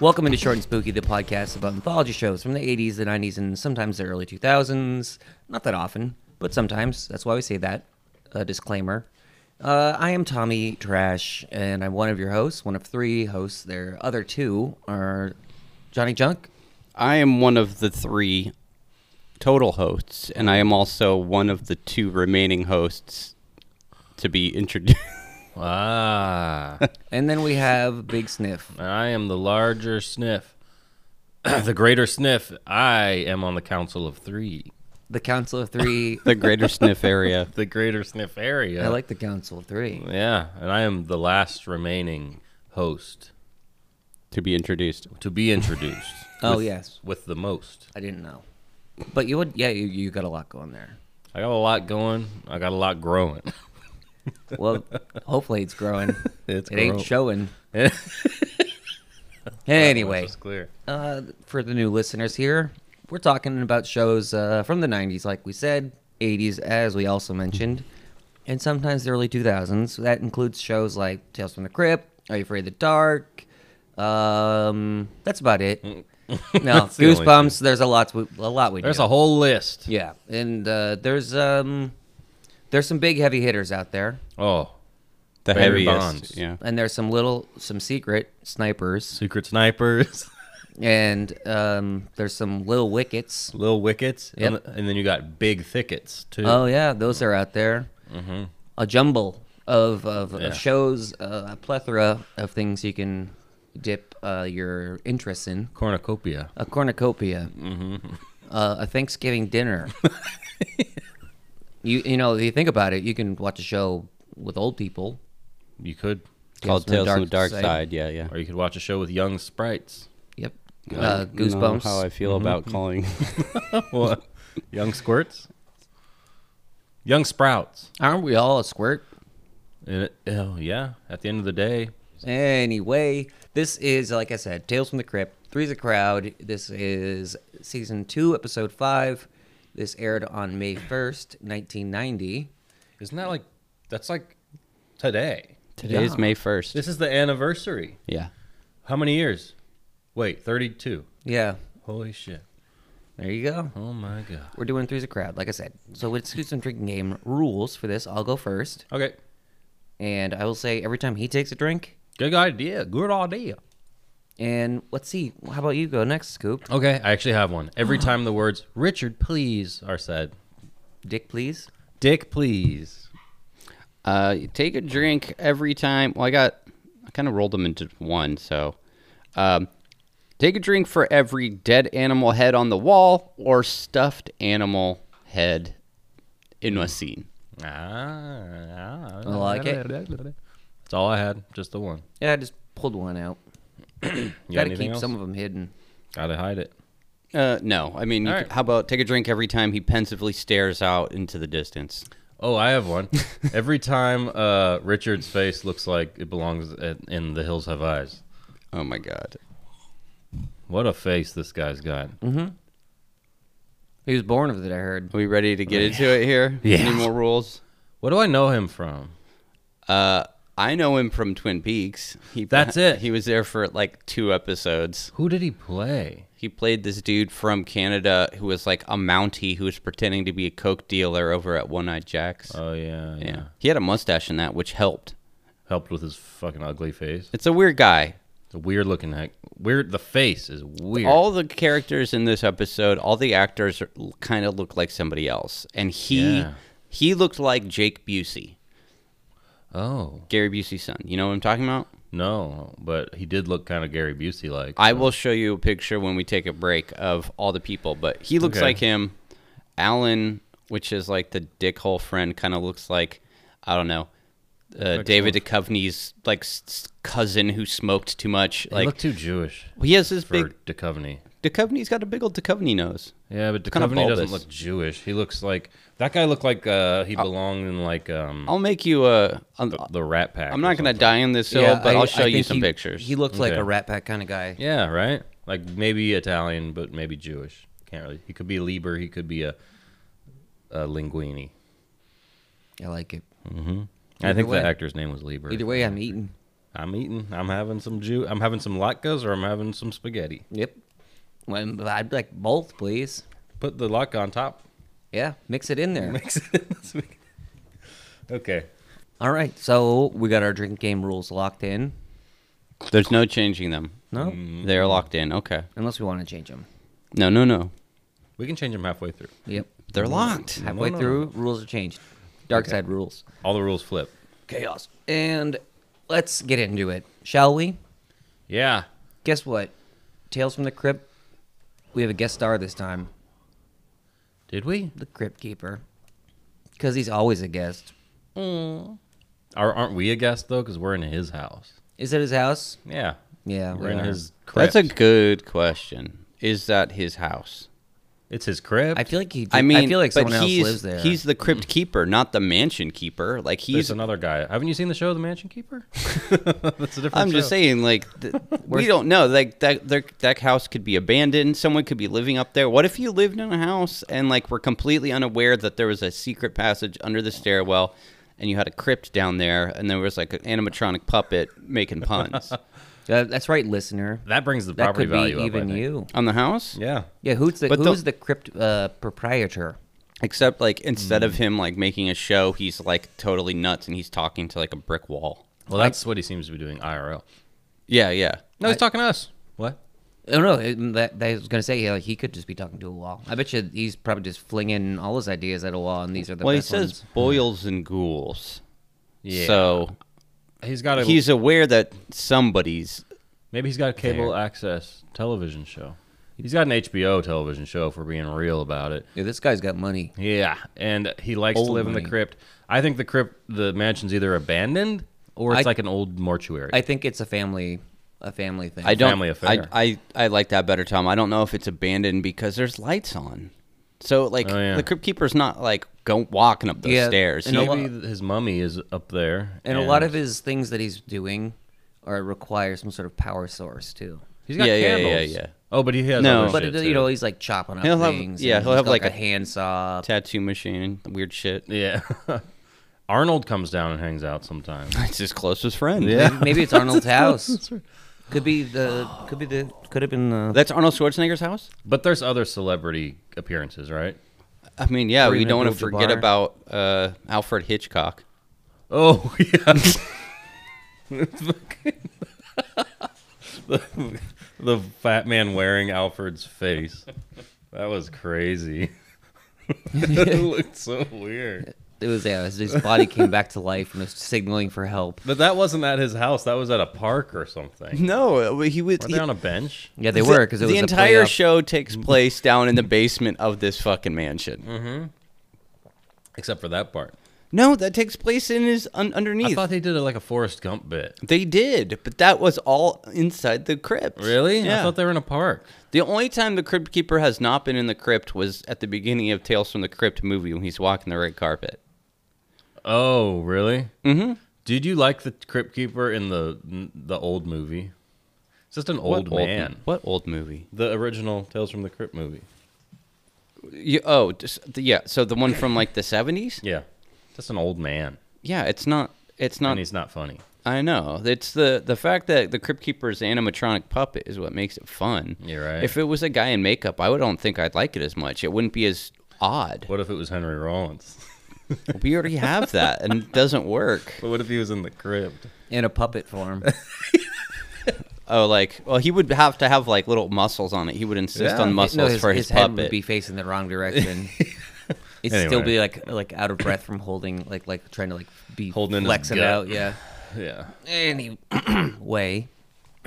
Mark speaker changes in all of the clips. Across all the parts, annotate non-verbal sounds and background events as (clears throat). Speaker 1: Welcome into Short and Spooky, the podcast about anthology shows from the 80s, the 90s, and sometimes the early 2000s. Not that often, but sometimes. That's why we say that. A disclaimer. Uh, I am Tommy Trash, and I'm one of your hosts, one of three hosts. Their other two are Johnny Junk.
Speaker 2: I am one of the three total hosts, and I am also one of the two remaining hosts to be introduced.
Speaker 3: Ah,
Speaker 1: And then we have Big Sniff.
Speaker 3: I am the larger sniff, (clears throat) the greater sniff. I am on the council of three,
Speaker 1: The Council of
Speaker 3: (laughs)
Speaker 1: Three.
Speaker 2: (laughs) the greater sniff area.
Speaker 3: the greater sniff area.
Speaker 1: I like the Council of Three.
Speaker 3: Yeah, and I am the last remaining host
Speaker 2: To be introduced.
Speaker 3: to
Speaker 1: (laughs)
Speaker 3: be introduced.
Speaker 1: Oh,
Speaker 3: with-
Speaker 1: yes.
Speaker 3: with the most.
Speaker 1: I didn't know. But you would, yeah, you, you got a lot going there.
Speaker 3: I got a lot going. I got a lot growing. (laughs)
Speaker 1: Well, hopefully (laughs) it's growing.
Speaker 3: It's
Speaker 1: it ain't (laughs)
Speaker 3: grow-
Speaker 1: showing.
Speaker 3: That (laughs)
Speaker 1: Anyway,
Speaker 3: It's clear.
Speaker 1: uh, for the new listeners here, we're talking about shows uh, from the 90s, like we said, 80s, as we also mentioned, and sometimes the early 2000s. That includes shows like Tales from the Crypt, Are You Afraid of the Dark? Um, that's about it. (laughs)
Speaker 3: (laughs)
Speaker 1: No,
Speaker 3: Mm. the only
Speaker 1: Goosebumps. There's a lot. We, a lot we
Speaker 3: There's
Speaker 1: do.
Speaker 3: a whole list.
Speaker 1: yeah, and uh, there's um, there's some big heavy hitters out there,
Speaker 3: Oh,
Speaker 2: The
Speaker 3: Barry
Speaker 2: heaviest.
Speaker 3: Bonds.
Speaker 2: Yeah.
Speaker 1: and there's some little, some secret snipers,
Speaker 3: secret snipers, (laughs)
Speaker 1: and um, there's some little wickets.
Speaker 3: little wickets, and,
Speaker 1: Yep.
Speaker 3: th- and then you got big thickets too.
Speaker 1: Oh yeah, those are out there. A jumble of of, of
Speaker 3: Yeah.
Speaker 1: shows, uh, a plethora of things you can dip uh, your interests in.
Speaker 3: Cornucopia.
Speaker 1: A cornucopia, uh, a Thanksgiving dinner. you you know, if you think about it, you can watch a show with old people.
Speaker 3: You could,
Speaker 2: Called Tales from the Dark
Speaker 1: Side.
Speaker 2: Side. Yeah, yeah.
Speaker 3: or you could watch a show with young sprites.
Speaker 1: Yep.
Speaker 2: I
Speaker 1: Uh,
Speaker 2: don't know
Speaker 1: goosebumps.
Speaker 2: how I feel about calling.
Speaker 3: What? (laughs) Young squirts? Young sprouts.
Speaker 1: Aren't we all a squirt?
Speaker 3: And it- oh, yeah. At the end of the day,
Speaker 1: Anyway, this is like I said, Tales from the Crypt, Three's a Crowd. This is season two, episode five. This aired on May first, nineteen ninety.
Speaker 3: isn't that like that's like today?
Speaker 2: Today's
Speaker 1: Yeah.
Speaker 2: (laughs) May 1st.
Speaker 3: This is the anniversary.
Speaker 2: yeah.
Speaker 3: How many years? Wait, 32.
Speaker 1: Yeah,
Speaker 3: Holy shit.
Speaker 1: there you go.
Speaker 3: Oh my god.
Speaker 1: We're doing Three's a Crowd, like I said. So let's do some drinking game rules for this. I'll go first,
Speaker 3: Okay.
Speaker 1: and I will say every time he takes a drink.
Speaker 3: Good idea. Good idea.
Speaker 1: And let's see, how about you go next, Scoop?
Speaker 3: Okay, I actually have one. (gasps) Every time the words Richard please are said,
Speaker 1: Dick, please.
Speaker 3: Dick please.
Speaker 2: Uh, take a drink every time. Well, I got, I kind of rolled them into one. So, um, take a drink for every dead animal head on the wall or stuffed animal head in a scene.
Speaker 1: I
Speaker 3: Ah,
Speaker 1: like it.
Speaker 3: That's all I had. Just the one.
Speaker 1: Yeah, I just pulled one out.
Speaker 3: You
Speaker 1: Got to
Speaker 3: anything
Speaker 1: keep
Speaker 3: else?
Speaker 1: some of them hidden.
Speaker 3: Gotta hide it.
Speaker 2: Uh, no, I mean, you
Speaker 3: All
Speaker 2: could-
Speaker 3: right.
Speaker 2: how about take a drink every time he pensively stares out into the distance?
Speaker 3: Oh, I have one. (laughs) Every time uh, Richard's face looks like it belongs at, in The Hills Have Eyes.
Speaker 2: Oh my god.
Speaker 3: What a face this guy's got.
Speaker 2: Mm-hmm.
Speaker 1: He was born with it, I heard.
Speaker 2: Are we ready to get into it here?
Speaker 3: Yeah.
Speaker 2: Any more rules?
Speaker 3: What do I know him from?
Speaker 2: Uh, I know him from Twin Peaks. He,
Speaker 3: That's it.
Speaker 2: He was there for like two episodes.
Speaker 3: Who did he play?
Speaker 2: He played this dude from Canada who was like a Mountie who was pretending to be a Coke dealer over at One Eyed Jack's.
Speaker 3: Oh yeah, yeah,
Speaker 2: yeah. He had a mustache in that, which helped.
Speaker 3: Helped with his fucking ugly face.
Speaker 2: It's a weird guy.
Speaker 3: It's a weird looking heck. Weird. The face is weird.
Speaker 2: All the characters in this episode, all the actors kind of look like somebody else. And he
Speaker 3: Yeah.
Speaker 2: he looked like Jake Busey,
Speaker 3: oh
Speaker 2: Gary Busey's son. You know what I'm talking about?
Speaker 3: no, but he did look kind of Gary Busey like.
Speaker 2: I will show you a picture when we take a break of all the people, but he looks
Speaker 3: Okay.
Speaker 2: like him. Alan, which is like the dickhole friend, kind of looks like I don't know uh, David Duchovny's like s- s- cousin who smoked too much.
Speaker 3: He
Speaker 2: Like
Speaker 3: looked too Jewish
Speaker 2: he has this
Speaker 3: for
Speaker 2: big
Speaker 3: Duchovny.
Speaker 2: Duchovny's got a big old Duchovny nose.
Speaker 3: Yeah, but
Speaker 2: Kinda
Speaker 3: Duchovny doesn't
Speaker 2: bulbous.
Speaker 3: look Jewish. He looks like that guy looked like uh, he belonged in like um
Speaker 2: I'll make you uh, a. I'm,
Speaker 3: the, the Rat Pack.
Speaker 2: I'm
Speaker 3: or
Speaker 2: not gonna
Speaker 3: something.
Speaker 2: die on this hill, but I, will show you
Speaker 1: think
Speaker 2: some
Speaker 1: he-
Speaker 2: pictures.
Speaker 1: He looked like
Speaker 3: Okay.
Speaker 1: a Rat Pack kind of guy.
Speaker 3: Yeah, right. Like maybe Italian, but maybe Jewish. Can't really. He could be Lieber. He could be a, a linguini.
Speaker 1: I like it.
Speaker 3: I think
Speaker 1: way.
Speaker 3: the actor's name was Lieber.
Speaker 1: Either way, I'm eating.
Speaker 3: I'm eating. I'm having some Jew. I'm having some latkes or I'm having some spaghetti.
Speaker 1: Yep. When I'd like both, please.
Speaker 3: Put the latke on top.
Speaker 1: Yeah, mix it in there.
Speaker 3: Mix it. in the spaghetti. okay.
Speaker 1: (laughs) All right, so we got our drink game rules locked in.
Speaker 2: There's no changing them.
Speaker 1: No,
Speaker 2: They're locked in. Okay.
Speaker 1: unless we want to change them.
Speaker 2: No, no, no.
Speaker 3: We can change them halfway through.
Speaker 1: Yep.
Speaker 2: They're locked.
Speaker 1: Halfway
Speaker 3: no, no,
Speaker 1: through, rules are changed. Dark
Speaker 3: Okay.
Speaker 1: side rules.
Speaker 3: All the rules flip.
Speaker 1: Chaos. And let's get into it, shall we?
Speaker 3: Yeah.
Speaker 1: Guess what? Tales from the Crypt. We have a guest star this time,
Speaker 3: Did we?
Speaker 1: the Crypt Keeper, because he's always a guest.
Speaker 3: Are, aren't we a guest though? Because we're in his house.
Speaker 1: Is it his house?
Speaker 3: Yeah.
Speaker 1: Yeah,
Speaker 3: We're
Speaker 1: we
Speaker 3: in
Speaker 1: are.
Speaker 3: his. Crypt.
Speaker 2: That's a good question. Is that his house?
Speaker 3: It's his crib.
Speaker 1: I feel like he.
Speaker 2: I mean,
Speaker 1: I feel like
Speaker 2: but
Speaker 1: someone else
Speaker 2: he's-
Speaker 1: lives there. Hmm.
Speaker 2: He's the crypt keeper, not the mansion keeper. Like
Speaker 3: There's
Speaker 2: he's.
Speaker 3: another guy. Haven't you seen the show, The Mansion Keeper? (laughs) That's a different.
Speaker 2: I'm just
Speaker 3: show.
Speaker 2: saying, like
Speaker 1: (laughs)
Speaker 2: th- we don't know. Like that, there- that house could be abandoned. Someone could be living up there. What if you lived in a house and like were completely unaware that there was a secret passage under the stairwell, and you had a crypt down there, and there was like an animatronic puppet
Speaker 1: (laughs)
Speaker 2: making puns
Speaker 1: Uh, that's right, listener.
Speaker 3: that brings the
Speaker 1: That
Speaker 3: property
Speaker 1: could be
Speaker 3: value up. I
Speaker 1: even
Speaker 3: think.
Speaker 1: you.
Speaker 2: on the house?
Speaker 3: Yeah.
Speaker 1: Yeah, who's the
Speaker 2: But the-
Speaker 1: who's the, crypt uh, proprietor?
Speaker 2: Except like instead
Speaker 3: Mm.
Speaker 2: of him like making a show, he's like totally nuts and he's talking to like a brick wall.
Speaker 3: Well, that's what he seems to be doing IRL.
Speaker 2: Yeah, yeah.
Speaker 3: No, he's talking to us. What?
Speaker 1: I don't know. Oh, it- mm, That, that I was gonna say, yeah, like, he could just be talking to a wall. I bet you he's probably just flinging all his ideas at a wall, and these are the
Speaker 2: well, he
Speaker 1: best
Speaker 2: says
Speaker 1: ones.
Speaker 2: boils and ghouls.
Speaker 3: Yeah.
Speaker 2: So
Speaker 3: He's got a.
Speaker 2: he's aware that somebody's.
Speaker 3: maybe he's got a cable access television show. He's got an HBO television show. If we're being real about it.
Speaker 1: Yeah, this guy's got money.
Speaker 3: Yeah, and he likes
Speaker 1: Old
Speaker 3: to live in
Speaker 1: money.
Speaker 3: the crypt. I think the crypt, the mansion's either abandoned or it's
Speaker 1: I-
Speaker 3: like an old mortuary.
Speaker 1: I think it's a family, a family thing.
Speaker 2: I don't.
Speaker 3: family affair.
Speaker 2: I, I I like that better, Tom. I don't know if it's abandoned because there's lights on. So like
Speaker 3: Oh, yeah.
Speaker 2: the crypt keeper's not like go walking up those
Speaker 1: Yeah,
Speaker 2: stairs.
Speaker 1: and a
Speaker 2: He-
Speaker 1: lot-
Speaker 3: Maybe his mummy is up there,
Speaker 1: and, a lot of his things that he's doing are require some sort of power source too.
Speaker 3: he's got
Speaker 2: Yeah, yeah,
Speaker 3: candles.
Speaker 2: yeah, yeah.
Speaker 3: Oh, but he has
Speaker 2: No.
Speaker 3: other
Speaker 1: But
Speaker 3: shit,
Speaker 1: it,
Speaker 3: too.
Speaker 1: you know, he's like chopping up
Speaker 2: He'll have-
Speaker 1: things.
Speaker 2: yeah,
Speaker 1: and
Speaker 2: he'll
Speaker 1: he's
Speaker 2: have
Speaker 1: got,
Speaker 2: like
Speaker 1: a,
Speaker 2: a-
Speaker 1: handsaw.
Speaker 2: tattoo machine, weird shit. (laughs)
Speaker 3: yeah. (laughs) Arnold comes down and hangs out sometimes.
Speaker 2: It's his closest friend.
Speaker 1: Maybe, maybe
Speaker 2: (laughs)
Speaker 1: it's Arnold's house. Could be the. Could be the. Could have been the.
Speaker 2: That's Arnold Schwarzenegger's house.
Speaker 3: But there's other celebrity appearances, right?
Speaker 2: I mean, yeah, we
Speaker 1: Kareem
Speaker 2: don't want to
Speaker 1: Abdul-Jabbar.
Speaker 2: forget about uh, Alfred Hitchcock.
Speaker 3: Oh (laughs) yeah. the, the fat man wearing Alfred's face. That was crazy. (laughs) it looked so weird.
Speaker 1: It was yeah. His, his body came back to life and was signaling for help.
Speaker 3: But that wasn't at his house. That was at a park or something.
Speaker 2: No, uh, he was.
Speaker 3: Were they on a bench?
Speaker 1: Yeah, they were because it
Speaker 2: the
Speaker 1: was a
Speaker 2: entire
Speaker 1: playoff-
Speaker 2: show takes place down in the basement of this fucking mansion.
Speaker 3: Except for that part.
Speaker 2: No, that takes place in his un- underneath.
Speaker 3: I thought they did it like a Forrest Gump bit.
Speaker 2: they did, but that was all inside the crypt. Yeah.
Speaker 3: I thought they were in a park.
Speaker 2: the only time the crypt keeper has not been in the crypt was at the beginning of Tales from the Crypt movie when he's walking the red carpet.
Speaker 3: Oh, really? Mm-hmm. Did you like the Crypt Keeper in the the old movie? It's just an old
Speaker 2: what
Speaker 3: man.
Speaker 2: Old, what old movie?
Speaker 3: The original Tales from the Crypt movie.
Speaker 2: You, oh, just, the- yeah. So the one from like the
Speaker 3: (laughs)
Speaker 2: seventies.
Speaker 3: Yeah, just an old man,
Speaker 2: Yeah, it's not. It's not.
Speaker 3: and he's not funny.
Speaker 2: I know. It's the the fact that the Crypt Keeper's animatronic puppet is what makes it fun.
Speaker 3: You're right.
Speaker 2: If it was a guy in makeup, I would don't think I'd like it as much. It wouldn't be as odd.
Speaker 3: What if it was Henry Rollins? (laughs)
Speaker 2: We already have that, and it doesn't work.
Speaker 3: but what if he was in the crypt?
Speaker 1: in a puppet
Speaker 2: (laughs)
Speaker 1: form.
Speaker 2: Oh, like well, he would have to have like little muscles on it. He would insist
Speaker 3: Yeah.
Speaker 2: on
Speaker 3: No,
Speaker 2: muscles
Speaker 1: no, his,
Speaker 2: for his,
Speaker 1: his head
Speaker 2: puppet.
Speaker 1: would be facing the wrong
Speaker 2: (laughs)
Speaker 1: direction. It'd still
Speaker 3: Anyway.
Speaker 1: be like like out of breath from holding like like trying to like be
Speaker 3: Holding in his
Speaker 1: flexing
Speaker 3: gut.
Speaker 1: out. Yeah.
Speaker 3: Yeah.
Speaker 1: Anyway, (clears throat)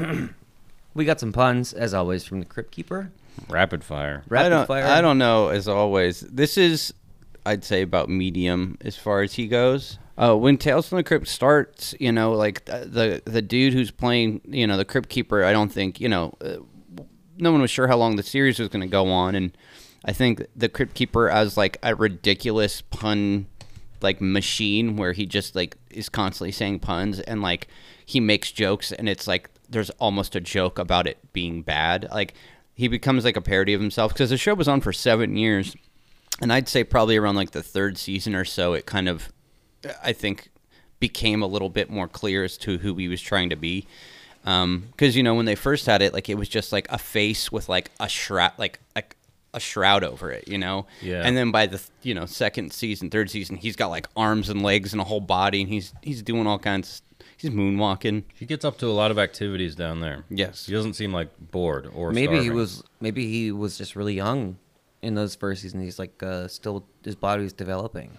Speaker 1: we got some puns as always from the Crypt Keeper.
Speaker 3: Rapid fire.
Speaker 1: Rapid
Speaker 2: I don't.
Speaker 1: fire.
Speaker 2: I don't know. As always, this is, I'd say, about medium as far as he goes. Uh, when Tales from the Crypt starts, you know, like th- the the dude who's playing, you know, the Crypt Keeper. I don't think, you know, uh, no one was sure how long the series was going to go on, and I think the Crypt Keeper as like a ridiculous pun like machine where he just like is constantly saying puns and like he makes jokes and it's like there's almost a joke about it being bad. Like he becomes like a parody of himself because the show was on for seven years, and I'd say probably around like the third season or so, it kind of, I think, became a little bit more clear as to who he was trying to be. Because you know when they first had it, like it was just like a face with like a shroud, like a, a shroud over it, you know.
Speaker 3: Yeah.
Speaker 2: And then by the you know second season, third season, he's got like arms and legs and a whole body, and he's he's doing all kinds. He's moonwalking.
Speaker 3: He gets up to a lot of activities down there.
Speaker 2: Yes.
Speaker 3: He doesn't seem like bored or
Speaker 1: Maybe he
Speaker 3: starving.
Speaker 1: was. Maybe he was just really young in those first seasons. He's like uh, still his body was developing.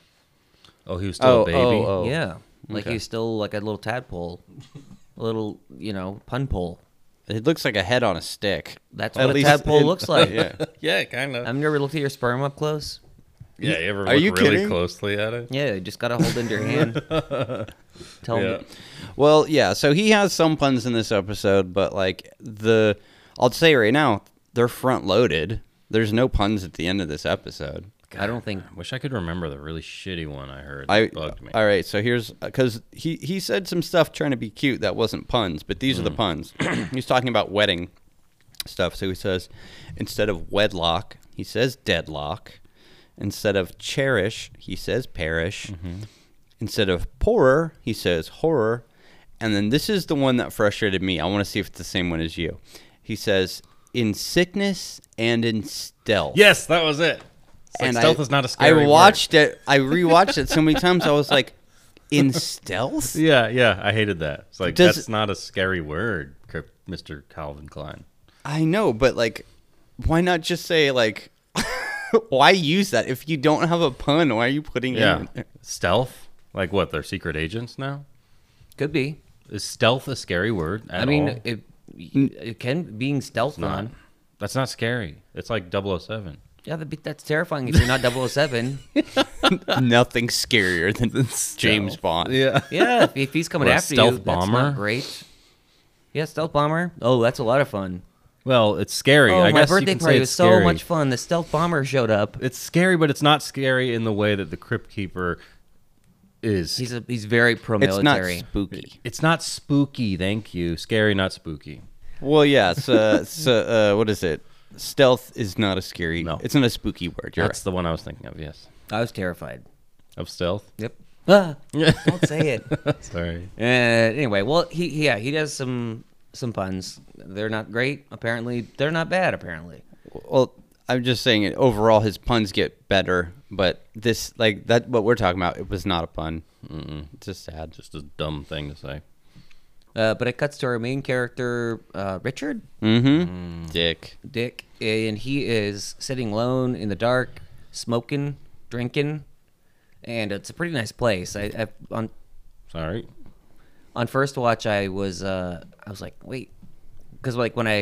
Speaker 3: Oh, he was still
Speaker 2: Oh,
Speaker 3: a baby.
Speaker 2: oh, oh.
Speaker 1: Yeah, like
Speaker 3: Okay.
Speaker 1: he's still like a little tadpole, a little you know pun pole.
Speaker 2: It looks like a head on a stick.
Speaker 1: That's
Speaker 2: At
Speaker 1: what a
Speaker 2: least
Speaker 1: tadpole
Speaker 2: in-
Speaker 1: looks like.
Speaker 2: (laughs) yeah.
Speaker 3: Yeah, kind of.
Speaker 1: I've never looked at your sperm up close.
Speaker 3: Yeah, you ever
Speaker 2: Are
Speaker 3: look
Speaker 2: you
Speaker 3: really
Speaker 2: kidding?
Speaker 3: closely at it?
Speaker 1: Yeah, you just gotta hold it in your
Speaker 3: (laughs)
Speaker 1: hand. Tell
Speaker 3: Yeah.
Speaker 1: him.
Speaker 2: Well, yeah. So he has some puns in this episode, but like the, I'll say right now, they're front loaded. There's no puns at the end of this episode.
Speaker 1: I don't think.
Speaker 3: I wish I could remember the really shitty one I heard.
Speaker 2: I
Speaker 3: that bugged me.
Speaker 2: all right. So here's because he he said some stuff trying to be cute that wasn't puns, but these are
Speaker 3: Mm.
Speaker 2: the
Speaker 3: (clears throat)
Speaker 2: puns. He's talking about wedding stuff. So he says instead of wedlock, he says deadlock. Instead of cherish, he says perish.
Speaker 3: Mm-hmm.
Speaker 2: Instead of poorer, he says horror. And then this is the one that frustrated me. I want to see if it's the same one as you. He says in sickness and in stealth.
Speaker 3: Yes, that was it. It's like stealth
Speaker 2: I,
Speaker 3: is not a scary
Speaker 2: I
Speaker 3: word.
Speaker 2: watched it. I rewatched it so many times. I was like, in stealth?
Speaker 3: Yeah, yeah, I hated that. It's like
Speaker 2: Does-
Speaker 3: that's not a scary word, Crypt- Mr. Calvin Klein.
Speaker 2: I know, but like, why not just say like, (laughs) why use that if you don't have a pun? Why are you putting it?
Speaker 3: Yeah,
Speaker 2: in there?
Speaker 3: stealth. Like what? They're secret agents now.
Speaker 1: Could be.
Speaker 3: Is stealth a scary word? At
Speaker 1: I mean,
Speaker 3: all?
Speaker 1: it, it can being stealth
Speaker 3: not.
Speaker 1: on.
Speaker 3: That's not scary. It's like 007.
Speaker 1: Yeah, that'd be, that's terrifying if you're not
Speaker 3: (laughs)
Speaker 1: 007.
Speaker 2: (laughs) Nothing scarier than (laughs) this James Bond.
Speaker 3: Yeah.
Speaker 1: (laughs) Yeah, if, if he's coming
Speaker 3: Or a
Speaker 1: after
Speaker 3: stealth
Speaker 1: you, that's
Speaker 3: bomber?
Speaker 1: not great. Yeah, stealth bomber. Oh, that's a lot of fun.
Speaker 3: Well, it's scary.
Speaker 1: Oh,
Speaker 3: I
Speaker 1: my
Speaker 3: guess you
Speaker 1: birthday
Speaker 3: can say
Speaker 1: party
Speaker 3: it's
Speaker 1: was so
Speaker 3: scary.
Speaker 1: much fun. The stealth bomber showed up.
Speaker 3: It's scary, but it's not scary in the way that the Crypt Keeper is.
Speaker 1: He's a, he's very pro
Speaker 2: It's not
Speaker 1: military.
Speaker 2: spooky.
Speaker 3: it's not spooky, thank you. Scary, not spooky.
Speaker 2: Well, yeah. So, so uh, what is it? Stealth is not a scary.
Speaker 3: No.
Speaker 2: it's not a spooky word. You're
Speaker 3: That's the one I was thinking of, yes.
Speaker 1: I was terrified.
Speaker 3: Of stealth.
Speaker 1: Yep.
Speaker 3: (laughs)
Speaker 1: Ah, don't say it.
Speaker 3: Sorry.
Speaker 1: Uh, anyway, well, he he- yeah, he does some some puns. They're not great, apparently. They're not bad, apparently.
Speaker 2: right. Well, I'm just saying. It, overall, his puns get better, but this like that what we're talking about. It was not a pun. Mm-mm. It's just sad.
Speaker 3: Just a dumb thing to say.
Speaker 1: Uh, but it cuts to our main character, uh, Richard
Speaker 2: Mm-hmm. Dick.
Speaker 1: Dick, and he is sitting alone in the dark, smoking, drinking, and it's a pretty nice place. I, I on
Speaker 3: Sorry.
Speaker 1: on first watch I was uh I was like wait because like when I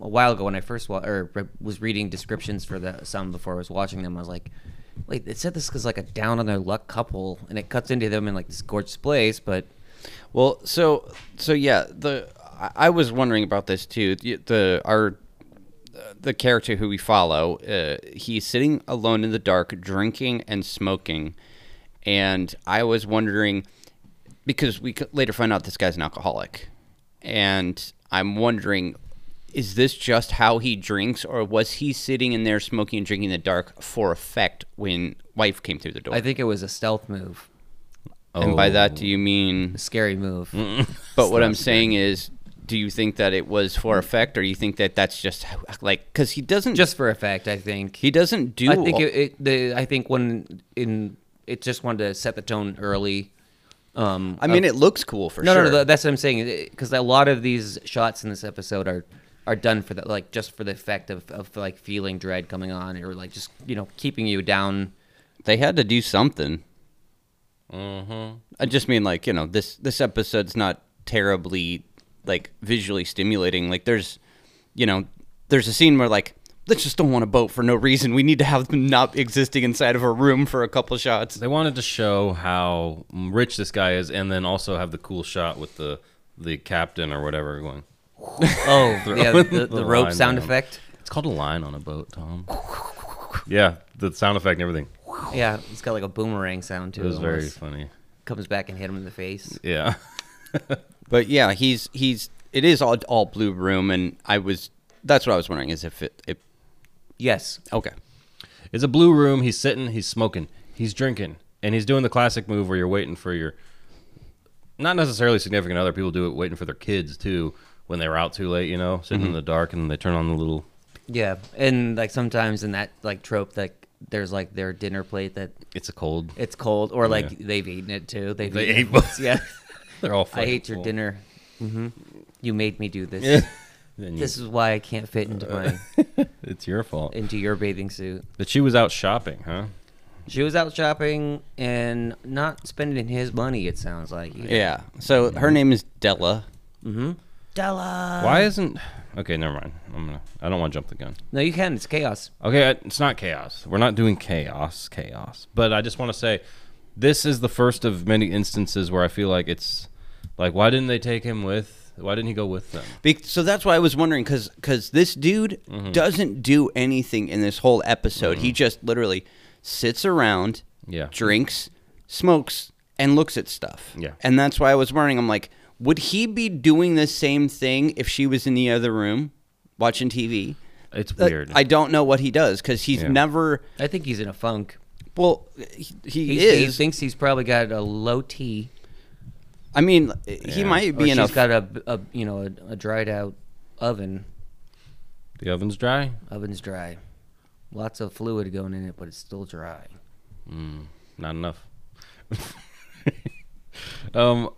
Speaker 1: a while ago when I first wa- or re- was reading descriptions for the some before I was watching them I was like wait it said this is like a down on their luck couple and it cuts into them in like this gorgeous place but
Speaker 2: Well, so so yeah, the I, I was wondering about this too. The, the our the character who we follow, uh, he's sitting alone in the dark, drinking and smoking, and I was wondering because we could later find out this guy's an alcoholic, and I'm wondering. Is this just how he drinks, or was he sitting in there smoking and drinking in the dark for effect when wife came through the door?
Speaker 1: I think it was a stealth move
Speaker 2: and by that, do you mean
Speaker 1: a scary move
Speaker 2: But what I'm saying is, do you think that it was for effect, or you think that that's just how- like because he doesn't
Speaker 1: just for effect I think
Speaker 2: he doesn't do?
Speaker 1: I think
Speaker 2: all-
Speaker 1: it, it the I think when in it just wanted to set the tone early um
Speaker 2: I mean, it looks cool for
Speaker 1: No,
Speaker 2: sure.
Speaker 1: no, no, that's what I'm saying. Because a lot of these shots in this episode are are done for the like just for the effect of, of like feeling dread coming on or like just you know keeping you down.
Speaker 2: they had to do something. Mm-hmm.
Speaker 1: Mm-hmm.
Speaker 2: I just mean like you know this this episode's not terribly like visually stimulating. Like there's, you know, there's a scene where like let's just don't want a boat for no reason. We need to have them not existing inside of a room for a couple shots.
Speaker 3: They wanted to show how rich this guy is and then also have the cool shot with the the captain or whatever going.
Speaker 1: (laughs)
Speaker 3: (laughs)
Speaker 1: Oh, yeah, the, the,
Speaker 3: the
Speaker 1: rope
Speaker 3: line
Speaker 1: sound
Speaker 3: down.
Speaker 1: effect.
Speaker 3: It's called a line on a
Speaker 1: (laughs)
Speaker 3: boat, Tom. yeah, the sound effect and everything.
Speaker 1: Yeah, it's got like a boomerang sound to
Speaker 3: It
Speaker 1: it.
Speaker 3: was very
Speaker 1: almost.
Speaker 3: funny.
Speaker 1: comes back and hit him in the face.
Speaker 3: Yeah. (laughs)
Speaker 2: But yeah, he's he's it is all all blue room, and I was that's what I was wondering is if it, it
Speaker 1: Yes,
Speaker 2: okay.
Speaker 3: It's a blue room. He's sitting. He's smoking. He's drinking, and he's doing the classic move where you're waiting for your not necessarily significant other. People do it waiting for their kids too when they're out too late, you know, sitting
Speaker 1: Mm-hmm.
Speaker 3: in the dark and they turn on the little.
Speaker 1: Yeah, and like sometimes in that like trope, like there's like their dinner plate that
Speaker 3: It's a cold.
Speaker 1: it's cold, or like
Speaker 3: Yeah.
Speaker 1: they've eaten it too. They've
Speaker 3: They
Speaker 1: eaten
Speaker 3: ate
Speaker 1: it. (laughs)
Speaker 3: both.
Speaker 1: Yeah,
Speaker 3: (laughs) They're all.
Speaker 1: I
Speaker 3: fucking
Speaker 1: ate your
Speaker 3: full.
Speaker 1: dinner. hmm You made me do this.
Speaker 3: Then you,
Speaker 1: This is why I can't fit into
Speaker 3: Uh,
Speaker 1: my
Speaker 3: it's your fault.
Speaker 1: into your bathing suit.
Speaker 3: That she was out shopping, huh?
Speaker 1: She was out shopping and not spending his money. It sounds like either.
Speaker 2: Yeah. So her name is Della.
Speaker 1: Della.
Speaker 3: Why isn't? Okay, never mind. I'm gonna. I don't want to jump the gun.
Speaker 1: No, you can. It's chaos.
Speaker 3: Okay, I- it's not chaos. We're not doing chaos, chaos. But I just want to say, this is the first of many instances where I feel like it's like, why didn't they take him with? Why didn't he go with them?
Speaker 2: Bec- So that's why I was wondering because this dude
Speaker 3: Mm-hmm.
Speaker 2: doesn't do anything in this whole episode. He just literally sits around,
Speaker 3: Yeah.
Speaker 2: drinks, smokes, and looks at stuff.
Speaker 3: Yeah.
Speaker 2: and that's why I was wondering. I'm like, would he be doing the same thing if she was in the other room watching TV?
Speaker 3: It's
Speaker 2: Uh,
Speaker 3: weird.
Speaker 2: I don't know what he does because he's
Speaker 3: Yeah.
Speaker 2: never.
Speaker 1: I think he's in a funk.
Speaker 2: Well, he, he
Speaker 1: He,
Speaker 2: is.
Speaker 1: he thinks he's probably got a low T.
Speaker 2: I mean, he
Speaker 3: Yeah.
Speaker 2: might
Speaker 1: Or
Speaker 2: be in a.
Speaker 1: Oh, she's got a, a you know a, a dried out oven.
Speaker 3: the oven's dry.
Speaker 1: Oven's dry. Lots of fluid going in it, but it's still dry.
Speaker 3: Not enough. (laughs) um,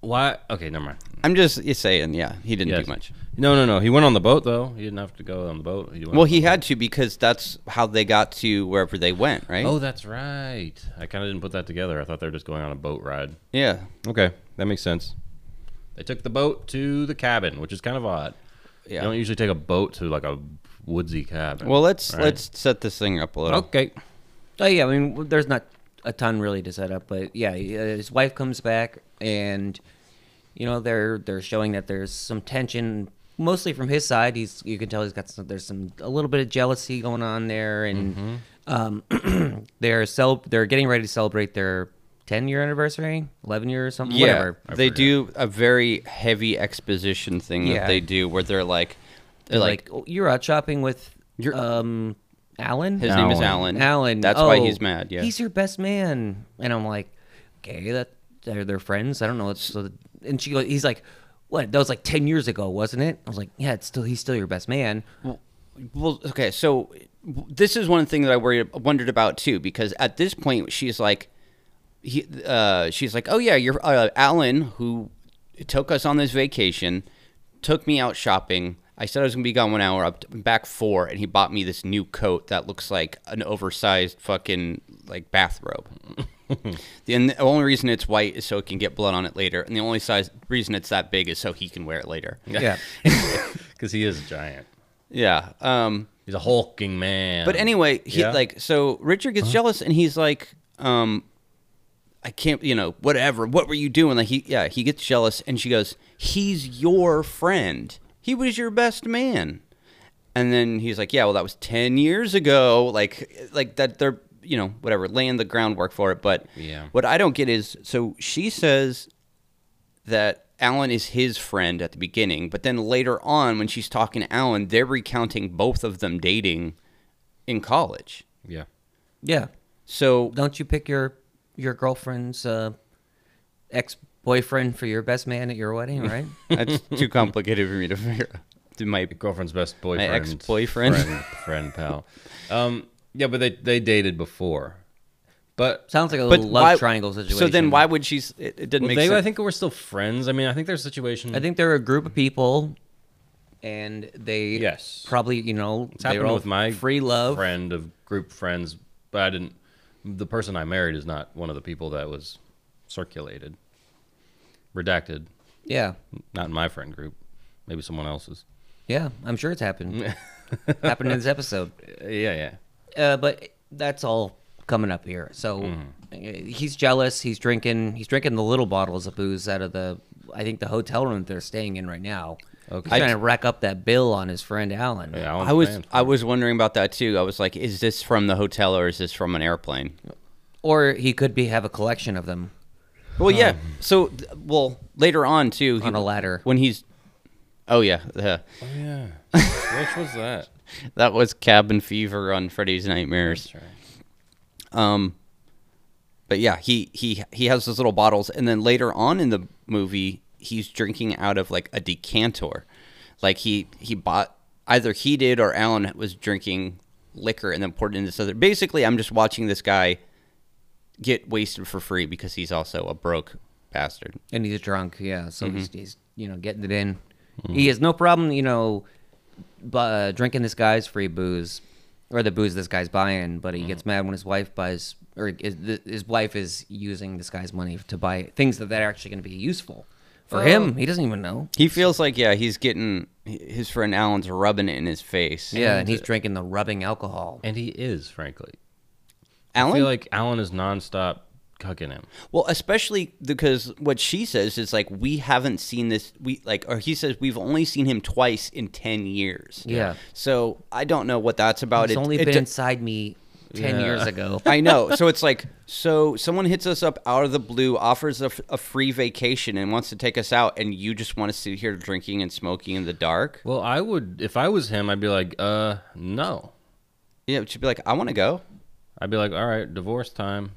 Speaker 3: why? Okay, never mind.
Speaker 2: I'm just saying, yeah, he didn't
Speaker 3: Yes.
Speaker 2: do much.
Speaker 3: No, no, no. He went on the boat though. He didn't have to go on the boat. He went
Speaker 2: Well,
Speaker 3: on
Speaker 2: he
Speaker 3: the boat.
Speaker 2: had to because that's how they got to wherever they went, right?
Speaker 3: Oh, that's right. I kind of didn't put that together. I thought they were just going on a boat ride.
Speaker 2: yeah.
Speaker 3: Okay, that makes sense. They took the boat to the cabin, which is kind of odd.
Speaker 2: Yeah.
Speaker 3: You don't usually take a boat to like a woodsy cabin.
Speaker 2: Well, let's
Speaker 3: right?
Speaker 2: let's set this thing up a little.
Speaker 3: Okay.
Speaker 1: Oh yeah, I mean, w- there's not a ton really to set up, but yeah, he- uh, his wife comes back, and you know they're they're showing that there's some tension, mostly from his side. He's you can tell he's got some, there's some a little bit of jealousy going on there, and
Speaker 2: Mm-hmm.
Speaker 1: um, (clears throat) they're cel- they're getting ready to celebrate their 10 year anniversary, 11 year or something,
Speaker 2: Yeah,
Speaker 1: whatever.
Speaker 2: they do a very heavy exposition thing
Speaker 1: Yeah.
Speaker 2: that they do where they're like, they're
Speaker 1: Like,
Speaker 2: like,
Speaker 1: oh, you're out shopping with
Speaker 2: You're-
Speaker 1: um Alan.
Speaker 2: his name is
Speaker 3: Alan.
Speaker 2: Alan.
Speaker 1: Alan.
Speaker 2: That's why
Speaker 1: oh,
Speaker 2: he's mad. Yeah.
Speaker 1: he's your best man. And I'm like, okay, that they're, they're friends. I don't know. It's so. And she goes, he's like, what? That was like ten years ago, wasn't it? I was like, yeah, it's still he's still your best man.
Speaker 2: Well, okay, so w- this is one thing that I worried wondered about too, because at this point she's like, he, uh, she's like, oh yeah, you're uh, Alan who took us on this vacation, took me out shopping. I said I was gonna be gone one hour. I'm t- I'm back four, and he bought me this new coat that looks like an oversized fucking like bathrobe. and the only reason it's white is so it can get blood on it later, and the only size reason it's that big is so he can wear it later.
Speaker 1: Yeah.
Speaker 3: Because he is a giant.
Speaker 2: Yeah. Um.
Speaker 3: He's a hulking man.
Speaker 2: But anyway, he
Speaker 3: Yeah.
Speaker 2: like so Richard gets jealous and he's like, um, I can't, you know, whatever. What were you doing? Like he, yeah, he gets jealous and she goes, he's your friend. He was your best man. And then he's like, yeah, well, that was ten years ago. Like, like that they're you know whatever laying the groundwork for it. But
Speaker 3: Yeah.
Speaker 2: what I don't get is so she says that Alan is his friend at the beginning, but then later on when she's talking to Alan, they're recounting both of them dating in college.
Speaker 3: yeah.
Speaker 1: yeah.
Speaker 3: (laughs)
Speaker 2: So
Speaker 1: Don't you pick your your girlfriend's uh, ex boyfriend for your best man at your
Speaker 2: (laughs)
Speaker 1: wedding, right?
Speaker 2: that's too complicated for me to figure out. To my
Speaker 3: Girlfriend's best boyfriend.
Speaker 2: ex-boyfriend.
Speaker 3: Friend, friend pal. Um, yeah, but they, they dated before. But
Speaker 1: Sounds like a
Speaker 2: but
Speaker 1: little love
Speaker 2: why-
Speaker 1: triangle situation.
Speaker 2: So then why would she s- it, it didn't
Speaker 3: well,
Speaker 2: make
Speaker 3: they,
Speaker 2: sense.
Speaker 3: I think we're still friends. I mean, I think their situation.
Speaker 1: I think they're a group of people, and they
Speaker 3: Yes.
Speaker 1: probably you know
Speaker 3: It's
Speaker 1: they were
Speaker 3: happened
Speaker 1: all
Speaker 3: with my
Speaker 1: free love.
Speaker 3: friend of group friends, but I didn't. The person I married is not one of the people that was circulated, redacted.
Speaker 1: Yeah,
Speaker 3: Not in my friend group. Maybe someone else's.
Speaker 1: yeah, I'm sure it's happened. happened in this episode,
Speaker 3: Uh, Yeah, yeah.
Speaker 1: uh, but that's all coming up here. So uh, he's jealous. He's drinking. He's drinking the little bottles of booze out of the. I think the hotel room that they're staying in right now. Okay. He's
Speaker 2: I-
Speaker 1: trying to rack up that bill on his friend Alan.
Speaker 3: Yeah,
Speaker 2: I was I was wondering about that too. I was like, is this from the hotel or is this from an airplane?
Speaker 1: Or he could be have a collection of them
Speaker 2: Well, yeah. So, th- well, later on too, he,
Speaker 1: Hmm. on a ladder.
Speaker 2: when he's, oh yeah, uh,
Speaker 3: Oh, (laughs) yeah. Which was that?
Speaker 2: that was cabin fever on Freddy's Nightmares.
Speaker 3: That's right.
Speaker 2: Um, But yeah, he he he has those little bottles, and then later on in the movie, he's drinking out of like a decanter, like he he bought either he did or Alan was drinking liquor and then poured it into this other. Basically, I'm just watching this guy get wasted for free because he's also a broke bastard.
Speaker 1: and he's drunk. Yeah, so he's, he's you know getting it in. He has no problem, you know, bu- uh, drinking this guy's free booze or the booze this guy's buying. But he gets mad when his wife buys or his, th- his wife is using this guy's money to buy things that that are actually going to be useful for him. He doesn't even know.
Speaker 2: He feels like yeah, he's getting his friend Alan's rubbing it in his face.
Speaker 1: Yeah, and he's drinking the rubbing alcohol.
Speaker 3: And he is, frankly. I
Speaker 2: Alan
Speaker 3: feel like Alan is nonstop cucking him.
Speaker 2: Well, especially because what she says is like we haven't seen this we like or he says we've only seen him twice in 10 years.
Speaker 1: Yeah.
Speaker 2: So I don't know what that's about.
Speaker 1: It's
Speaker 2: It-
Speaker 1: only
Speaker 2: it
Speaker 1: been
Speaker 2: do-
Speaker 1: inside me ten
Speaker 3: Yeah.
Speaker 1: years ago.
Speaker 2: (laughs) I know. So it's like so someone hits us up out of the blue, offers a, f- a free vacation and wants to take us out and you just want to sit here drinking and smoking in the dark?
Speaker 3: Well, I would if I was him, I'd be like, uh, no.
Speaker 2: Yeah, it should be like I want to go.
Speaker 3: I'd be like, all right, divorce time.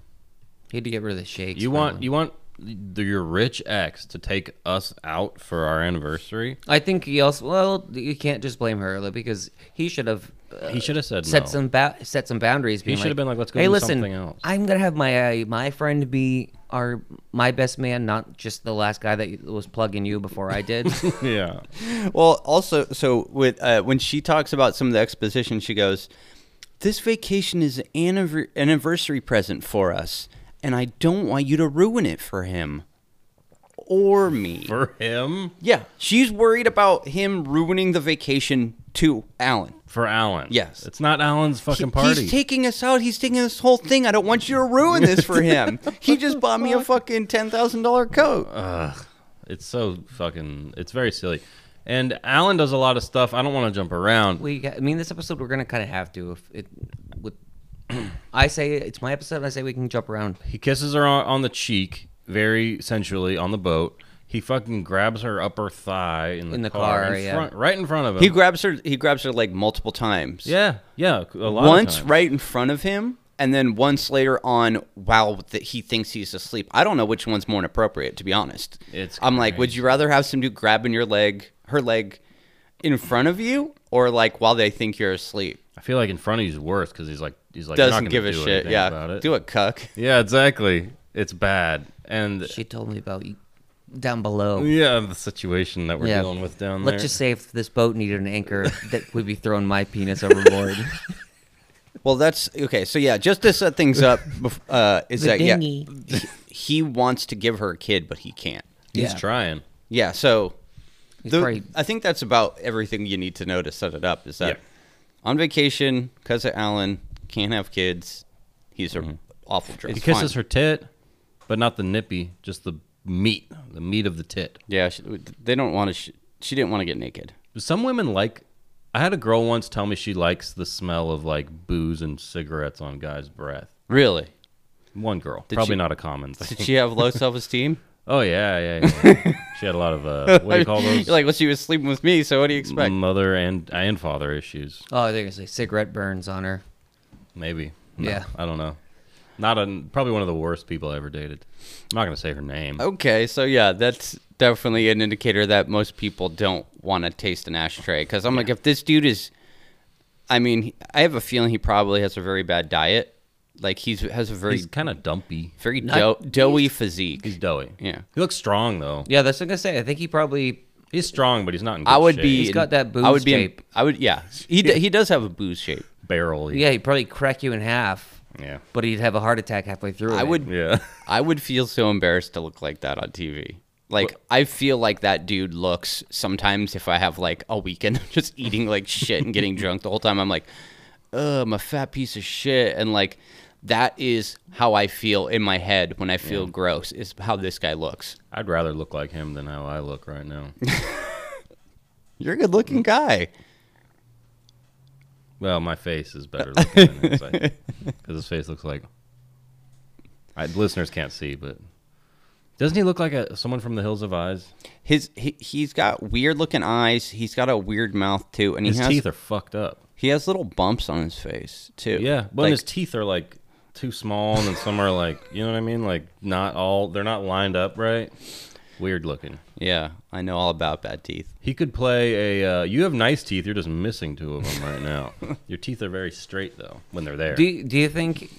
Speaker 1: He had to get rid of the shakes.
Speaker 3: You
Speaker 1: finally.
Speaker 3: want you want the, your rich ex to take us out for our anniversary?
Speaker 1: I think he also. Well, you can't just blame her like, because he should have. uh,
Speaker 3: He should have said
Speaker 1: set
Speaker 3: no.
Speaker 1: some ba- set some boundaries. being
Speaker 3: should have been like, "Let's go
Speaker 1: hey,
Speaker 3: do
Speaker 1: listen,
Speaker 3: something else."
Speaker 1: I'm gonna have my uh, my friend be our my best man, not just the last guy that was plugging you before I
Speaker 3: (laughs)
Speaker 1: did.
Speaker 3: (laughs) yeah.
Speaker 2: Well, also, so with uh, when she talks about some of the exposition, she goes, "This vacation is an anniver- anniversary present for us, and I don't want you to ruin it for him or me."
Speaker 3: For him?
Speaker 2: yeah, she's worried about him ruining the vacation to Alan.
Speaker 3: For Alan.
Speaker 2: Yes.
Speaker 3: It's not Alan's fucking
Speaker 2: He-
Speaker 3: party.
Speaker 2: He's taking us out. He's taking this whole thing. I don't want you to ruin this for
Speaker 3: (laughs)
Speaker 2: him. he just bought me a fucking ten thousand dollar coat.
Speaker 3: Uh, it's so fucking it's very silly. And Alan does a lot of stuff. I don't want to jump around.
Speaker 1: we, got, I mean, this episode we're gonna kind of have to. If it, with, (clears throat) I say it's my episode. I say we can jump around.
Speaker 3: He kisses her on, on the cheek very sensually on the boat. He fucking grabs her upper thigh in the,
Speaker 1: In the
Speaker 3: car,
Speaker 1: car,
Speaker 3: in
Speaker 1: yeah.
Speaker 3: front, right in front of him.
Speaker 2: he grabs her. He grabs her like multiple times.
Speaker 3: yeah, yeah, a lot
Speaker 2: once
Speaker 3: of times.
Speaker 2: right in front of him and then once later on while that he thinks he's asleep i don't know which one's more inappropriate to be honest
Speaker 3: It's
Speaker 2: i'm like would you rather have some dude grabbing your leg her leg in front of you or like while they think you're asleep
Speaker 3: I feel like in front of you's worse because he's like he's like
Speaker 2: doesn't
Speaker 3: not gonna
Speaker 2: give a
Speaker 3: do
Speaker 2: shit
Speaker 3: anything
Speaker 2: yeah
Speaker 3: about it.
Speaker 2: do it cuck
Speaker 3: Yeah, exactly. It's bad. And
Speaker 1: She told me about you down below.
Speaker 3: yeah, the situation that we're dealing with down there.
Speaker 1: Let's just say if this boat needed an anchor, that would be throwing my penis
Speaker 3: (laughs)
Speaker 1: overboard. (laughs)
Speaker 2: well that's okay so yeah just to set things up bef- uh, is
Speaker 1: The
Speaker 2: that yeah,
Speaker 1: dinghy.
Speaker 2: he- he wants to give her a kid but he can't
Speaker 3: he's
Speaker 1: Yeah.
Speaker 3: trying.
Speaker 2: yeah so
Speaker 1: He's
Speaker 2: The-
Speaker 1: probably-
Speaker 2: I think that's about everything you need to know to set it up. Is that
Speaker 3: Yeah.
Speaker 2: on vacation because of Alan can't have kids? He's an awful drunk.
Speaker 3: He Mm-hmm. kisses her tit, but not the nippy, just the meat, the meat of the tit.
Speaker 2: Yeah, she, they don't want to. Sh- she didn't want to get naked.
Speaker 3: Some women like. I had a girl once tell me she likes the smell of like booze and cigarettes on guys' breath.
Speaker 2: Really?
Speaker 3: One girl, probably
Speaker 2: she-
Speaker 3: not
Speaker 2: (laughs)
Speaker 3: a common thing.
Speaker 2: Did she have low self esteem?
Speaker 3: Oh yeah, yeah.
Speaker 2: (laughs)
Speaker 3: yeah. she had a lot of uh, what do you call those?
Speaker 2: like, well, she was sleeping with me, so what do you expect?
Speaker 3: mother and and father issues.
Speaker 1: oh, they're gonna say cigarette burns on her.
Speaker 3: Maybe. No,
Speaker 1: Yeah.
Speaker 3: I don't know. Not a probably one of the worst people I ever dated. I'm not gonna say her name.
Speaker 2: Okay, so yeah, that's definitely an indicator that most people don't want to taste an ashtray. Because I'm like, if this dude is, I mean, he- I have a feeling he probably has a very bad diet. Like he's has a very
Speaker 3: He's kind of dumpy.
Speaker 2: very
Speaker 1: Not-
Speaker 2: dough, doughy physique.
Speaker 3: He's doughy.
Speaker 2: Yeah.
Speaker 3: He looks strong though.
Speaker 1: Yeah, that's what I'm gonna say. I think he probably
Speaker 3: He's strong, but he's not in good
Speaker 2: I would
Speaker 3: shape.
Speaker 2: be.
Speaker 1: He's got that
Speaker 2: I
Speaker 1: booze
Speaker 2: would be. in-
Speaker 1: shape.
Speaker 2: I would. Yeah. He d- he does have a booze shape.
Speaker 3: barrel.
Speaker 1: Yeah, he'd probably crack you in half.
Speaker 3: Yeah. (laughs)
Speaker 1: But he'd have a heart attack halfway through.
Speaker 2: I
Speaker 1: it.
Speaker 2: would.
Speaker 3: Yeah.
Speaker 2: I would feel so embarrassed to look like that on TV. Like I feel like that dude looks sometimes if I have like a weekend (laughs) of just eating like shit and getting drunk the whole time. I'm like, ugh, I'm a fat piece of shit, and like that is how I feel in my head when I feel gross. Is how this guy looks.
Speaker 3: I'd rather look like him than how I look right now.
Speaker 2: You're a good looking guy.
Speaker 3: well, my face is better looking than
Speaker 1: (laughs)
Speaker 3: his. Because his face looks like. I, listeners can't see, but. Doesn't he look like a, someone from the Hills of Eyes?
Speaker 2: His he, he's got weird looking eyes. He's got a weird mouth too, and
Speaker 3: His
Speaker 2: he has
Speaker 3: teeth are fucked up.
Speaker 2: He has little bumps on his face too.
Speaker 3: Yeah. Well,
Speaker 2: like,
Speaker 3: his teeth are like too small, and then some are like, you know what I mean? Like not all, they're not lined up right. Weird looking.
Speaker 2: Yeah, I know all about bad teeth.
Speaker 3: He could play a. Uh, you have nice teeth. You're just missing two of them right now.
Speaker 1: (laughs)
Speaker 3: Your teeth are very straight though when they're there.
Speaker 1: Do you- do you think?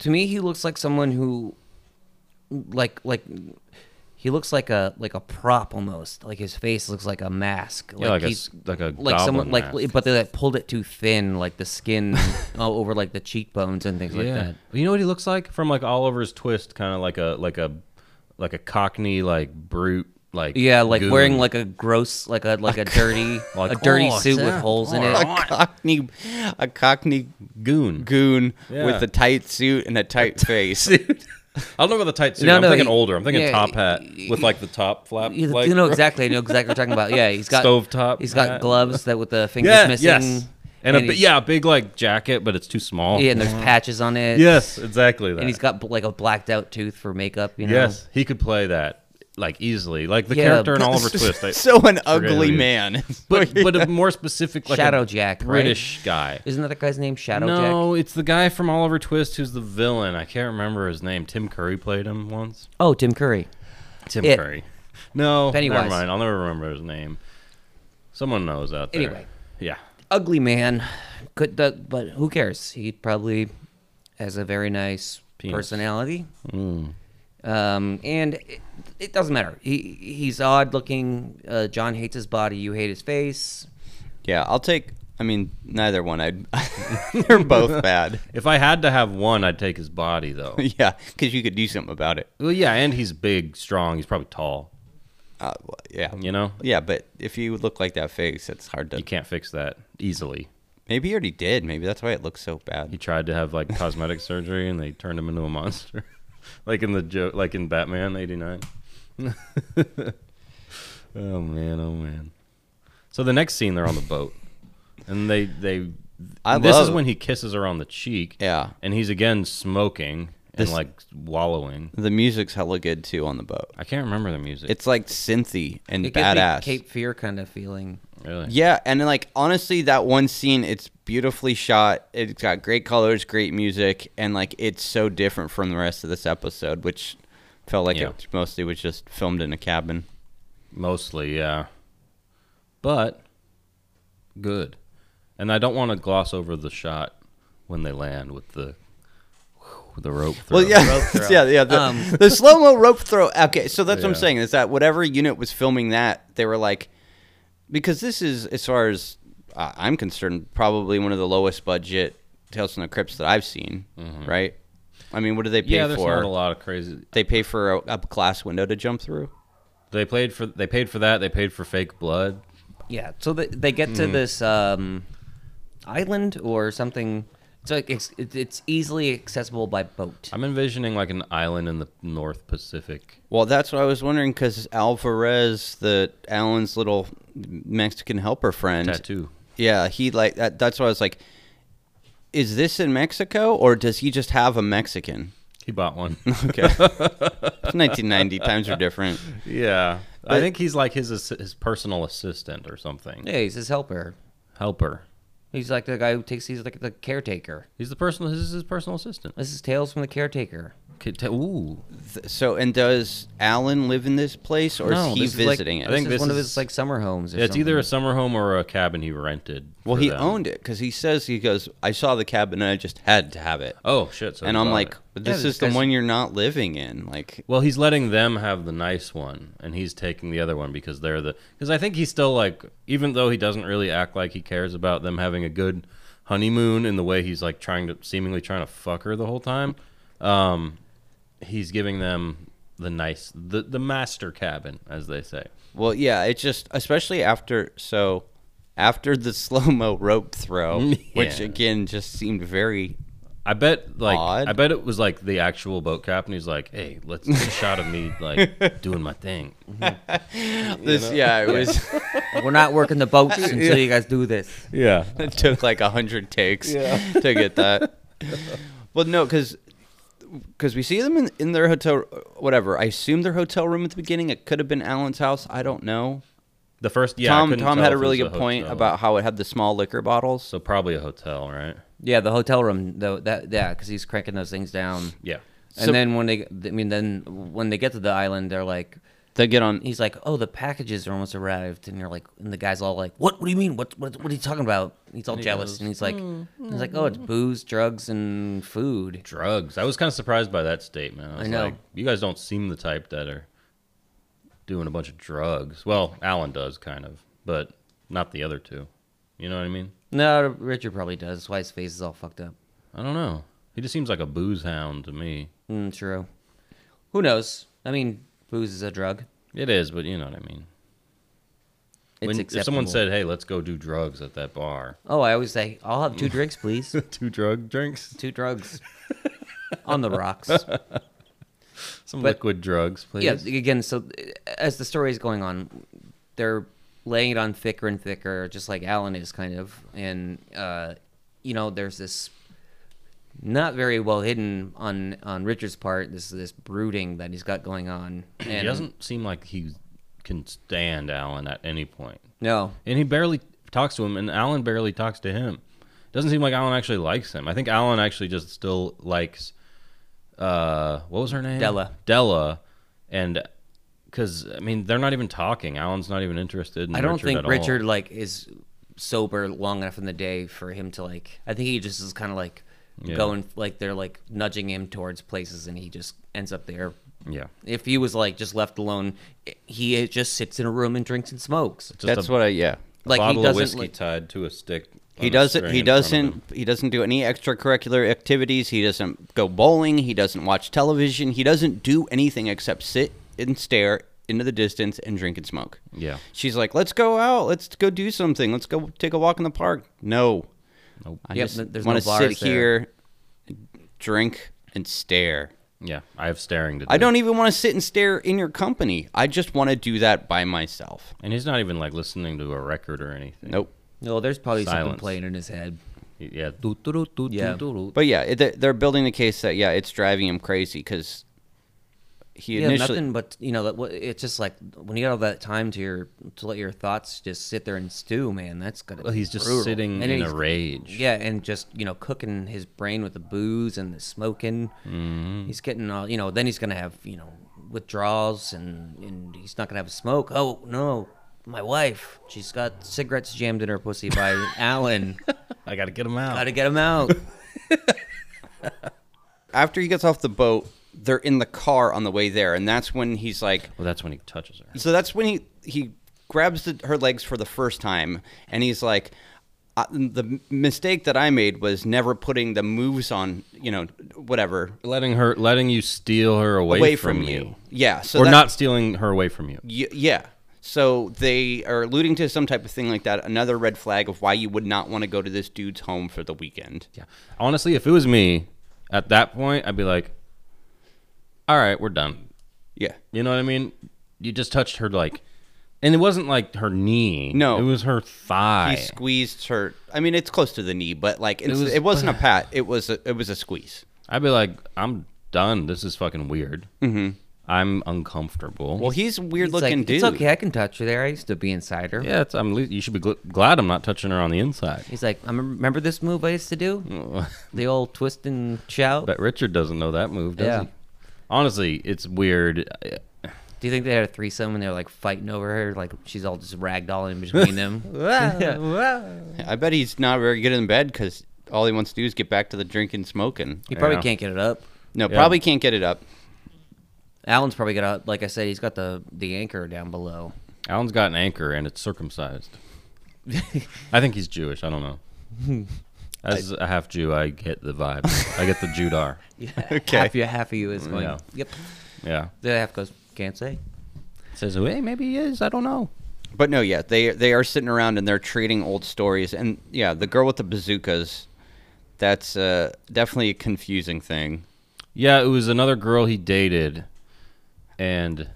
Speaker 1: To me, he looks like someone who, like like, he looks like a like a prop almost. Like his face looks like a mask.
Speaker 3: yeah, like, a s a like a
Speaker 1: like someone
Speaker 3: goblin mask.
Speaker 1: like but they like, pulled it too thin, like the
Speaker 3: (laughs)
Speaker 1: skin all over like the cheekbones and things like that.
Speaker 3: You know what he looks like from like Oliver's Twist, kind of like a like a like a Cockney like brute like
Speaker 1: Yeah, like
Speaker 3: goon.
Speaker 1: wearing like a gross, like a
Speaker 3: (laughs)
Speaker 1: like a dirty,
Speaker 3: Like,
Speaker 1: a dirty
Speaker 3: "Oh,
Speaker 1: suit with
Speaker 3: yeah,
Speaker 1: holes in
Speaker 2: (laughs)
Speaker 3: oh,
Speaker 1: it.
Speaker 3: What?
Speaker 2: Cockney, a Cockney
Speaker 3: goon.
Speaker 2: goon
Speaker 3: Yeah.
Speaker 2: with a tight suit and a
Speaker 3: (laughs)
Speaker 2: tight face.
Speaker 3: I don't know about the tight suit.
Speaker 1: No,
Speaker 3: I'm
Speaker 1: no,
Speaker 3: thinking
Speaker 1: he-
Speaker 3: older. I'm thinking
Speaker 1: yeah,
Speaker 3: top hat with like the top flap.
Speaker 1: You,
Speaker 3: like,
Speaker 1: you know exactly. You know exactly what I'm talking about. Yeah, he's got
Speaker 3: Stovetop
Speaker 1: He's got
Speaker 3: hat.
Speaker 1: gloves that with the fingers
Speaker 3: Yeah,
Speaker 1: missing.
Speaker 3: yes. And, a
Speaker 1: and
Speaker 3: bi-
Speaker 1: he's-
Speaker 3: yeah, a big like jacket, but it's too small.
Speaker 1: Yeah, and there's patches on it.
Speaker 3: (laughs) yes, exactly. That.
Speaker 1: and he's got bl- like a blacked out tooth for makeup. You know.
Speaker 3: yes, he could play that like easily, like the
Speaker 1: Yeah,
Speaker 3: character in
Speaker 1: but- (laughs)
Speaker 3: Oliver Twist. I-
Speaker 2: so an
Speaker 3: who
Speaker 2: ugly
Speaker 3: he is.
Speaker 2: man. (laughs)
Speaker 3: but but a more specific like a
Speaker 1: Shadow Jack, right?
Speaker 3: British guy.
Speaker 1: Isn't that the guy's name? Shadow Jack.
Speaker 3: no, it's the guy from Oliver Twist who's the villain. I can't remember his name. Tim Curry played him once.
Speaker 1: Oh, Tim Curry.
Speaker 3: Tim
Speaker 1: It.
Speaker 3: Curry. No,
Speaker 1: Pennywise.
Speaker 3: never mind. I'll never remember his name. Someone knows out there.
Speaker 1: Anyway.
Speaker 3: (laughs) yeah,
Speaker 1: Ugly man. Could the, but who cares? He probably has a very nice
Speaker 3: Penis. Mm.
Speaker 1: personality. Um, and it, it doesn't matter. He he's odd looking. Uh, John hates his body. You hate his face.
Speaker 2: yeah, I'll take. I mean, neither one. I'd. (laughs) they're
Speaker 3: (laughs)
Speaker 2: both bad. (laughs)
Speaker 3: if I had to have one, I'd take his body though.
Speaker 2: Yeah, because you could do something about it.
Speaker 3: well, yeah, and he's big, strong. He's probably tall.
Speaker 2: Uh, well, yeah.
Speaker 3: You know,
Speaker 2: Yeah, but if you look like that face, it's hard to.
Speaker 3: you can't fix that easily.
Speaker 2: Maybe he already did. Maybe that's why it looks so bad.
Speaker 3: He tried to have like cosmetic surgery, and they turned him into a monster, (laughs) like in the joke, like in Batman '89. (laughs) oh man, oh man. So the next scene, they're on the boat, and they they.
Speaker 2: I
Speaker 3: this is
Speaker 2: love-
Speaker 3: when he kisses her on the cheek.
Speaker 2: Yeah.
Speaker 3: and he's again smoking
Speaker 2: This-
Speaker 3: and like wallowing.
Speaker 2: The music's hella good too on the boat.
Speaker 3: I can't remember the music.
Speaker 2: It's like synthy and
Speaker 1: It gives me
Speaker 2: badass.
Speaker 1: Cape Fear kind of feeling.
Speaker 3: really.
Speaker 2: Yeah, and then, like honestly, that one scene, it's beautifully shot. It's got great colors, great music, and like it's so different from the rest of this episode, which felt like
Speaker 3: Yeah.
Speaker 2: it mostly was just filmed in a cabin.
Speaker 3: Mostly, yeah. But good. And I don't want to gloss over the shot when they land with the with the rope. Throw.
Speaker 2: Well, (laughs) yeah,
Speaker 1: throw.
Speaker 2: yeah, yeah. The,
Speaker 1: Um,
Speaker 2: the slow mo rope throw. Okay, so that's what I'm
Speaker 3: Yeah.
Speaker 2: saying is that whatever unit was filming that, they were like, because this is as far as uh, I'm concerned, probably one of the lowest budget Tales from the Crypts that I've seen.
Speaker 3: Mm-hmm.
Speaker 2: Right? I mean, what do they pay
Speaker 3: yeah. There's
Speaker 2: for?
Speaker 3: not a lot of crazy.
Speaker 2: They pay for a, a glass window to jump through.
Speaker 3: They played for they paid for that. They paid for fake blood.
Speaker 1: Yeah, so they, they get
Speaker 3: Mm-hmm.
Speaker 1: to this um, island or something. It's like it's, it's it's easily accessible by boat.
Speaker 3: I'm envisioning like an island in the North Pacific.
Speaker 2: Well, that's what I was wondering because Alvarez, the Alan's little Mexican helper friend,
Speaker 3: Tattoo.
Speaker 2: Yeah, he like that. That's why I was like, is this in Mexico or does he just have a Mexican?
Speaker 3: He
Speaker 2: (laughs)
Speaker 3: bought one.
Speaker 2: Okay, it's 1990. Times are different.
Speaker 3: yeah. I
Speaker 2: But-
Speaker 3: think he's like his ass- his personal assistant or something.
Speaker 1: Yeah, he's his helper.
Speaker 3: Helper.
Speaker 1: He's like the guy who takes. He's like the caretaker.
Speaker 3: He's the personal. This is his personal assistant.
Speaker 1: This is tales from the caretaker.
Speaker 3: Could ta- Ooh.
Speaker 2: Th- So, and does Alan live in this place or
Speaker 1: No,
Speaker 2: is he
Speaker 1: this is like-
Speaker 2: visiting
Speaker 1: This
Speaker 2: it?
Speaker 3: I think
Speaker 1: is
Speaker 3: this
Speaker 1: one of
Speaker 3: is-
Speaker 1: his like summer homes. Or
Speaker 3: Yeah, it's either a
Speaker 1: something.
Speaker 3: summer home or a cabin he rented.
Speaker 2: well,
Speaker 3: for
Speaker 2: he
Speaker 3: them.
Speaker 2: owned it because he says he goes. I saw the cabin and I just had to have it.
Speaker 3: Oh shit! So
Speaker 2: and
Speaker 3: he
Speaker 2: I'm
Speaker 3: bought
Speaker 2: like,
Speaker 3: it.
Speaker 2: but this
Speaker 1: Yeah,
Speaker 2: is the
Speaker 1: because-
Speaker 2: one you're not living in. Like,
Speaker 3: well, he's letting them have the nice one, and he's taking the other one because they're the. Because I think he's still like, even though he doesn't really act like he cares about them having a good honeymoon in the way he's like trying to seemingly trying to fuck her the whole time. Um, he's giving them the nice, the the master cabin, as they say.
Speaker 2: well, yeah, it's just especially after so after the (laughs) slow mo rope throw, which
Speaker 3: (laughs) Yeah.
Speaker 2: again just seemed very
Speaker 3: I bet like
Speaker 2: Odd.
Speaker 3: I bet it was like the actual boat captain. He's like, hey, let's get a shot of me
Speaker 2: (laughs)
Speaker 3: like doing my thing.
Speaker 2: this. Yeah, it
Speaker 3: (laughs)
Speaker 2: was.
Speaker 1: We're not working the boats until you guys do this.
Speaker 3: Yeah,
Speaker 2: it (laughs) took like a hundred takes (laughs) to get that. well, no, because we see them in, in their hotel, whatever. I assume their hotel room at the beginning. It could have been Alan's house. I don't know.
Speaker 3: (laughs) The first, yeah, I
Speaker 2: Tom
Speaker 3: couldn't
Speaker 2: Tom
Speaker 3: tell
Speaker 2: had a
Speaker 3: if it
Speaker 2: really
Speaker 3: was
Speaker 2: good point
Speaker 3: hotel.
Speaker 2: about how it had the small liquor bottles.
Speaker 3: So probably a hotel, right?
Speaker 1: Yeah, the hotel room though. That yeah, because he's cranking those things down.
Speaker 3: Yeah.
Speaker 1: And
Speaker 2: So-
Speaker 1: then when they, I mean, then when they get to the island, they're like,
Speaker 2: they get on.
Speaker 1: he's like, "Oh, the packages are almost arrived," and you're like, and the guy's all like, "What? What do you mean? What? What, what are you talking about?" And he's all jealous,
Speaker 3: goes,
Speaker 1: and he's like, "He's like, oh, it's booze, drugs, and food."
Speaker 3: Drugs. I was kind of surprised by that statement. I was
Speaker 1: know.
Speaker 3: like, you guys don't seem the type that are doing a bunch of drugs. Well, Alan does kind of, but not the other two. You know what I mean?
Speaker 1: No, Richard probably does. That's why his face is all fucked up.
Speaker 3: I don't know. He just seems like a booze hound to me.
Speaker 1: Mm, true. Who knows? I mean, booze is a drug.
Speaker 3: It is, but you know what I mean.
Speaker 1: It's
Speaker 3: When-
Speaker 1: acceptable.
Speaker 3: if someone said, "Hey, let's go do drugs at that bar,"
Speaker 1: "Oh, I always say, I'll have two drinks,
Speaker 3: (laughs)
Speaker 1: please.
Speaker 3: two drug drinks,
Speaker 1: two drugs on the rocks."
Speaker 3: some
Speaker 1: But-
Speaker 3: liquid drugs, please.
Speaker 1: Yeah, again, so uh, as the story is going on, they're laying it on thicker and thicker, just like Alan is kind of. And, uh, you know, there's this not very well hidden on, on Richard's part, this this brooding that he's got going on. And
Speaker 3: (clears throat) he doesn't seem like he can stand Alan at any point,
Speaker 1: No.
Speaker 3: and he barely talks to him, and Alan barely talks to him. Doesn't seem like Alan actually likes him. I think Alan actually just still likes. Uh, what was her name?
Speaker 1: Della.
Speaker 3: Della, and because I mean they're not even talking. Alan's not even interested. in
Speaker 1: I don't
Speaker 3: Richard
Speaker 1: think
Speaker 3: at all.
Speaker 1: Richard, like, is sober long enough in the day for him to, like, I think he just is kind of like
Speaker 3: Yeah.
Speaker 1: going, like, they're like nudging him towards places and he just ends up there
Speaker 3: Yeah,
Speaker 1: If he was like just left alone, he eh, just sits in a room and drinks and smokes.
Speaker 3: just
Speaker 2: That's
Speaker 3: a
Speaker 2: what I yeah.
Speaker 1: Like he
Speaker 3: bottle of
Speaker 1: doesn't.
Speaker 3: whiskey
Speaker 1: Like,
Speaker 3: tied to a stick. on
Speaker 2: He
Speaker 3: a
Speaker 2: doesn't.
Speaker 3: string
Speaker 2: He
Speaker 3: in front of him.
Speaker 2: doesn't. He doesn't do any extracurricular activities. He doesn't go bowling. He doesn't watch television. He doesn't do anything except sit and stare into the distance and drink and smoke.
Speaker 3: Yeah.
Speaker 2: She's like, "Let's go out. Let's go do something. Let's go take a walk in the park." No.
Speaker 3: Nope.
Speaker 2: I
Speaker 1: Yep,
Speaker 2: just
Speaker 1: th- there's no
Speaker 2: want to sit
Speaker 1: bars there.
Speaker 2: here, drink and stare.
Speaker 3: Yeah, I have staring to. Do.
Speaker 2: I don't even want to sit and stare in your company. I just want to do that by myself.
Speaker 3: And he's not even like listening to a record or anything.
Speaker 2: Nope.
Speaker 1: no, Oh, there's probably something
Speaker 3: Silence.
Speaker 1: playing in his head.
Speaker 3: He- Yeah. doo, doo, doo, doo,
Speaker 1: Yeah.
Speaker 3: doo, doo, doo.
Speaker 2: But yeah, it, they're- they're building the case that yeah, it's driving him crazy because he
Speaker 1: Yeah,
Speaker 2: initially
Speaker 1: nothing but you know that. what- It's just like when you got all that time to your to let your thoughts just sit there and stew, man. That's gonna.
Speaker 3: Well,
Speaker 1: be
Speaker 3: he's just
Speaker 1: brutal.
Speaker 3: sitting
Speaker 1: And
Speaker 3: in
Speaker 1: he's-
Speaker 3: a rage.
Speaker 1: Yeah, and just you know cooking his brain with the booze and the smoking.
Speaker 3: Mm-hmm.
Speaker 1: He's getting all you know. Then he's gonna have you know withdrawals and and he's not gonna have a smoke. Oh no, my wife, she's got cigarettes jammed in her pussy by
Speaker 3: (laughs)
Speaker 1: Alan.
Speaker 3: I gotta get him out.
Speaker 1: Gotta get him
Speaker 3: (laughs)
Speaker 1: out.
Speaker 2: after he gets off the boat, they're in the car on the way there, and that's when he's like,
Speaker 3: well, that's when he touches her.
Speaker 2: so that's when he he grabs the, her legs for the first time, and he's like. I, the m- mistake that I made was never putting the moves on, you know, whatever
Speaker 3: Letting her, letting you steal her away,
Speaker 2: away
Speaker 3: from,
Speaker 2: from,
Speaker 3: me.
Speaker 2: you. Yeah, so
Speaker 3: or
Speaker 2: that-
Speaker 3: not stealing her away from you.
Speaker 2: Y- yeah. So they are alluding to some type of thing like that. Another red flag of why you would not want to go to this dude's home for the weekend.
Speaker 3: Yeah. Honestly, if it was me, at that point, I'd be like, "All right, we're done."
Speaker 2: Yeah.
Speaker 3: You know what I mean? You just touched her like, and it wasn't like her knee.
Speaker 2: No.
Speaker 3: it was her thigh.
Speaker 2: He squeezed her. I mean, it's close to the knee, but like it's, it,
Speaker 1: (sighs)
Speaker 2: was,
Speaker 3: was-
Speaker 2: not a pat. It was a, it was a squeeze.
Speaker 3: I'd be like, "I'm done. This is fucking weird. Mm-hmm. I'm uncomfortable."
Speaker 2: Well, he's a weird
Speaker 1: He's
Speaker 2: looking
Speaker 1: like,
Speaker 2: dude.
Speaker 1: It's okay, I can touch her there. I used to be inside her.
Speaker 3: Yeah, it's, I'm. le- You should be gl- glad I'm not touching her on the inside. (laughs)
Speaker 1: He's like, I mem- remember this move I used to do? the old twist and shout.
Speaker 3: Mm. But Richard doesn't know that move, does
Speaker 1: Yeah.
Speaker 3: he? Honestly, it's weird. I-
Speaker 1: Do you think they had a threesome and they were like fighting over her? Like she's all just ragdolling in between
Speaker 3: (laughs)
Speaker 1: them. (laughs)
Speaker 2: I bet he's not very good in bed because all he wants to do is get back to the drinking, smoking.
Speaker 1: He probably
Speaker 3: Yeah.
Speaker 1: can't get it up.
Speaker 2: No, probably can't get it up.
Speaker 1: Alan's probably got a like I said, he's got the the anchor down below.
Speaker 3: Alan's got an anchor and it's circumcised. I think he's Jewish. I don't know. (laughs) As a half Jew, I get the (laughs) vibe. I get the Judar.
Speaker 1: (laughs)
Speaker 2: Okay.
Speaker 1: Half you, half of you is going.
Speaker 3: Mm, Yeah.
Speaker 1: Yep.
Speaker 3: Yeah.
Speaker 1: The other half goes. Can't say.
Speaker 3: Says, hey, maybe he is. I don't know.
Speaker 2: But no, yeah, they they are sitting around and they're trading old stories, and yeah, the girl with the bazookas, that's uh, definitely a confusing thing.
Speaker 3: Yeah, it was another girl he dated, and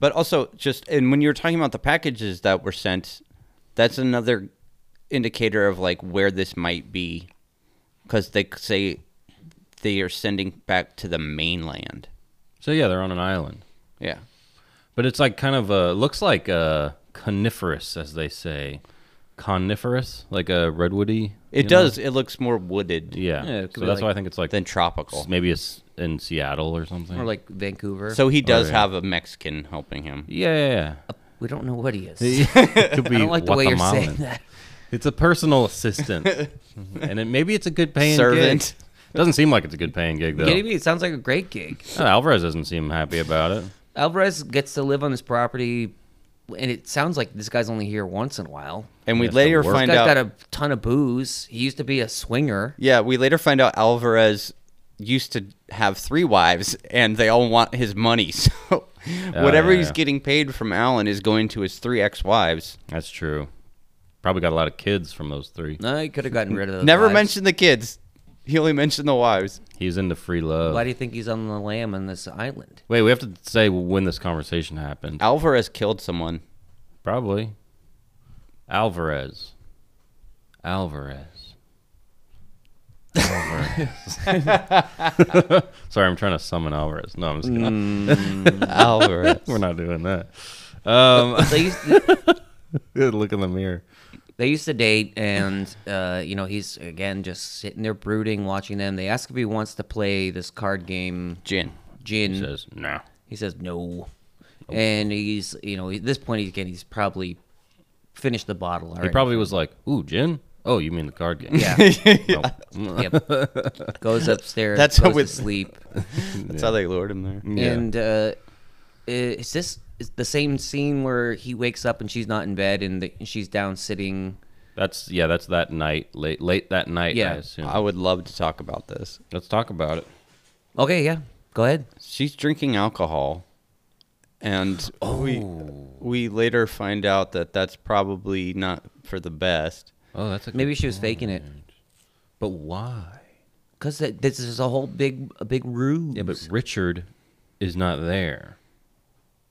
Speaker 2: But also, just and when you were talking about the packages that were sent, that's another indicator of like where this might be, because they say they are sending back to the mainland.
Speaker 3: so yeah, they're on an island.
Speaker 2: Yeah,
Speaker 3: But it's like kind of a looks like a coniferous, as they say. Coniferous, like a redwoody. you
Speaker 2: It
Speaker 3: know?
Speaker 2: does. It looks more wooded
Speaker 3: Yeah.
Speaker 1: Yeah, it could
Speaker 3: so
Speaker 1: be
Speaker 3: that's
Speaker 1: like-
Speaker 3: why I think it's like
Speaker 2: than tropical.
Speaker 3: s- maybe it's in Seattle or something.
Speaker 1: or like Vancouver.
Speaker 2: So he does
Speaker 3: oh, yeah.
Speaker 2: have a Mexican helping him.
Speaker 3: yeah,
Speaker 1: we don't know what he is.
Speaker 3: yeah, yeah. It could
Speaker 1: (laughs)
Speaker 3: be
Speaker 1: I don't like the way you're
Speaker 3: Guatemalan.
Speaker 1: saying that.
Speaker 3: It's a personal
Speaker 1: (laughs)
Speaker 3: assistant, Mm-hmm. and it, maybe it's a good paying
Speaker 2: Servant.
Speaker 3: Gig. Doesn't seem like it's a good paying gig though.
Speaker 1: You kidding me? It sounds like a great gig.
Speaker 3: Uh, Alvarez doesn't seem happy about it.
Speaker 1: Alvarez gets to live on this property, and it sounds like this guy's only here once in a while.
Speaker 2: And we
Speaker 3: Yes, the
Speaker 2: later
Speaker 3: worst.
Speaker 1: This
Speaker 2: find
Speaker 1: guy's
Speaker 2: out.
Speaker 1: got a ton of booze. He used to be a swinger.
Speaker 2: yeah, we later find out Alvarez used to have three wives, and they all want his money. (laughs) So whatever
Speaker 3: Oh, yeah,
Speaker 2: he's
Speaker 3: yeah.
Speaker 2: getting paid from Alan is going to his three ex-wives.
Speaker 3: That's true. Probably got a lot of kids from those three.
Speaker 1: No, he could have gotten rid of those.
Speaker 2: Never
Speaker 1: wives.
Speaker 2: mentioned the kids. He only mentioned the wives.
Speaker 3: He's into free love.
Speaker 1: Why do you think he's on the lam on this island?
Speaker 3: Wait, we have to say when this conversation happened.
Speaker 2: Alvarez killed someone.
Speaker 3: Probably. Alvarez. Alvarez. Alvarez. Sorry, I'm trying to summon Alvarez. No, I'm just kidding.
Speaker 2: Alvarez.
Speaker 3: We're not doing that. Um,
Speaker 1: They used to, (laughs)
Speaker 3: look in the mirror.
Speaker 1: they used to date, and uh, you know he's again just sitting there brooding, watching them. They ask if he wants to play this card game,
Speaker 2: (laughs) Gin.
Speaker 1: Gin.
Speaker 3: He says, no.
Speaker 1: He says no, and he's you know at this point again he's probably finished the bottle.
Speaker 3: He
Speaker 1: already.
Speaker 3: probably was like, ooh, gin? Oh, you mean the card game?
Speaker 1: Yeah.
Speaker 3: (laughs) Nope.
Speaker 1: yep.
Speaker 3: (laughs)
Speaker 1: Goes upstairs.
Speaker 2: That's
Speaker 1: That's
Speaker 2: how
Speaker 1: goes
Speaker 2: with-
Speaker 1: to sleep.
Speaker 2: That's how they lured him there.
Speaker 3: Yeah.
Speaker 1: And uh, is this is the same scene where he wakes up and she's not in bed and the, she's down sitting?
Speaker 3: That's yeah. That's that night, late late that night.
Speaker 1: Yeah.
Speaker 3: I assume.
Speaker 2: I would love to talk about this.
Speaker 3: Let's talk about it.
Speaker 1: Okay, yeah. Go ahead.
Speaker 2: She's drinking alcohol, and we we later find out that that's probably not for the best.
Speaker 3: Oh, that's a good
Speaker 1: Maybe she was faking it
Speaker 3: But why?
Speaker 1: because this is a whole big a big ruse.
Speaker 3: Yeah, but Richard is not there.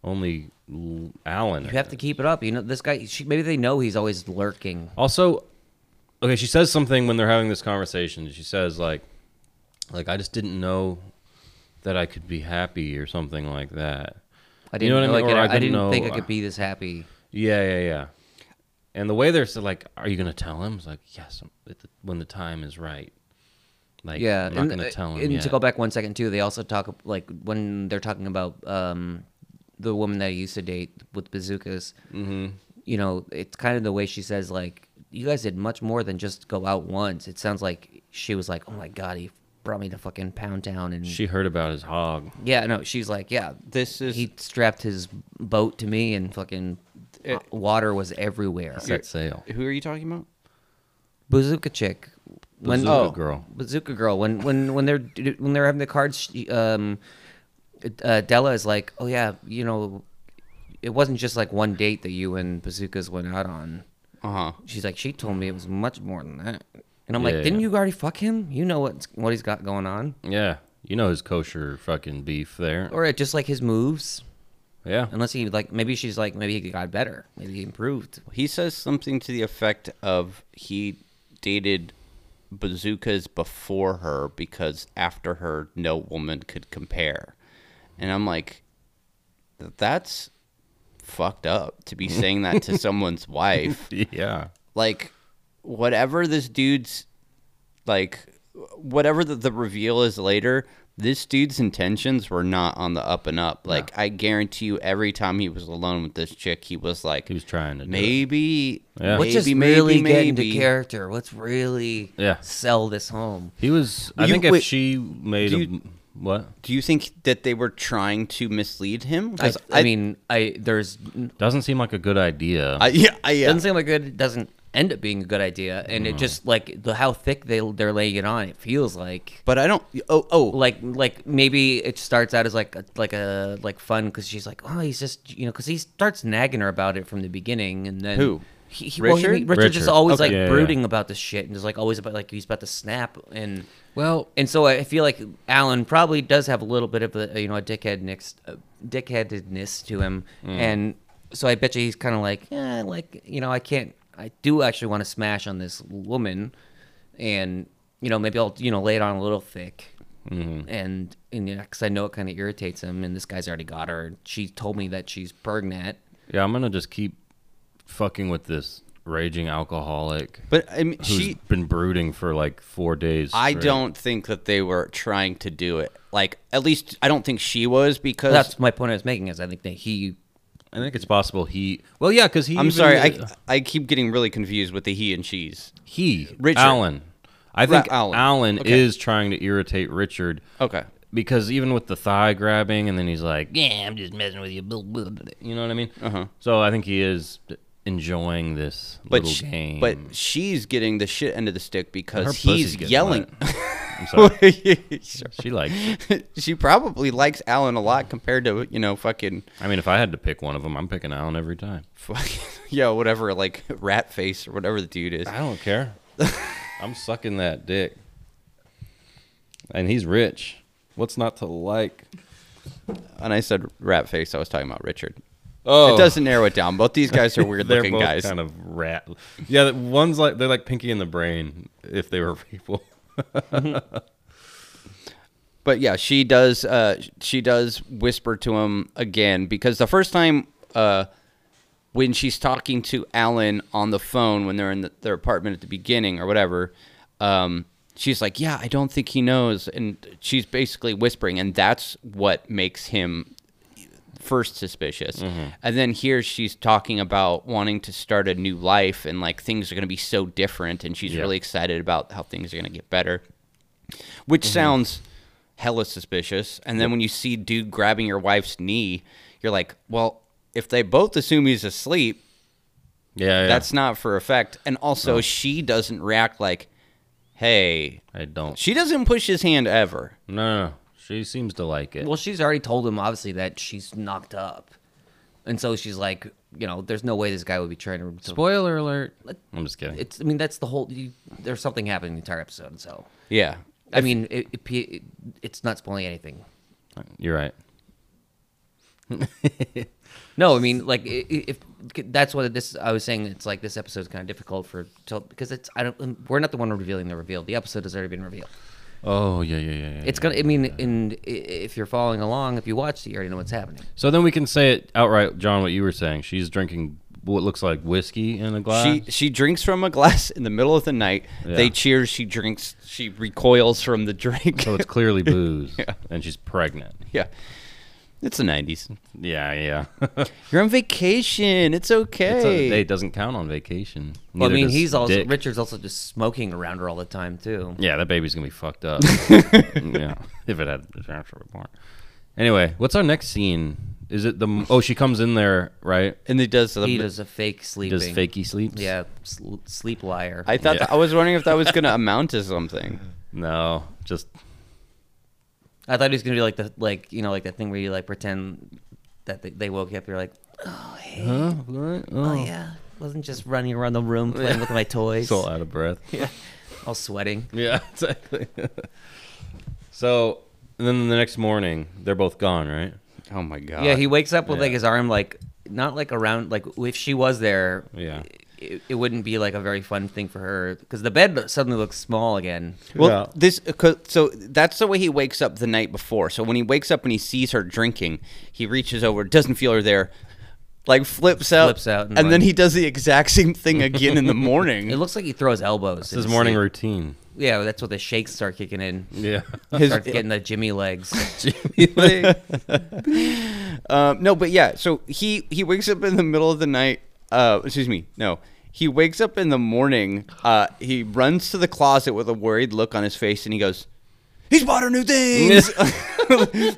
Speaker 3: Only L- Alan.
Speaker 1: you have to keep it up. You know this guy. She, maybe they know he's always lurking.
Speaker 3: Also, okay, she says something when they're having this conversation. She says like, like I just didn't know that I could be happy or something like that.
Speaker 1: I
Speaker 3: You
Speaker 1: didn't
Speaker 3: know what I
Speaker 1: know
Speaker 3: mean?
Speaker 1: I, could,
Speaker 3: Or I
Speaker 1: I,
Speaker 3: didn't
Speaker 1: didn't
Speaker 3: know- uh,
Speaker 1: think I could be this happy.
Speaker 3: Yeah, yeah, yeah. And the way they're so like, are you gonna tell him? It's like, yes, I'm- at the- when the time is right. Like,
Speaker 1: yeah,
Speaker 3: I'm not
Speaker 1: and,
Speaker 3: gonna
Speaker 1: uh,
Speaker 3: tell him.
Speaker 1: And to
Speaker 3: yet.
Speaker 1: go back one second too, they also talk like when they're talking about um, the woman that I used to date with bazookas. Mm-hmm. You know, it's kind of the way she says like, "You guys did much more than just go out once." It sounds like she was like, "Oh my god, he brought me to fucking Pound Town," and
Speaker 3: She heard about his hog.
Speaker 1: yeah, no, she's like, "Yeah,
Speaker 2: This is
Speaker 1: he strapped his boat to me, and fucking uh,
Speaker 2: It-
Speaker 1: water was everywhere."
Speaker 3: Set sail.
Speaker 2: who are you talking about?
Speaker 1: Bazooka chick. When
Speaker 3: Bazooka
Speaker 1: oh,
Speaker 3: girl.
Speaker 1: Bazooka girl. When when when they're when they're having the cards, she, um, uh, Della is like, oh yeah, you know, it wasn't just like one date that you and Bazookas went out on.
Speaker 2: Uh huh.
Speaker 1: She's like, she told me it was much more than that. And I'm
Speaker 3: Yeah.
Speaker 1: like, didn't you already fuck him? You know what what he's got going on,
Speaker 3: Yeah, you know his kosher fucking beef there.
Speaker 1: or it just like his moves.
Speaker 3: yeah,
Speaker 1: Unless he like, maybe she's like, maybe he got better, maybe he improved.
Speaker 2: He says something to the effect of he dated bazookas before her because after her no woman could compare. And I'm like that's fucked up to be saying that to someone's wife.
Speaker 3: (laughs) yeah.
Speaker 2: like whatever this dude's like whatever the, the reveal is later this dude's intentions were not on the up and up like i guarantee you every time he was alone with this chick he was like
Speaker 3: He was trying to. do it.
Speaker 2: maybe
Speaker 3: Yeah.
Speaker 2: maybe
Speaker 1: Let's just
Speaker 2: maybe,
Speaker 1: really get
Speaker 2: maybe.
Speaker 1: into character. Let's really
Speaker 3: Yeah.
Speaker 1: sell this home.
Speaker 3: He was. I
Speaker 2: You-
Speaker 3: think if
Speaker 2: wait,
Speaker 3: she made
Speaker 2: do
Speaker 3: a
Speaker 2: you-
Speaker 3: what
Speaker 2: do you think that they were trying to mislead him
Speaker 1: I,
Speaker 2: 'Cause
Speaker 1: I mean, I there's
Speaker 3: doesn't seem like a good idea.
Speaker 2: I- yeah, I, yeah.
Speaker 1: doesn't seem like it doesn't end up being a good idea, and it just like the how thick they they're laying it on, it feels like
Speaker 2: but i don't oh oh
Speaker 1: like like maybe it starts out as like a, like a like fun because she's like oh he's just you know because he starts nagging her about it from the beginning and then
Speaker 2: Who?
Speaker 1: he, he, well, he-
Speaker 2: Richard?
Speaker 1: Richard just
Speaker 3: Richard.
Speaker 1: always
Speaker 3: Okay.
Speaker 1: like
Speaker 3: Yeah, yeah.
Speaker 1: brooding about this shit and just like always about like he's about to snap and
Speaker 3: well,
Speaker 1: and so I feel like Alan probably does have a little bit of a you know a dickhead nix, uh, dickheadedness to him,
Speaker 3: Mm.
Speaker 1: and so I bet you he's kind of like yeah, like you know I can't, I do actually want to smash on this woman, and you know maybe I'll you know lay it on a little thick,
Speaker 3: Mm-hmm.
Speaker 1: and and because I know it kind of irritates him, and this guy's already got her. She told me that she's pregnant.
Speaker 3: yeah, I'm gonna just keep fucking with this raging alcoholic
Speaker 2: But I mean,
Speaker 3: who's
Speaker 2: she.
Speaker 3: been brooding for like four days.
Speaker 2: I
Speaker 3: straight.
Speaker 2: don't think that they were trying to do it. Like, at least I don't think she was because
Speaker 1: That's my point I was making is I think that he
Speaker 3: I think it's possible he. Well, yeah, because he.
Speaker 2: I'm
Speaker 3: even-
Speaker 2: sorry. I, I keep getting really confused with the he and she's.
Speaker 3: he
Speaker 2: Richard.
Speaker 3: Allen. I think
Speaker 2: Ra- Allen.
Speaker 3: Allen,
Speaker 2: Okay. Oh.
Speaker 3: is trying to irritate Richard.
Speaker 2: Okay.
Speaker 3: Because even with the thigh grabbing, and then he's like, "Yeah, I'm just messing with you." blah, blah, blah," You know what I mean?
Speaker 2: Uh-huh.
Speaker 3: So I think he is enjoying this
Speaker 2: But
Speaker 3: little
Speaker 2: sh-
Speaker 3: game.
Speaker 2: but she's getting the shit end of the stick
Speaker 3: her
Speaker 2: because
Speaker 3: pussy's
Speaker 2: he's
Speaker 3: getting
Speaker 2: yelling.
Speaker 3: wet.
Speaker 2: (laughs)
Speaker 3: I'm (laughs) sorry.
Speaker 2: Sure.
Speaker 3: She likes. it.
Speaker 2: she probably likes Alan a lot compared to you know fucking,
Speaker 3: I mean, if I had to pick one of them, I'm picking Allen every time.
Speaker 2: (laughs) fucking yo whatever like rat face or whatever the dude is.
Speaker 3: I don't care. I'm sucking that dick. And he's rich. What's not to like?
Speaker 2: And I said rat face. I was talking about Richard.
Speaker 3: Oh,
Speaker 2: It doesn't narrow it down.
Speaker 3: (laughs)
Speaker 2: Both these guys are weird
Speaker 3: They're
Speaker 2: looking
Speaker 3: both
Speaker 2: guys.
Speaker 3: kind of rat. Yeah, that- one's like they're like Pinky in the Brain if they were (laughs) people.
Speaker 2: But yeah, she does. Uh, she does whisper to him again because the first time uh, when she's talking to Alan on the phone when they're in the, their apartment at the beginning or whatever, um, she's like, "Yeah, I don't think he knows," and she's basically whispering, and that's what makes him first suspicious. And then here she's talking about wanting to start a new life and like things are going to be so different and she's
Speaker 3: Yeah.
Speaker 2: really excited about how things are going to get better. Which sounds hella suspicious. And then when you see dude grabbing your wife's knee, you're like, "Well, if they both assume he's asleep,
Speaker 3: Yeah, yeah.
Speaker 2: that's not for effect." And also she doesn't react like, "Hey,
Speaker 3: I don't.
Speaker 2: she doesn't push his hand ever."
Speaker 3: No, no, no. she seems to like it.
Speaker 1: well she's already told him obviously that she's knocked up, and so she's like you know there's no way this guy would be trying to. So
Speaker 3: Spoiler alert. I'm just kidding.
Speaker 1: it's I mean that's the whole you, there's something happening the entire episode so
Speaker 2: Yeah.
Speaker 1: I mean it, it, it it's not spoiling anything.
Speaker 3: You're right.
Speaker 1: No, I mean, like i- i- if that's what this I was saying. It's like this episode's kind of difficult for to, because it's I don't um, we're not the one revealing the reveal. The episode has already been revealed.
Speaker 3: Oh yeah, yeah, yeah. yeah
Speaker 1: It's gonna. I mean, and i- if you're following along, if you watched it, you already know what's happening.
Speaker 3: So then we can say it outright, John. What you were saying. She's drinking what looks like whiskey in a glass.
Speaker 2: She she drinks from a glass in the middle of the night. They
Speaker 3: Yeah.
Speaker 2: cheers. She drinks. She recoils from the drink.
Speaker 3: So it's clearly booze, and she's pregnant.
Speaker 2: (laughs) yeah, it's the nineties.
Speaker 3: Yeah, yeah. (laughs)
Speaker 2: You're on vacation. It's okay.
Speaker 3: It's a, it doesn't count on vacation.
Speaker 1: Well, I
Speaker 3: Neither
Speaker 1: mean,
Speaker 3: does
Speaker 1: he's also
Speaker 3: dick.
Speaker 1: Richard's also just smoking around her all the time too.
Speaker 3: Yeah, that baby's gonna be fucked
Speaker 1: (laughs)
Speaker 3: up. yeah, if it had if it actually were born. Anyway, what's our next scene? Is it the oh she comes in there right?
Speaker 2: and he does. The,
Speaker 1: He does a fake sleeping.
Speaker 3: Does fakey sleeps?
Speaker 1: Yeah, sl- sleep liar.
Speaker 2: I thought
Speaker 3: Yeah.
Speaker 2: that- I was wondering if that
Speaker 1: (laughs)
Speaker 2: was going to amount to something.
Speaker 3: No, just
Speaker 1: I thought he was gonna do like the like you know like that thing where you like pretend that they, they woke you up. You're like, oh hey, oh yeah, wasn't just running around the room playing with my toys.
Speaker 3: so Oh, uh, out of breath. (laughs) Yeah,
Speaker 1: all sweating.
Speaker 3: exactly. so and then the next morning they're both gone, right?
Speaker 2: Oh my god.
Speaker 1: yeah, he wakes up with
Speaker 3: yeah.
Speaker 1: like his arm like not like around like if she was there,
Speaker 3: Yeah.
Speaker 1: it, it wouldn't be like a very fun thing for her because the bed suddenly looks small again.
Speaker 2: Well,
Speaker 3: Yeah.
Speaker 2: this 'cause- so that's the way he wakes up the night before. So when he wakes up and he sees her drinking, he reaches over, doesn't feel her there, like flips out,
Speaker 1: Flips out and
Speaker 2: and then
Speaker 1: runs.
Speaker 2: he does the exact same thing again in the
Speaker 1: (laughs)
Speaker 2: morning. (laughs)
Speaker 1: It looks like he throws elbows.
Speaker 3: It's his morning
Speaker 1: routine.
Speaker 3: routine.
Speaker 1: Yeah, that's what the shakes start kicking in.
Speaker 3: (laughs) Yeah.
Speaker 2: His-
Speaker 1: Starts getting the Jimmy legs. (laughs)
Speaker 2: (laughs) um, no, but yeah. So he he wakes up in the middle of the night. Uh, excuse me. No, he wakes up in the morning. Uh, he runs to the closet with a worried look on his face, and he goes, "He's bought her new
Speaker 3: (laughs)
Speaker 2: things." (laughs)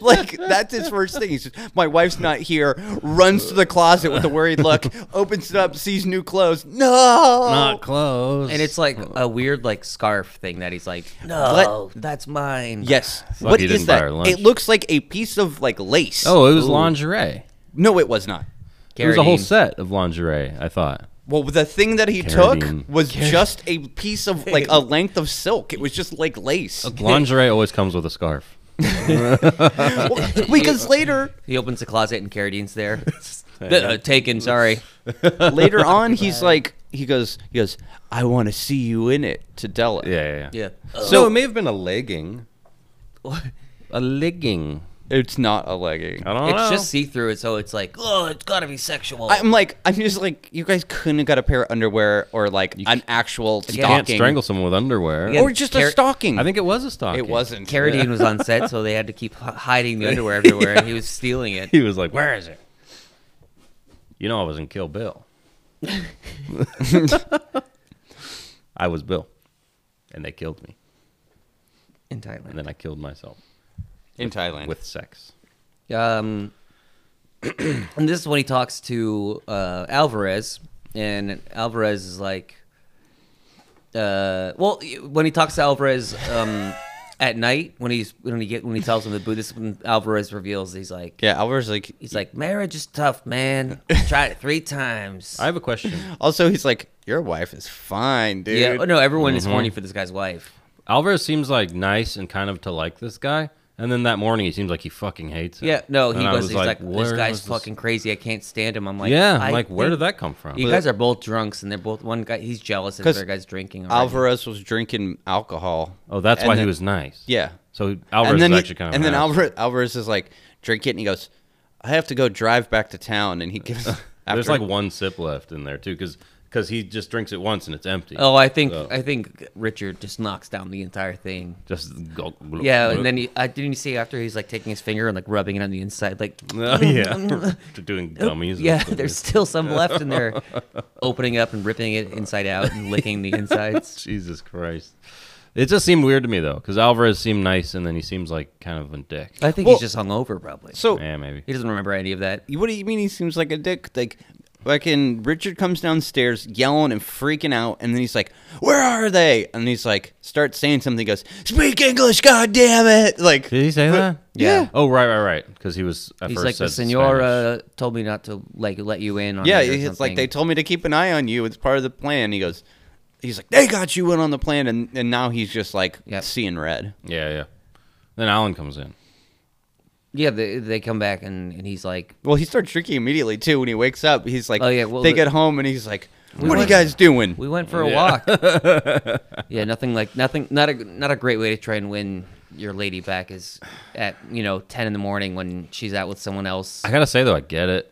Speaker 2: like that's his first thing. He's just, "My wife's not here." Runs to the closet with a worried
Speaker 3: (laughs)
Speaker 2: look, opens it up, sees new clothes. No,
Speaker 3: Not close.
Speaker 1: oh. and it's like a weird like scarf thing that he's like, no, that's mine.
Speaker 2: Yes.
Speaker 3: Lucky
Speaker 2: what
Speaker 3: he
Speaker 2: is
Speaker 3: didn't buy
Speaker 2: that?
Speaker 3: her lunch.
Speaker 2: It looks like a piece of like lace.
Speaker 3: oh, it was lingerie.
Speaker 2: no, it was not.
Speaker 3: It was a whole
Speaker 1: Carradine.
Speaker 3: set of lingerie. I thought.
Speaker 2: Well, the thing that he
Speaker 3: Carradine.
Speaker 2: took was just a piece of like
Speaker 1: (laughs)
Speaker 2: a length of silk. It was just like lace.
Speaker 3: Lingerie always comes with a scarf.
Speaker 2: Well,
Speaker 1: (laughs)
Speaker 3: (laughs)
Speaker 2: because later,
Speaker 1: He opens the closet and Carradine's there. (laughs) Uh, Taken, sorry.
Speaker 2: later
Speaker 1: (laughs)
Speaker 2: on, he's like, he goes, he goes, I want to see you in it to Della.
Speaker 3: Yeah, yeah, yeah.
Speaker 1: Yeah.
Speaker 3: So it may have been a legging. A legging.
Speaker 2: It's not a legging.
Speaker 3: I don't
Speaker 1: It's
Speaker 3: know.
Speaker 1: just see through, so it's like, oh, it's gotta be sexual.
Speaker 2: I'm like, I'm just like, you guys couldn't have got a pair of underwear or like an actual
Speaker 1: You
Speaker 3: you can't
Speaker 2: stocking,
Speaker 3: strangle someone with underwear.
Speaker 1: Yeah.
Speaker 2: or just a
Speaker 1: Car-
Speaker 2: stocking.
Speaker 3: I think it was a stocking.
Speaker 2: it wasn't.
Speaker 1: Carradine was on set, so they had to keep h- hiding the underwear everywhere, and he was stealing it.
Speaker 3: (laughs) He was like, "Where is it?" You know, I was in
Speaker 1: (laughs)
Speaker 3: Kill Bill. I was Bill, and they killed me,
Speaker 1: in
Speaker 3: and
Speaker 1: Thailand.
Speaker 3: then I killed myself
Speaker 2: in Thailand.
Speaker 3: with sex.
Speaker 1: Um, (clears throat) and this is when he talks to uh, Alvarez, and Alvarez is like, uh, well, when he talks to Alvarez um, at night, when he's when he get when he tells him the Buddhist, when Alvarez reveals he's like,
Speaker 2: yeah, Alvarez like.
Speaker 1: he's like, marriage is tough,
Speaker 3: (laughs)
Speaker 1: man. Tried it three times.
Speaker 3: I have a question.
Speaker 1: (laughs)
Speaker 2: Also, he's like, your wife is fine, dude.
Speaker 1: yeah, oh, no, everyone
Speaker 3: Mm-hmm.
Speaker 1: is horny for this guy's wife.
Speaker 3: Alvarez seems like nice and kind of to like this guy, and then that morning he seems like he fucking hates it.
Speaker 1: Yeah, no, he
Speaker 3: And I
Speaker 1: was, he's like,
Speaker 3: "Where
Speaker 1: this guy's
Speaker 3: was
Speaker 1: fucking crazy. I can't stand him. I'm like,
Speaker 3: yeah,
Speaker 1: I
Speaker 3: I'm like, where
Speaker 1: think
Speaker 3: did that come from?
Speaker 1: You guys are both drunks, and they're both one guy. He's jealous, and the
Speaker 2: 'Cause
Speaker 1: other guy's drinking. already.
Speaker 2: Alvarez was drinking alcohol.
Speaker 3: oh, that's
Speaker 2: And
Speaker 3: why he
Speaker 2: then-
Speaker 3: was nice.
Speaker 2: Yeah.
Speaker 3: So Alvarez
Speaker 2: and then
Speaker 3: is
Speaker 2: he-
Speaker 3: actually kind of.
Speaker 2: and then
Speaker 3: nice.
Speaker 2: Alvarez, Alvarez is like, drink it, and he goes, I have to go drive back to town, and he gives.
Speaker 3: (laughs) There's
Speaker 2: (laughs) after-
Speaker 3: like one sip left in there too, because he just drinks it once and it's empty.
Speaker 1: Oh, I think
Speaker 3: So-
Speaker 1: I think Richard just knocks down the entire thing.
Speaker 3: Just go.
Speaker 1: Yeah, and then he, I didn't you see after he's like taking his finger and like rubbing it on the inside,
Speaker 2: (laughs)
Speaker 1: like
Speaker 3: (laughs)
Speaker 1: (laughs)
Speaker 3: Oh, yeah, They're (laughs) doing gummies.
Speaker 1: yeah, there's still some left in
Speaker 2: (laughs)
Speaker 1: there, opening up and ripping it inside out and licking the (laughs)
Speaker 2: (laughs)
Speaker 1: insides.
Speaker 3: Jesus Christ. It just seemed weird to me though, because Alvarez seemed nice, and then he seems like kind of a dick.
Speaker 1: I Oh. think
Speaker 2: Well-
Speaker 1: he's just hungover probably.
Speaker 2: So,
Speaker 3: Yeah, maybe.
Speaker 1: He doesn't remember any of that.
Speaker 2: what do you mean he seems like a dick? Like, fucking Richard comes downstairs yelling and freaking out, and then he's like, "Where are they?" And he's like, starts saying something. He goes, "Speak English, god damn it!" Like,
Speaker 3: Did he say that?
Speaker 2: Yeah.
Speaker 3: Oh, right, right, right. Because he was at
Speaker 1: He's
Speaker 3: first
Speaker 1: like the
Speaker 3: said
Speaker 1: senora told me not to like let you in. On
Speaker 2: yeah,
Speaker 1: it or
Speaker 2: it's like they
Speaker 1: something."
Speaker 2: told me to keep an eye on you. It's part of the plan. He goes, he's like, "They got you in on the plan," and and now he's just like
Speaker 1: Yep.
Speaker 2: seeing red.
Speaker 3: Spanish. Yeah, yeah. Then Alan comes in.
Speaker 1: yeah they, they come back and, and he's like
Speaker 2: Well, he starts drinking immediately too. When he wakes up, he's like,
Speaker 1: Oh, yeah, well,
Speaker 2: they
Speaker 1: the-
Speaker 2: get home and he's like, "What are you
Speaker 1: went-
Speaker 2: guys doing?"
Speaker 1: We went for a
Speaker 3: Yeah.
Speaker 1: walk.
Speaker 3: (laughs)
Speaker 1: yeah, nothing like nothing. Not a not a great way to try and win your lady back is at you know ten in the morning when she's out with someone else.
Speaker 3: I gotta say though, I get it.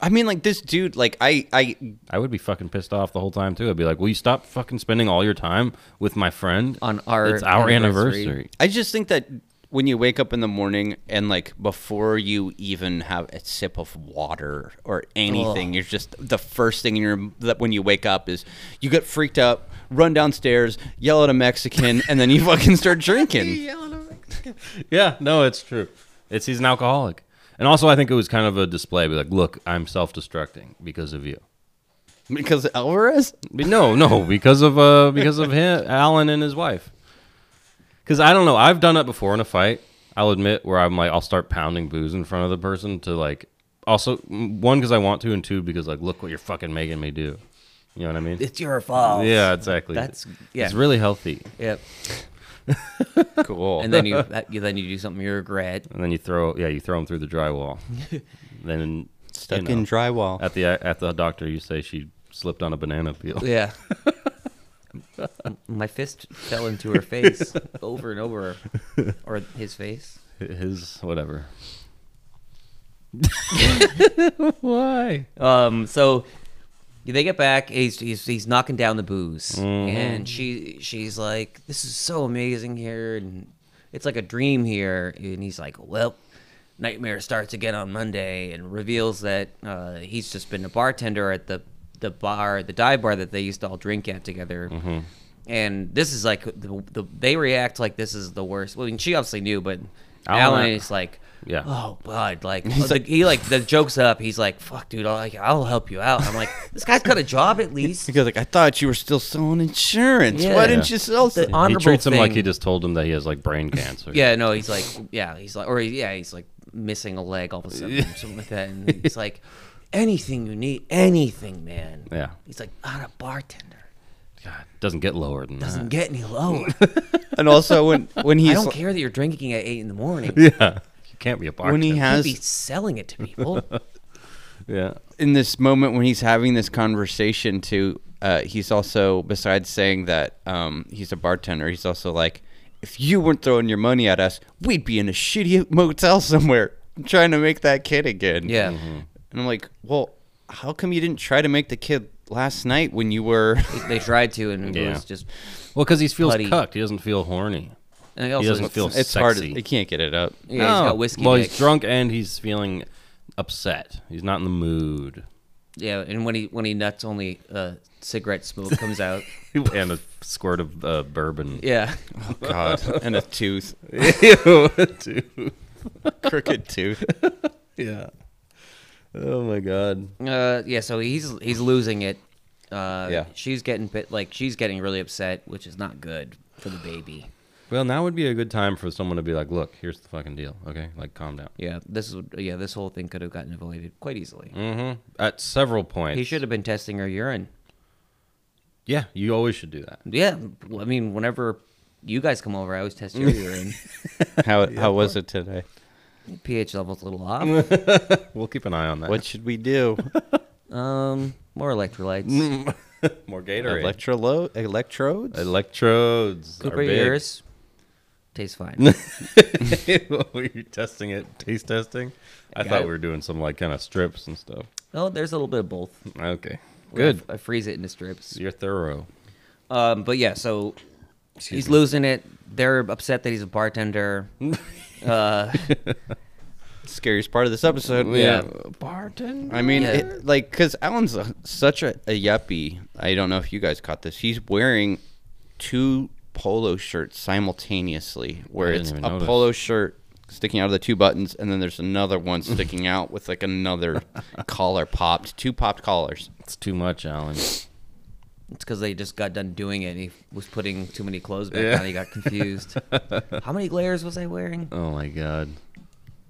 Speaker 2: I mean, like this dude, like I, I,
Speaker 3: I would be fucking pissed off the whole time too. I'd be like, "Will you stop fucking spending all your time with my friend
Speaker 1: On our
Speaker 3: It's our
Speaker 1: anniversary."
Speaker 3: anniversary."
Speaker 2: I just think that when you wake up in the morning and like before you even have a sip of water or anything, you're just the first thing in your that when you wake up is you get freaked up, run downstairs, yell at a Mexican, and then
Speaker 1: (laughs)
Speaker 2: you fucking start drinking.
Speaker 3: Yeah, no, it's true. It's he's an alcoholic, and also I think it was kind of a display. Be like, "Look, I'm self-destructing because of you."
Speaker 2: Because Alvarez,
Speaker 3: But no, no, (laughs) because of uh, because of him, Alan and his wife. Because I don't know, I've done it before in a fight. I'll admit where I'm like, I'll start pounding booze in front of the person to like, also m- one because I want to, and two because like, look what you're fucking making me do. You know what I mean?
Speaker 1: It's your fault.
Speaker 3: yeah, exactly.
Speaker 1: That's- yeah.
Speaker 3: It's really healthy.
Speaker 1: Yep.
Speaker 2: cool.
Speaker 1: And then you, that, you then you do something you regret.
Speaker 3: And then you throw, yeah, you throw them through
Speaker 1: (laughs)
Speaker 3: the drywall. then
Speaker 2: stuck
Speaker 3: you know,
Speaker 2: in drywall.
Speaker 3: at the at the doctor, you say she slipped on a banana peel.
Speaker 1: Yeah. (laughs) My fist fell into her
Speaker 3: (laughs)
Speaker 1: face over and over, or his face.
Speaker 3: His whatever. Why?
Speaker 1: Um, so they get back. He's he's, he's knocking down the booze, and she she's like, "This is so amazing here, and it's like a dream here." And he's like, "Well." Nightmare starts again on Monday and reveals that uh, he's just been a bartender at the the bar, the dive bar that they used to all drink at together. And this is like the, the they react like this is the worst. Well, I mean, she obviously knew, but
Speaker 3: Alan-
Speaker 1: Alan is like,
Speaker 3: Yeah.
Speaker 1: Oh God! Like, the, he like the joke's up. He's like, "Fuck, dude! I'll, like, I'll help you out." I'm like, "This guy's got a job at
Speaker 2: (laughs)
Speaker 1: least."
Speaker 2: Because like I thought you were still selling insurance.
Speaker 1: Yeah.
Speaker 2: Why didn't you sell?
Speaker 1: The
Speaker 2: some-
Speaker 1: honorable
Speaker 3: he treats him like
Speaker 1: thing-
Speaker 3: he just told him that he has like brain cancer.
Speaker 1: Yeah, no, he's like, yeah, he's like, or yeah, he's like missing a leg all of a sudden, or something like that. And he's like, "Anything you need, anything, man."
Speaker 3: Yeah.
Speaker 1: He's like, "Not a bartender.
Speaker 3: God, doesn't get lower than
Speaker 1: Doesn't
Speaker 3: that.
Speaker 1: get any lower.
Speaker 2: and also when when
Speaker 1: (laughs)
Speaker 2: he's
Speaker 1: I don't
Speaker 2: like-
Speaker 1: care that you're drinking at eight in the morning.
Speaker 3: Yeah. You can't be a bartender.
Speaker 2: when he
Speaker 1: You'd
Speaker 2: has
Speaker 1: be selling it to people."
Speaker 3: yeah.
Speaker 2: in this moment when he's having this conversation to uh, he's also besides saying that um, he's a bartender he's also like If you weren't throwing your money at us, we'd be in a shitty motel somewhere. I'm trying to make that kid again.
Speaker 1: Yeah.
Speaker 2: And I'm like, well, how come you didn't try to make the kid last night when you were?
Speaker 1: They tried to, and it
Speaker 3: Yeah.
Speaker 1: was just.
Speaker 3: Well, because he feels
Speaker 1: Putty.
Speaker 3: cucked. He doesn't feel horny.
Speaker 1: And he also
Speaker 3: doesn't
Speaker 1: looks-
Speaker 3: feel
Speaker 2: (laughs) it's hard.
Speaker 3: sexy.
Speaker 2: They can't get it up. Oh,
Speaker 1: Yeah, he's got whiskey.
Speaker 3: Well,
Speaker 1: dick.
Speaker 3: he's drunk and he's feeling upset. He's not in the
Speaker 1: (laughs)
Speaker 3: mood.
Speaker 1: Yeah, and when he when he nuts, only uh, cigarette smoke comes out.
Speaker 3: and a squirt of uh, bourbon.
Speaker 1: Yeah,
Speaker 2: Oh, God, and a tooth,
Speaker 3: Ew, (laughs) dude.
Speaker 2: crooked tooth.
Speaker 3: Yeah. Oh my god.
Speaker 1: uh, yeah. So he's he's losing it. Uh,
Speaker 2: Yeah.
Speaker 1: she's getting bit like she's getting really upset, which is not good for the baby.
Speaker 3: Well, now would be a good time for someone to be like, "Look, here's the fucking deal. Okay, like, calm down."
Speaker 1: Yeah, this is yeah this whole thing could have gotten avoided quite easily.
Speaker 3: Mm-hmm. At several points,
Speaker 1: He should have been testing her urine.
Speaker 3: Yeah, you always should do that.
Speaker 1: Yeah, well, I mean whenever you guys come over, I always test your urine.
Speaker 2: How how was it today?
Speaker 1: pH level's a little off.
Speaker 3: We'll keep an eye on that. (laughs)
Speaker 2: What should we do?
Speaker 1: Um, more electrolytes.
Speaker 3: Mm. More Gatorade.
Speaker 2: Electrolo- electrodes?
Speaker 3: Electrodes.
Speaker 1: Cooper
Speaker 3: are big.
Speaker 1: yours tastes fine.
Speaker 3: (laughs) were you testing it? Taste testing? I
Speaker 1: Got
Speaker 3: thought
Speaker 1: it.
Speaker 3: we were doing some like kind of strips and stuff.
Speaker 1: oh, there's a little bit of both.
Speaker 3: Okay. Good.
Speaker 1: I freeze it into strips.
Speaker 3: You're thorough.
Speaker 1: Um, but yeah, so he's losing it. They're upset that he's a bartender. uh,
Speaker 2: Scariest part of this episode.
Speaker 3: Barton.
Speaker 2: I mean,
Speaker 1: Yeah.
Speaker 2: it, like, because Alan's a, such a, a yuppie. I don't know if you guys caught this. He's wearing two polo shirts simultaneously, where
Speaker 3: didn't
Speaker 2: it's a
Speaker 3: even notice.
Speaker 2: polo shirt sticking out of the two buttons, and then there's another
Speaker 3: (laughs)
Speaker 2: one sticking out with like another collar popped, two popped collars.
Speaker 3: It's too much, Alan.
Speaker 1: it's because they just got done doing it. And he was putting too many clothes back
Speaker 3: Yeah.
Speaker 1: on. He got
Speaker 2: (laughs)
Speaker 1: confused. How many layers was I wearing?
Speaker 3: Oh my god.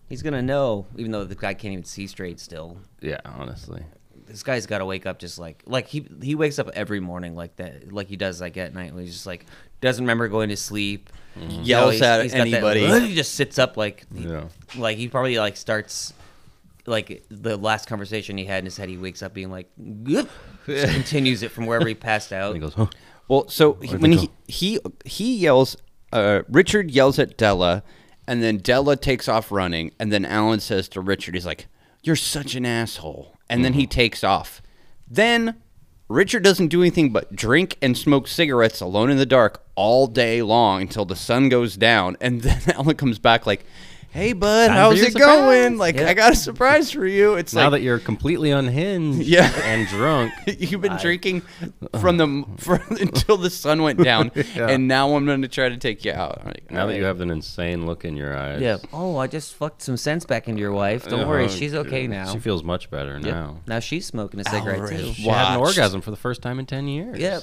Speaker 1: He's gonna know, even though the guy can't even see straight. Still,
Speaker 3: Yeah, honestly.
Speaker 1: this guy's got to wake up just like like he he wakes up every morning like that, like he does like at night. When he's just like doesn't remember going to sleep.
Speaker 2: Mm-hmm. Yells
Speaker 1: he's-
Speaker 2: at
Speaker 1: he's got that-
Speaker 2: anybody. Mm-hmm.
Speaker 1: he just sits up like (laughs)
Speaker 3: Yeah.
Speaker 1: like he probably like starts like the last conversation he had in his head he wakes up being like "Gah," just continues it from wherever he
Speaker 3: (laughs)
Speaker 1: passed out
Speaker 3: And he goes, huh?
Speaker 2: Well, so he,
Speaker 3: Where'd
Speaker 2: when
Speaker 3: they
Speaker 2: he,
Speaker 3: go?
Speaker 2: he he yells, uh, Richard yells at Della, and then Della takes off running, and then Alan says to Richard, he's like, "You're such an asshole," and then
Speaker 3: Mm-hmm.
Speaker 2: he takes off. Then Richard doesn't do anything but drink and smoke cigarettes alone in the dark all day long until the sun goes down, and (laughs) then Alan comes back like. Hey bud,
Speaker 3: Time for
Speaker 2: how's
Speaker 3: your
Speaker 2: it
Speaker 3: surprise."
Speaker 2: going? Like
Speaker 1: Yeah.
Speaker 2: I got a surprise for you. It's
Speaker 3: now
Speaker 2: like
Speaker 3: that you're completely unhinged
Speaker 2: Yeah.
Speaker 1: (laughs)
Speaker 3: and drunk,
Speaker 2: (laughs) You've been drinking from the m- (laughs) from, until the sun went down,
Speaker 3: (laughs) Yeah.
Speaker 2: and now I'm going to try to take you out. I'm like,
Speaker 3: now that you
Speaker 2: "Alright."
Speaker 3: have an insane look in your eyes.
Speaker 1: yeah oh i just fucked some sense back into your wife don't worry
Speaker 3: Uh-huh.
Speaker 1: she's okay now
Speaker 3: She feels much better now.
Speaker 1: now she's smoking a cigarette
Speaker 2: Alright.
Speaker 1: too
Speaker 3: She had an
Speaker 2: Watched.
Speaker 3: orgasm for the first time in 10 years. (laughs)
Speaker 1: yep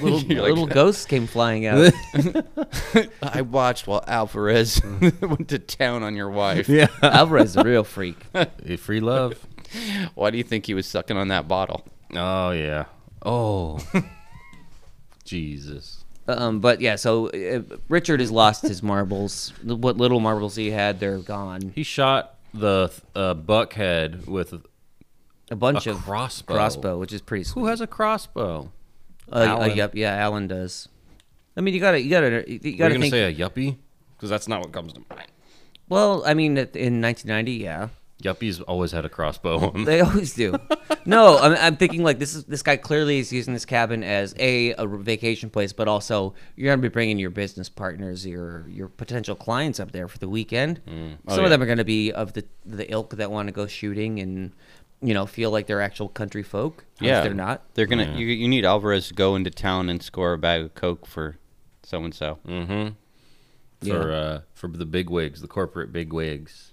Speaker 1: little,
Speaker 2: You're like-
Speaker 1: little ghosts came flying
Speaker 3: (laughs)
Speaker 1: out
Speaker 2: I watched while Alvarez (laughs) went to town on your wife.
Speaker 3: Yeah. (laughs)
Speaker 1: alvarez is a real freak
Speaker 3: Free love.
Speaker 2: Why do you think he was sucking on that bottle?
Speaker 3: Oh yeah. Oh. (laughs) Jesus.
Speaker 1: um, but yeah so uh, richard has lost his marbles what little marbles he had they're gone
Speaker 3: He shot the uh, buckhead with
Speaker 1: a bunch
Speaker 3: a
Speaker 1: of
Speaker 3: crossbow.
Speaker 1: crossbow which is pretty sweet.
Speaker 3: Who has a crossbow?
Speaker 1: Uh, y- uh,
Speaker 3: Alan.
Speaker 1: yep, yeah, Alan does. I mean, you gotta, you gotta, you
Speaker 3: You're
Speaker 1: gotta
Speaker 3: gonna
Speaker 1: think.
Speaker 3: say a yuppie? Because that's not what comes to mind.
Speaker 1: Well, I mean, at- in 1990, yeah,
Speaker 3: Yuppies always had a crossbow. On them.
Speaker 1: they (laughs) always do. no, I'm, I'm thinking like this is this guy clearly is using this cabin as a a vacation place, but also you're gonna be bringing your business partners, your your potential clients up there for the weekend. Some
Speaker 3: Mm. Oh, yeah.
Speaker 1: of them are gonna be of the the ilk that want to go shooting and you know feel like they're actual country folk. If they're not.
Speaker 2: They're gonna.
Speaker 3: Yeah.
Speaker 2: You, you need Alvarez to go into town and score a bag of coke for so and so.
Speaker 3: Mm. for uh, for the big wigs, the corporate big wigs.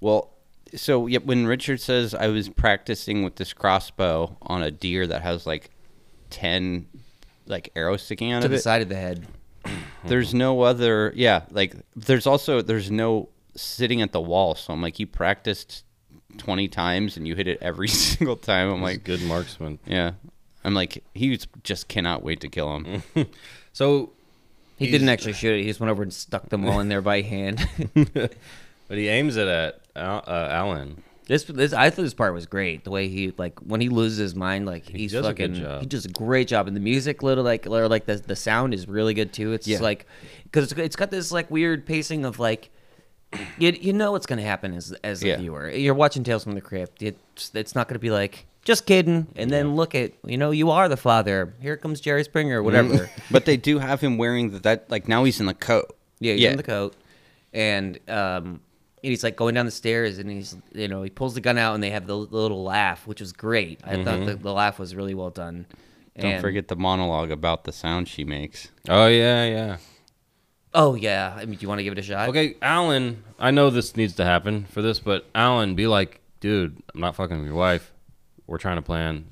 Speaker 2: Well, so yeah, when Richard says I was practicing with this crossbow on a deer that has like ten like arrows sticking out
Speaker 1: to
Speaker 2: of
Speaker 1: the
Speaker 2: it,
Speaker 1: side of the head.
Speaker 2: there's no other yeah like there's also there's no sitting at the wall so i'm like you practiced 20 times and you hit it every (laughs) single time i'm
Speaker 3: Like
Speaker 2: like
Speaker 3: good marksman.
Speaker 2: yeah i'm like he was- just cannot wait to kill
Speaker 3: Mm.
Speaker 2: (laughs) him
Speaker 3: So,
Speaker 1: He
Speaker 3: He's-
Speaker 1: didn't actually shoot it. He just went over and (laughs) stuck them all in there by hand.
Speaker 3: but he aims it at Al- uh, Alan.
Speaker 1: This, this I thought this part was great. The way he like when he loses his mind, like he's
Speaker 3: does a
Speaker 1: fucking.
Speaker 3: good job.
Speaker 1: He does a great job, and the music, little like or like the the sound is really good too. It's just
Speaker 2: Yeah.
Speaker 1: like because it's, it's got this like weird pacing of like. You, you know what's going to happen as as a
Speaker 2: Yeah.
Speaker 1: viewer. You're watching Tales from the Crypt. It's it's not going to be like just kidding, and then look at you know you are the father. Here comes Jerry Springer,
Speaker 3: Mm-hmm.
Speaker 1: whatever.
Speaker 2: but they do have him wearing the, that. Like now he's in the coat.
Speaker 1: Yeah, he's in the coat, and um, and he's like going down the stairs, and he's you know he pulls the gun out, and they have the, l- little laugh, which was great. I
Speaker 3: Mm-hmm.
Speaker 1: thought the, the laugh was really well done.
Speaker 2: Don't
Speaker 1: And-
Speaker 2: forget the monologue about the sound she makes.
Speaker 3: Oh yeah, yeah.
Speaker 1: Oh yeah, I mean, do you want to give it a shot?
Speaker 3: Okay, Alan, I know this needs to happen for this, but Alan, be like, dude, I'm not fucking with your wife. We're trying to plan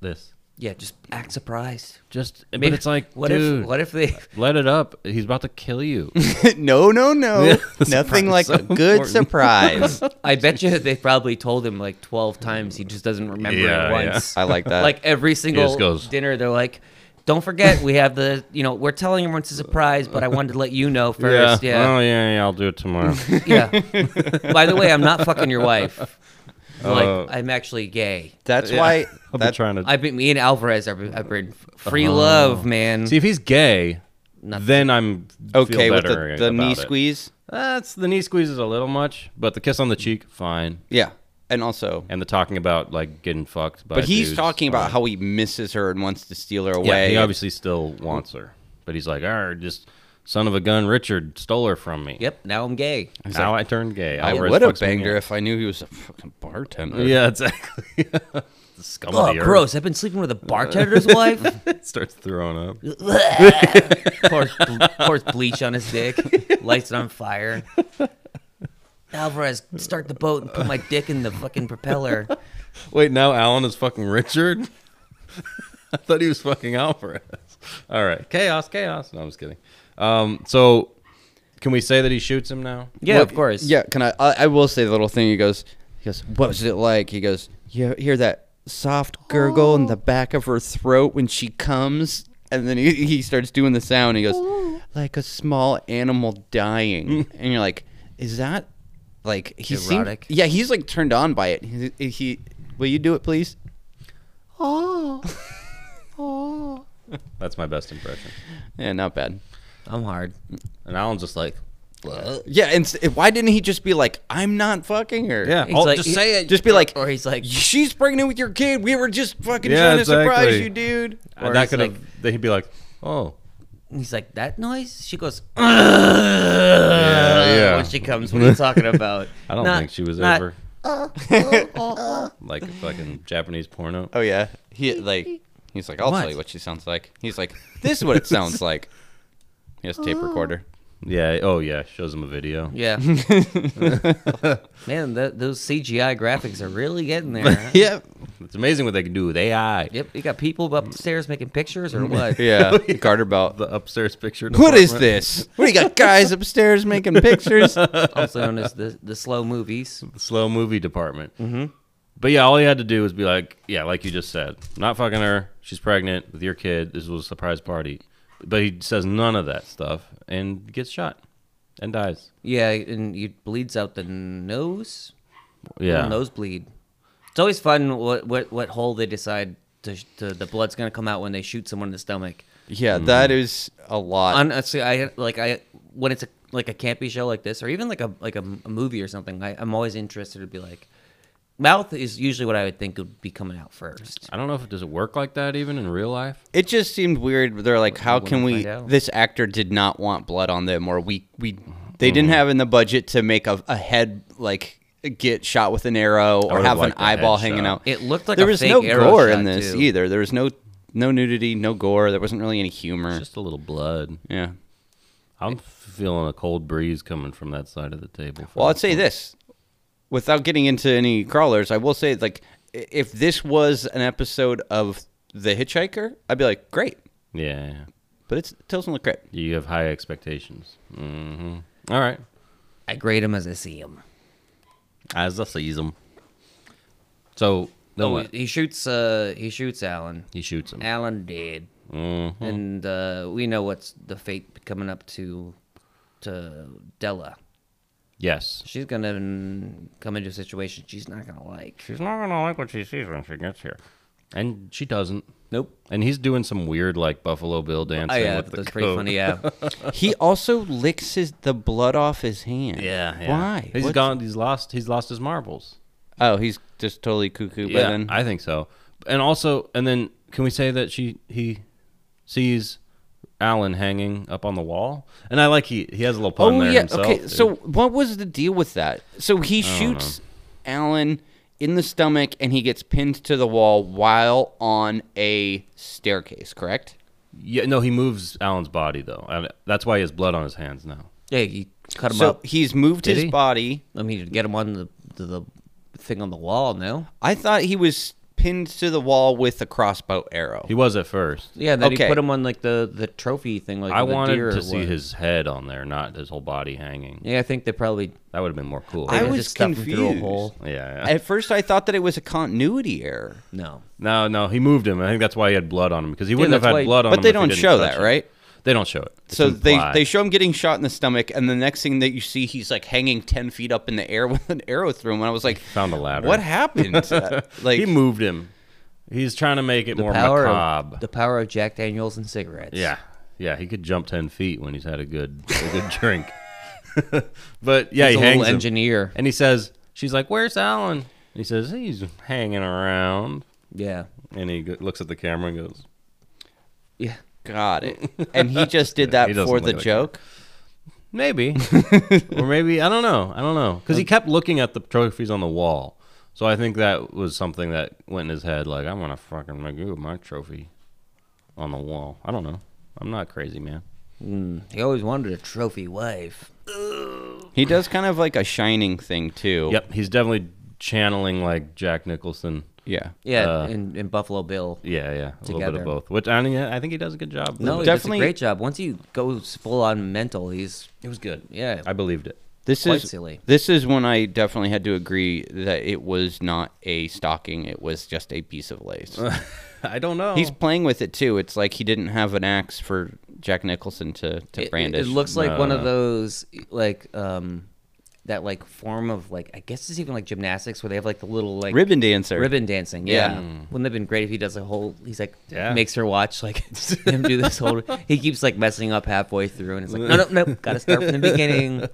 Speaker 3: this.
Speaker 1: Yeah, just act surprised.
Speaker 3: Just, but
Speaker 1: Maybe-
Speaker 3: it's like,
Speaker 1: (laughs) what
Speaker 3: dude,
Speaker 1: if what if they? (laughs)
Speaker 3: let it up. He's about to kill you.
Speaker 2: (laughs) no, no, no.
Speaker 3: Yeah, (laughs) the surprise
Speaker 2: Nothing
Speaker 3: is
Speaker 2: like
Speaker 3: so
Speaker 2: a good
Speaker 3: important. (laughs)
Speaker 2: surprise.
Speaker 1: I bet you they probably told him like twelve times. He just doesn't remember
Speaker 3: Yeah,
Speaker 1: it
Speaker 3: yeah.
Speaker 1: once.
Speaker 2: I like that.
Speaker 1: like every single
Speaker 3: just goes-
Speaker 1: dinner, they're like. Don't forget, we have the you know we're telling everyone it's a surprise, but I wanted to let you
Speaker 3: (laughs)
Speaker 1: know first. Yeah,
Speaker 3: Oh yeah, yeah. I'll do it tomorrow.
Speaker 1: Yeah. (laughs) By the way, I'm not fucking your wife.
Speaker 3: Uh,
Speaker 1: like I'm actually gay.
Speaker 2: that's
Speaker 3: Yeah.
Speaker 2: why.
Speaker 3: I'll be
Speaker 2: that-
Speaker 3: trying to
Speaker 1: I've been me and Alvarez are I've been free love, man.
Speaker 3: see if he's gay. Then I'm
Speaker 2: okay
Speaker 3: feel
Speaker 2: with
Speaker 3: better
Speaker 2: the, the
Speaker 3: about
Speaker 2: knee
Speaker 3: it.
Speaker 2: squeeze.
Speaker 3: That's the knee squeeze is a little much, but the kiss on the cheek, fine.
Speaker 2: Yeah, and also.
Speaker 3: And the talking about like getting fucked. By
Speaker 2: But he's
Speaker 3: dudes,
Speaker 2: talking about
Speaker 3: fine.
Speaker 2: how he misses her and wants to steal her
Speaker 3: Yeah,
Speaker 2: away.
Speaker 3: he obviously still wants her, but he's like, "Ah, just son of a gun, Richard stole her from me.
Speaker 1: Yep, now I'm gay.
Speaker 3: Now I turned gay.
Speaker 2: I
Speaker 3: Alvarez
Speaker 2: would have
Speaker 3: fucks me
Speaker 2: banged her (laughs)
Speaker 3: up.
Speaker 2: if I knew he was a fucking bartender.
Speaker 3: Yeah, exactly. (laughs) the scum
Speaker 1: Oh,
Speaker 3: of the
Speaker 1: gross. I've been sleeping with a bartender's wife.
Speaker 3: earth (laughs) starts throwing up.
Speaker 1: pours, ble- pours bleach on his dick, lights it on fire. Alvarez, start the boat and put my dick in the fucking propeller.
Speaker 3: Wait, now Alan is fucking Richard. (laughs) I thought he was fucking Alvarez. (laughs) All right, chaos, chaos. No, I'm just kidding. Um, so can we say that he shoots him now?
Speaker 1: Yeah,
Speaker 2: What-
Speaker 1: of course.
Speaker 2: Yeah, can I, I? I will say the little thing. He goes, he goes. What was it like? He goes. You hear that soft gurgle in the
Speaker 3: Oh.
Speaker 2: back of her throat when she comes, and then he, he starts doing the sound. He
Speaker 3: Oh.
Speaker 2: goes, like a small animal
Speaker 3: (laughs)
Speaker 2: dying, and you're like, is that like he seemed-
Speaker 1: Erotic.
Speaker 2: yeah, he's like turned on by it. He, he will you do it, please?
Speaker 3: That's my best impression.
Speaker 2: Yeah, not bad.
Speaker 1: I'm hard.
Speaker 3: And Alan's just like,
Speaker 2: Yeah, and s- why didn't he just be like, I'm not fucking her?
Speaker 3: yeah,
Speaker 1: He's
Speaker 3: oh,
Speaker 1: like-
Speaker 3: just say it.
Speaker 2: Just be like,
Speaker 1: Or he's like,
Speaker 2: she's pregnant with your kid. We were just fucking
Speaker 3: Yeah,
Speaker 2: trying to surprise
Speaker 3: exactly.
Speaker 2: you, dude.
Speaker 1: or
Speaker 3: that
Speaker 1: he's
Speaker 3: could have. he'd be like, oh,
Speaker 1: he's like that noise. She goes,
Speaker 3: yeah, yeah.
Speaker 1: when she comes. Uh, What are you
Speaker 3: (laughs)
Speaker 1: talking about?
Speaker 3: I don't
Speaker 1: Not-
Speaker 3: think she was
Speaker 1: not- (laughs) uh,
Speaker 3: ever like a fucking Japanese porno.
Speaker 2: Oh yeah, he like he's like, I'll
Speaker 1: What?
Speaker 2: tell you what she sounds like. He's like, this is what it
Speaker 3: (laughs)
Speaker 2: sounds like. He has a tape recorder.
Speaker 3: Yeah. Oh yeah. Shows him a video. (laughs)
Speaker 1: Yeah. Man, th those CGI graphics are really getting there. huh?
Speaker 3: (laughs)
Speaker 2: Yeah,
Speaker 3: It's amazing what they can do with AI.
Speaker 1: Yep. You got people upstairs making pictures or
Speaker 3: (laughs)
Speaker 1: what?
Speaker 2: yeah. Garter belt.
Speaker 3: The upstairs picture.
Speaker 2: What is
Speaker 3: department.
Speaker 2: this? What do you got, guys upstairs making pictures?
Speaker 1: Also known as the the slow movies.
Speaker 3: Slow movie department. Mm-hmm. But yeah, all he had to do was be like, yeah, like you just said, not fucking her. She's pregnant with your kid. This was a surprise party. But he says none of that stuff and gets shot and dies.
Speaker 1: Yeah, and you bleeds out the nose.
Speaker 3: Yeah.
Speaker 1: Little nosebleed. It's always fun what what what hole they decide to, sh- to the blood's gonna come out when they shoot someone in the stomach.
Speaker 2: (laughs) Yeah, that is a lot.
Speaker 1: honestly i like i when it's a, like a campy show like this or even like a like a, a movie or something I, i'm always interested to be like mouth is usually what i would think would be coming out first
Speaker 3: I don't know if it does it work like that even in real life.
Speaker 2: it just seemed weird. They're like, how
Speaker 1: wanna
Speaker 2: can we?
Speaker 1: find out.
Speaker 2: This actor did not want blood on them, or we we they
Speaker 1: Mm-hmm.
Speaker 2: didn't have in the budget to make a, a head like get shot with an arrow or
Speaker 3: would've
Speaker 2: have an
Speaker 3: liked a
Speaker 2: eyeball
Speaker 3: headshot.
Speaker 2: hanging out.
Speaker 1: It looked like
Speaker 2: there
Speaker 1: a
Speaker 2: was
Speaker 1: fake
Speaker 2: no
Speaker 1: arrow
Speaker 2: gore
Speaker 1: shot,
Speaker 2: in this
Speaker 1: too.
Speaker 2: either. There was no no nudity, no gore. There wasn't really any humor.
Speaker 3: Just a little blood.
Speaker 2: yeah.
Speaker 3: I'm feeling a cold breeze coming from that side of the table.
Speaker 2: Well, I'd say this, without getting into any crawlers, I will say like i- if this was an episode of The Hitchhiker, I'd be like, great.
Speaker 3: Yeah. yeah.
Speaker 2: But it's Tales from the Crypt.
Speaker 3: You have high expectations. hmm All right.
Speaker 1: i grade them as i see them
Speaker 3: As I sees him. So, then
Speaker 1: oh,
Speaker 3: what?
Speaker 1: he shoots uh he shoots alan
Speaker 3: He shoots him.
Speaker 1: alan dead
Speaker 3: Mhm.
Speaker 1: and uh we know what's the fate coming up to to della
Speaker 3: Yes.
Speaker 1: She's gonna mm, come into a situation she's not gonna like.
Speaker 3: She's not gonna like what she sees when she gets here, and she doesn't.
Speaker 1: Nope.
Speaker 3: And he's doing some weird like Buffalo Bill dancing.
Speaker 1: Oh yeah,
Speaker 3: with
Speaker 1: that
Speaker 3: the
Speaker 1: was pretty
Speaker 3: coke. (laughs)
Speaker 1: funny. Yeah.
Speaker 2: He also licks his the blood off his hand.
Speaker 3: Yeah, yeah.
Speaker 2: Why?
Speaker 3: He's
Speaker 2: What's-
Speaker 3: gone. He's lost. He's lost his marbles.
Speaker 2: Oh, he's just totally cuckoo. But
Speaker 3: yeah,
Speaker 2: then
Speaker 3: I think so. And also, and then can we say that she he sees Alan hanging up on the wall? And I like he he has a little pun
Speaker 2: oh
Speaker 3: there
Speaker 2: yeah.
Speaker 3: himself.
Speaker 2: okay.
Speaker 3: dude.
Speaker 2: So what was the deal with that? So he shoots Alan in the stomach, and he gets pinned to the wall while on a staircase. Correct.
Speaker 3: yeah, no, he moves Alan's body though. And that's why he has blood on his hands now.
Speaker 1: yeah, you cut him
Speaker 2: So
Speaker 1: up.
Speaker 2: he's moved
Speaker 1: Did
Speaker 2: his
Speaker 1: he?
Speaker 2: body.
Speaker 1: I mean, you get him on the, the the thing on the wall. No.
Speaker 2: I thought he was pinned to the wall with a crossbow arrow.
Speaker 3: He was at first.
Speaker 1: Yeah. Then
Speaker 2: Okay.
Speaker 1: he put him on like the the trophy thing. Like
Speaker 3: I
Speaker 1: the
Speaker 3: wanted
Speaker 1: deer or
Speaker 3: to see
Speaker 1: what.
Speaker 3: his head on there, not his whole body hanging.
Speaker 1: Yeah, I think they probably.
Speaker 3: That would have been more cool.
Speaker 2: I
Speaker 1: they
Speaker 2: was
Speaker 1: just stuffed him through a hole.
Speaker 3: yeah, yeah.
Speaker 2: At first, I thought that it was a continuity error,
Speaker 1: No.
Speaker 3: No, no, he moved him. I think that's why he had blood on him because he wouldn't
Speaker 1: that's
Speaker 3: have
Speaker 1: why
Speaker 3: had
Speaker 1: he-
Speaker 3: blood on him.
Speaker 2: but they
Speaker 3: if he
Speaker 2: don't
Speaker 3: didn't
Speaker 2: show
Speaker 3: touch
Speaker 2: that,
Speaker 3: it.
Speaker 2: right?
Speaker 3: They don't show it. It's
Speaker 2: So they,
Speaker 3: implied.
Speaker 2: they show him getting shot in the stomach, and the next thing that you see, he's like hanging ten feet up in the air (laughs) with an arrow through him. And I was like,
Speaker 3: found a ladder.
Speaker 2: What
Speaker 3: (laughs)
Speaker 2: happened? Uh, like,
Speaker 3: he moved him. He's trying to make it more
Speaker 1: Power
Speaker 3: macabre.
Speaker 1: of, the power of Jack Daniels and cigarettes.
Speaker 3: yeah, yeah, he could jump ten feet when he's had a good a good (laughs) drink. but yeah,
Speaker 1: He's
Speaker 3: he
Speaker 1: a
Speaker 3: hangs
Speaker 1: little
Speaker 3: him.
Speaker 1: engineer.
Speaker 3: and he says, "She's like, where's Alan?" And he says, "He's hanging around."
Speaker 1: Yeah.
Speaker 3: And he go- looks at the camera and goes,
Speaker 1: Yeah.
Speaker 2: got it. And he just
Speaker 3: (laughs)
Speaker 2: did that
Speaker 3: He doesn't
Speaker 2: for
Speaker 3: look
Speaker 2: the
Speaker 3: like-
Speaker 2: joke.
Speaker 1: (laughs)
Speaker 3: Maybe, or maybe I don't know. I don't know because he kept looking at the trophies on the wall. So I think that was something that went in his head. Like I'm gonna fucking make you my trophy on the wall. I don't know. I'm not crazy, man.
Speaker 1: He always wanted a trophy wife.
Speaker 2: He does kind of like a shining thing too.
Speaker 3: Yep, he's definitely channeling like Jack Nicholson.
Speaker 2: Yeah.
Speaker 1: Yeah,
Speaker 3: Uh,
Speaker 1: and, and Buffalo Bill.
Speaker 3: Yeah, yeah, a little bit
Speaker 1: Together.
Speaker 3: of both. Which I mean, I think he does a good job.
Speaker 1: No, he
Speaker 3: with it.
Speaker 1: does a
Speaker 2: definitely-
Speaker 1: great job. Once he goes full on mental, he's
Speaker 3: it was good.
Speaker 1: yeah.
Speaker 3: I believed it.
Speaker 2: This
Speaker 1: Quite
Speaker 2: is
Speaker 1: silly.
Speaker 2: this is when I definitely had to agree that it was not a stocking; it was just a piece of
Speaker 3: (laughs)
Speaker 2: lace.
Speaker 3: (laughs) Oh. I don't know.
Speaker 2: He's playing with it too. It's like he didn't have an axe for Jack Nicholson to to
Speaker 1: It- it-
Speaker 2: brandish.
Speaker 1: It, looks like one
Speaker 3: No.
Speaker 1: of those like um that like form of like I guess it's even like gymnastics where they have like the little like
Speaker 2: ribbon dancer.
Speaker 1: ribbon dancing.
Speaker 2: Yeah.
Speaker 1: Yeah. Wouldn't it have been great if he does a whole he's like
Speaker 3: Yeah.
Speaker 1: makes her watch (laughs) like him do this whole he keeps like messing up halfway through and it's like, No no no, gotta start from the (laughs) beginning.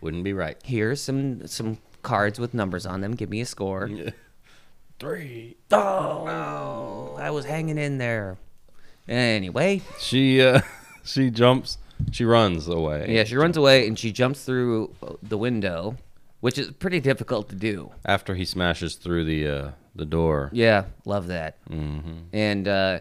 Speaker 3: wouldn't be right.
Speaker 1: Here's some some cards with numbers on them. Give me a score.
Speaker 3: Three.
Speaker 1: Oh, I was hanging in there. Anyway,
Speaker 3: She uh, (laughs) she jumps. She runs away.
Speaker 1: yeah, she runs away and she jumps through uh, the window, which is pretty difficult to do.
Speaker 3: after he smashes through the uh, the door.
Speaker 1: Yeah, love that. And uh,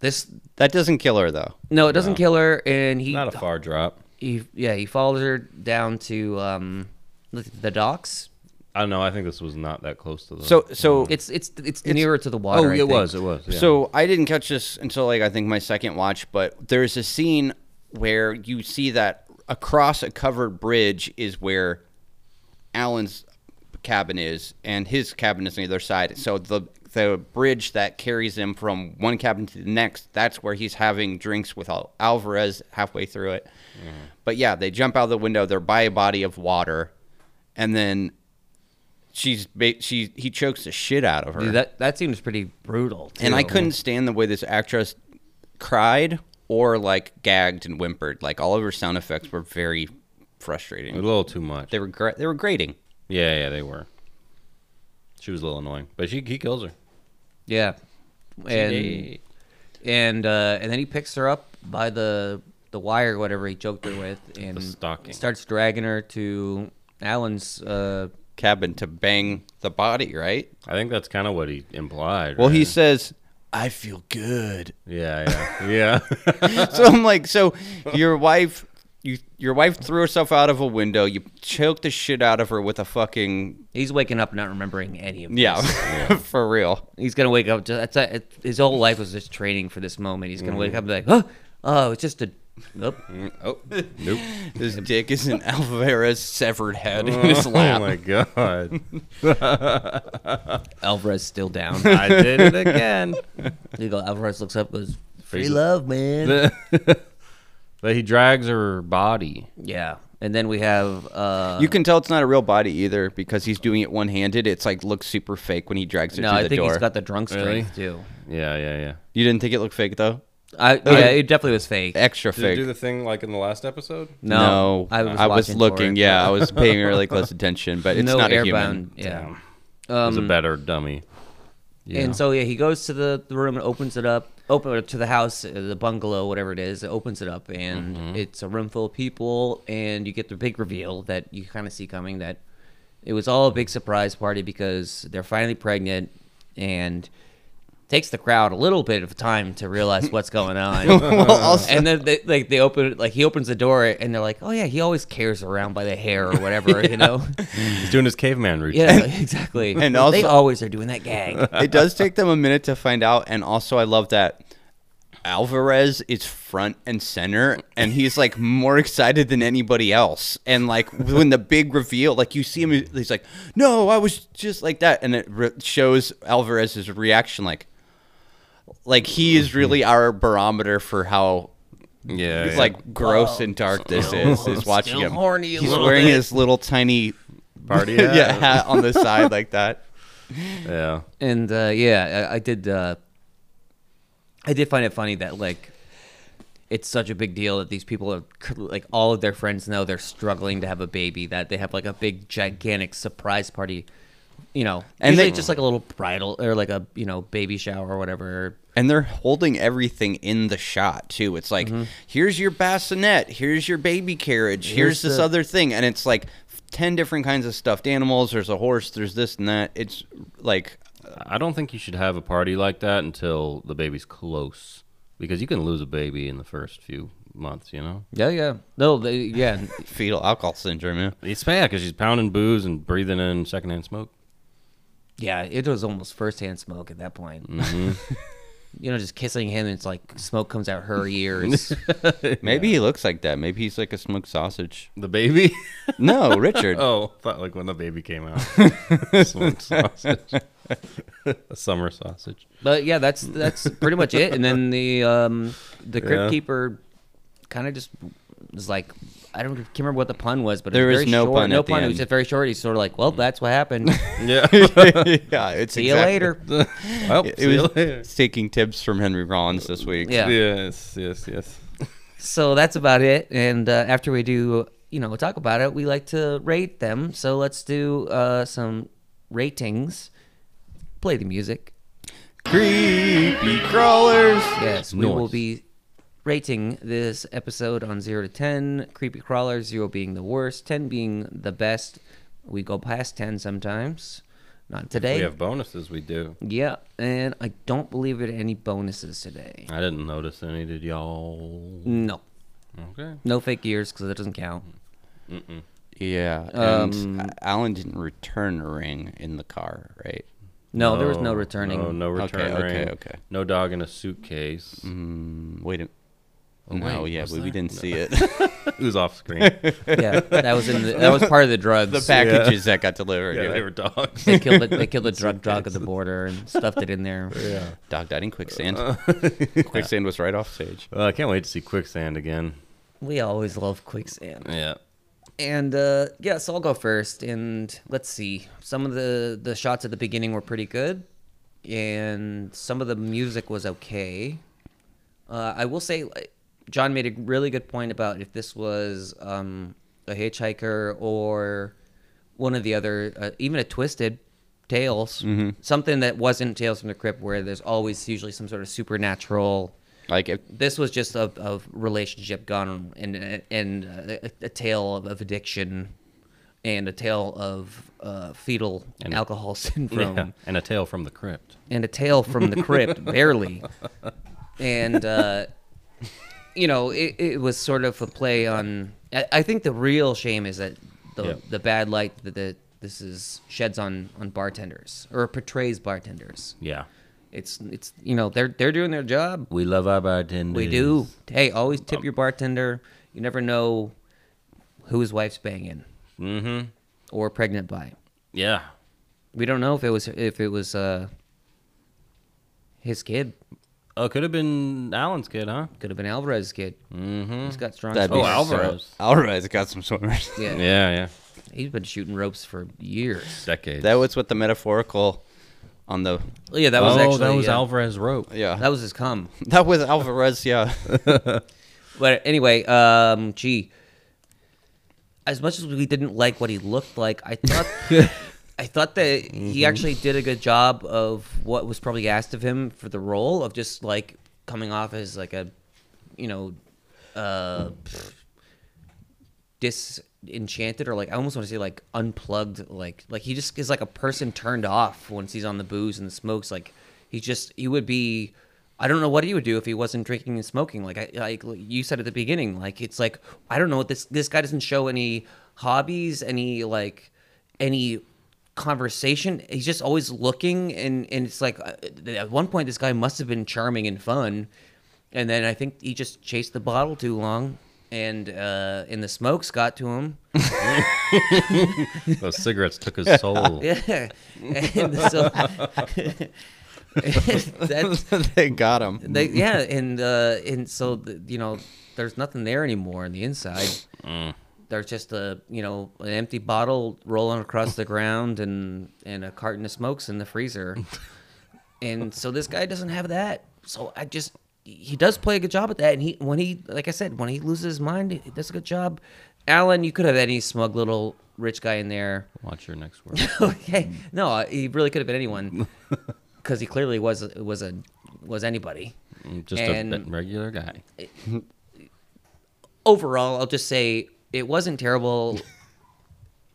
Speaker 1: this
Speaker 2: That doesn't kill her though.
Speaker 1: no, it doesn't kill her, and he
Speaker 3: Not a far drop.
Speaker 1: he yeah he follows her down to um the- the docks.
Speaker 3: I don't know. I think this was not that close to the.
Speaker 2: So so
Speaker 1: It's it's it's, nearer to the water.
Speaker 3: oh,
Speaker 1: I
Speaker 3: it
Speaker 1: think.
Speaker 3: was. It was. yeah.
Speaker 2: So I didn't catch this until like I think my second watch, but there's a scene where you see that across a covered bridge is where Alan's cabin is, and his cabin is on the other side. So the the bridge that carries him from one cabin to the next, that's where he's having drinks with Al- Alvarez halfway through it.
Speaker 3: Mm-hmm.
Speaker 2: But yeah, they jump out of the window. They're by a body of water, and then she's ba- she he chokes the shit out of her
Speaker 1: Dude, that that seems pretty brutal.
Speaker 2: and I
Speaker 1: too.
Speaker 2: couldn't stand the way this actress cried or like gagged and whimpered. Like all of her sound effects were very
Speaker 3: a
Speaker 2: frustrating.
Speaker 3: little too much.
Speaker 2: They were gra- they were grating.
Speaker 3: yeah, yeah, they were. She was a little annoying, but she he kills her.
Speaker 1: Yeah. And
Speaker 2: did.
Speaker 1: and uh, and then he picks her up by the the wire, whatever he choked her
Speaker 3: (clears throat)
Speaker 1: with, and
Speaker 3: stocking.
Speaker 1: starts dragging her to Alan's. Uh,
Speaker 2: Cabin to bang the body, right? Uh,
Speaker 3: I think that's kind of what he implied.
Speaker 2: Well,
Speaker 3: right?
Speaker 2: he says, "I feel good." (laughs)
Speaker 3: Yeah, yeah, (laughs) yeah.
Speaker 2: so I'm like, so your wife, you your wife threw herself out of a window. You choked the shit out of her with a fucking
Speaker 1: he's waking up not remembering any of this.
Speaker 2: yeah, (laughs) for real.
Speaker 1: He's gonna wake up. Just, that's a, it, his whole life was just training for this moment. He's gonna wake up
Speaker 2: Mm-hmm.
Speaker 1: and be like, oh, oh, it's just a. Nope.
Speaker 2: Oh,
Speaker 3: nope.
Speaker 2: this dick is an Alvarez severed head (laughs) in his lap.
Speaker 3: (laughs) Oh my god!
Speaker 1: Alvarez still
Speaker 2: (laughs)
Speaker 1: down.
Speaker 3: I did it again.
Speaker 1: You go, Alvarez looks up, goes, "Free
Speaker 2: (laughs)
Speaker 3: Freezes.
Speaker 1: love, man."
Speaker 3: but he drags her body.
Speaker 1: Yeah, And then we have uh,
Speaker 2: You can tell it's not a real body either because he's doing it one handed. It's like looks super fake when he drags it
Speaker 1: no,
Speaker 2: through
Speaker 1: I
Speaker 2: the
Speaker 1: think
Speaker 2: door.
Speaker 1: he's got the drunk strength too.
Speaker 3: Yeah, yeah, yeah.
Speaker 2: you didn't think it looked fake though?
Speaker 1: I yeah, it definitely was fake.
Speaker 2: Extra
Speaker 3: Did
Speaker 2: fake.
Speaker 3: it do the thing like in the last episode?
Speaker 1: No, I was, watching for
Speaker 2: looking.
Speaker 1: it.
Speaker 2: Yeah,
Speaker 1: (laughs)
Speaker 2: I was paying really close attention, but it's
Speaker 1: no
Speaker 2: not a
Speaker 1: airbound.
Speaker 2: human.
Speaker 1: Yeah.
Speaker 3: it was a better dummy.
Speaker 1: And so yeah, he goes to the, the room and opens it up, open or to the house, uh, the bungalow, whatever it is. It opens it up, and
Speaker 2: Mm-hmm.
Speaker 1: it's a room full of people, and you get the big reveal that you kind of see coming that it was all a big surprise party because they're finally pregnant, and takes the crowd a little bit of time to
Speaker 2: (laughs)
Speaker 1: realize what's going on. (laughs) and then they, like they open it, like he opens the door, and they're like, oh yeah, he always cares around by the hair or
Speaker 2: (laughs)
Speaker 1: whatever, you know.
Speaker 3: He's doing his caveman routine.
Speaker 1: Yeah, exactly.
Speaker 2: and
Speaker 1: they
Speaker 2: also-
Speaker 1: always are doing that gag.
Speaker 2: it does take them a minute to find out, and also I love that Alvarez is front and center, and he's like more excited than anybody else. And like when the big reveal, like you see him, he's like, "No, I was just like that," and it re- shows Alvarez's reaction, like, like he is really our barometer for how
Speaker 3: Mm-hmm. yeah. yeah.
Speaker 2: like gross and
Speaker 1: (laughs)
Speaker 2: dark this is. Is watching
Speaker 1: still
Speaker 2: him.
Speaker 1: horny a
Speaker 2: he's
Speaker 1: little
Speaker 2: wearing
Speaker 1: bit.
Speaker 2: his little tiny (laughs)
Speaker 3: party.
Speaker 2: yeah. hat on the side like that.
Speaker 3: yeah.
Speaker 1: And uh, yeah, I, I did. Uh, I did find it funny that like it's such a big deal that these people are like all of their friends know they're struggling to have a baby. That they have like a big gigantic surprise party. You know,
Speaker 2: And
Speaker 1: and they
Speaker 2: they-
Speaker 1: just like a little bridal or like a you know baby shower or whatever.
Speaker 2: And they're holding everything in the shot too. It's like, here's your bassinet, here's your baby carriage, here's,
Speaker 1: Here's
Speaker 2: this
Speaker 1: the-
Speaker 2: other thing, and it's like ten different kinds of stuffed animals. There's a horse. There's this and that. It's like
Speaker 3: I don't think you should have a party like that until the baby's close, because you can lose a baby in the first few months. You know.
Speaker 1: Yeah, yeah. No, they, yeah.
Speaker 2: fetal alcohol syndrome. Yeah.
Speaker 3: It's bad because she's pounding booze and breathing in secondhand smoke.
Speaker 1: Yeah, it was almost firsthand smoke at that point. (laughs) you know, just kissing him, and it's like smoke comes out her ears.
Speaker 2: Maybe he looks like that. Maybe he's like a smoked
Speaker 3: (laughs)
Speaker 2: sausage.
Speaker 3: The baby.
Speaker 2: No, Richard.
Speaker 3: oh, thought like when the baby came (laughs) out. Smoked sausage. (laughs) a summer sausage.
Speaker 1: but yeah, that's that's pretty much it. And then the um, the crypt
Speaker 3: Yeah.
Speaker 1: keeper kind of just was like, I don't can't remember what the pun was, but
Speaker 2: There
Speaker 1: it was, very
Speaker 2: was no
Speaker 1: short.
Speaker 2: pun
Speaker 1: No
Speaker 2: at the
Speaker 1: pun. It
Speaker 2: end.
Speaker 1: was just very short. He's sort of like, well, that's what
Speaker 2: (laughs)
Speaker 1: happened.
Speaker 3: (laughs) Yeah.
Speaker 2: (laughs) yeah, it's
Speaker 1: See you
Speaker 2: exactly-
Speaker 1: later.
Speaker 2: (laughs)
Speaker 3: well,
Speaker 2: It
Speaker 3: see you
Speaker 2: was
Speaker 3: later.
Speaker 2: (laughs) taking tips from Henry Rollins this week.
Speaker 1: Yeah.
Speaker 3: Yes. Yes. Yes.
Speaker 1: So that's about it. And uh, after we do, you know, talk about it, we like to rate them. So let's do uh, some ratings. Play the music.
Speaker 2: Creepy crawlers.
Speaker 1: Yes, we will
Speaker 3: Noise.
Speaker 1: be rating this episode on 0 to 10. Creepy Crawler, 0 being the worst, 10 being the best. We go past 10 sometimes. Not today.
Speaker 3: We have bonuses. We do.
Speaker 1: yeah, and I don't believe it any bonuses today.
Speaker 3: I didn't notice any. Did y'all?
Speaker 1: No.
Speaker 3: Okay.
Speaker 1: No fake years because it doesn't count.
Speaker 2: Yeah, and Alan didn't return a ring in the car, right?
Speaker 1: No, there was no returning.
Speaker 3: No, no
Speaker 2: Okay,
Speaker 3: return
Speaker 2: okay,
Speaker 3: ring,
Speaker 2: okay.
Speaker 3: No dog in a suitcase.
Speaker 2: Mm, Wait a. no,
Speaker 3: wait,
Speaker 2: yeah,
Speaker 3: what's
Speaker 2: we, we
Speaker 3: that?
Speaker 2: didn't see it.
Speaker 3: (laughs) It was off screen. (laughs) yeah,
Speaker 1: Yeah, that was in the, that was part of the drugs.
Speaker 2: the packages that got delivered.
Speaker 3: they
Speaker 2: Yeah.
Speaker 3: were (laughs) dogs.
Speaker 1: They killed it. They killed the drug dog at the border and stuffed it in
Speaker 3: (laughs)
Speaker 1: there.
Speaker 2: Dog died in quicksand. (laughs) quicksand was right off stage.
Speaker 3: Well, I can't wait to see quicksand again.
Speaker 1: We always love quicksand.
Speaker 3: Yeah.
Speaker 1: And uh, yeah, so I'll go first. And let's see. Some of the the shots at the beginning were pretty good, and some of the music was okay. Uh, I will say, like, John made a really good point about if this was um, a hitchhiker or one of the other, uh, even a twisted tales, something that wasn't Tales from the Crypt, where there's always usually some sort of supernatural
Speaker 2: Like if,
Speaker 1: this was just a, a relationship gone and and a, a tale of, of addiction and a tale of uh, fetal alcohol (laughs) syndrome
Speaker 3: Yeah. And a tale from the crypt.
Speaker 1: and a tale from the
Speaker 3: (laughs)
Speaker 1: crypt barely and uh, you know it, it was sort of a play on I, I think the real shame is that the
Speaker 3: Yeah.
Speaker 1: the bad light that the, this is sheds on on bartenders or portrays bartenders
Speaker 3: Yeah.
Speaker 1: it's it's you know they're they're doing their job
Speaker 3: We love our bartenders.
Speaker 1: we do. Hey, always tip your bartender. You never know who his wife's banging
Speaker 3: Mm-hmm.
Speaker 1: or pregnant by.
Speaker 3: Yeah.
Speaker 1: We don't know if it was if it was uh his kid.
Speaker 3: Oh, could have been Alan's kid, huh?
Speaker 1: Could have been Alvarez's kid. Mm-hmm. He's got strong.
Speaker 2: That'd be
Speaker 1: swimmers.
Speaker 3: Oh, Alvarez.
Speaker 2: So, Alvarez got some swimmers.
Speaker 1: Yeah.
Speaker 3: Yeah, yeah.
Speaker 1: he's been shooting ropes for years.
Speaker 3: Decades.
Speaker 2: (laughs) That was what the metaphorical on the
Speaker 1: Oh, yeah, that
Speaker 3: oh,
Speaker 1: was actually
Speaker 3: that
Speaker 1: (laughs)
Speaker 3: was
Speaker 1: yeah.
Speaker 3: Alvarez rope.
Speaker 2: yeah
Speaker 1: That was his cum.
Speaker 2: that was Alvarez yeah (laughs)
Speaker 1: But anyway, um, gee, as much as we didn't like what he looked like, I thought I thought that he actually did a good job of what was probably asked of him for the role of just like coming off as like a, you know, uh, disenchanted or like I almost want to say like unplugged, like like he just is like a person turned off once he's on the booze and the smokes. Like he just he would be. I don't know what he would do if he wasn't drinking and smoking. Like I like you said at the beginning, like it's like I don't know what this this guy doesn't show any hobbies, any like any conversation. He's just always looking and and it's like uh, at one point this guy must have been charming and fun, and then I think he just chased the bottle too long, and uh, and the smokes got to him. (laughs)
Speaker 3: Those cigarettes took his soul.
Speaker 1: Yeah, and so (laughs) that's
Speaker 2: they got him
Speaker 1: they, yeah, and uh, and so th- you know, there's nothing there anymore on the inside. There's just a you know an empty bottle rolling across the ground and and a carton of smokes in the freezer, and so this guy doesn't have that. So I just he does play a good job at that, and he when he like I said when he loses his mind, he does a good job. Alan, you could have any smug little rich guy in there (laughs)
Speaker 3: Watch your next word.
Speaker 1: okay. No, uh, he really could have been anyone, because he clearly was was a was anybody.
Speaker 3: Just
Speaker 1: And-
Speaker 3: a bit regular guy.
Speaker 1: Overall, I'll just say it wasn't
Speaker 3: (laughs)
Speaker 1: terrible,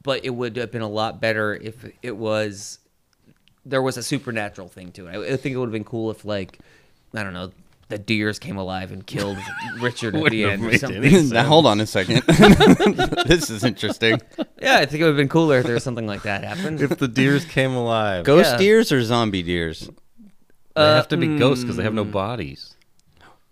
Speaker 1: but it would have been a lot better if it was there was a supernatural thing to it. I, I think it would have been cool if like I don't know the deers came alive and
Speaker 3: (laughs)
Speaker 1: killed Richard at the
Speaker 3: Wouldn't have
Speaker 1: end or
Speaker 3: made
Speaker 1: something.
Speaker 3: any
Speaker 2: (laughs)
Speaker 3: sense.
Speaker 2: now hold on a second (laughs) this is interesting
Speaker 1: Yeah, I think it would have been cooler if there was something like that happened.
Speaker 3: If the deers came alive,
Speaker 2: ghost
Speaker 1: Yeah.
Speaker 2: deers or zombie deers
Speaker 3: they
Speaker 1: uh,
Speaker 3: have to be ghosts because they have no
Speaker 1: mm.
Speaker 3: bodies.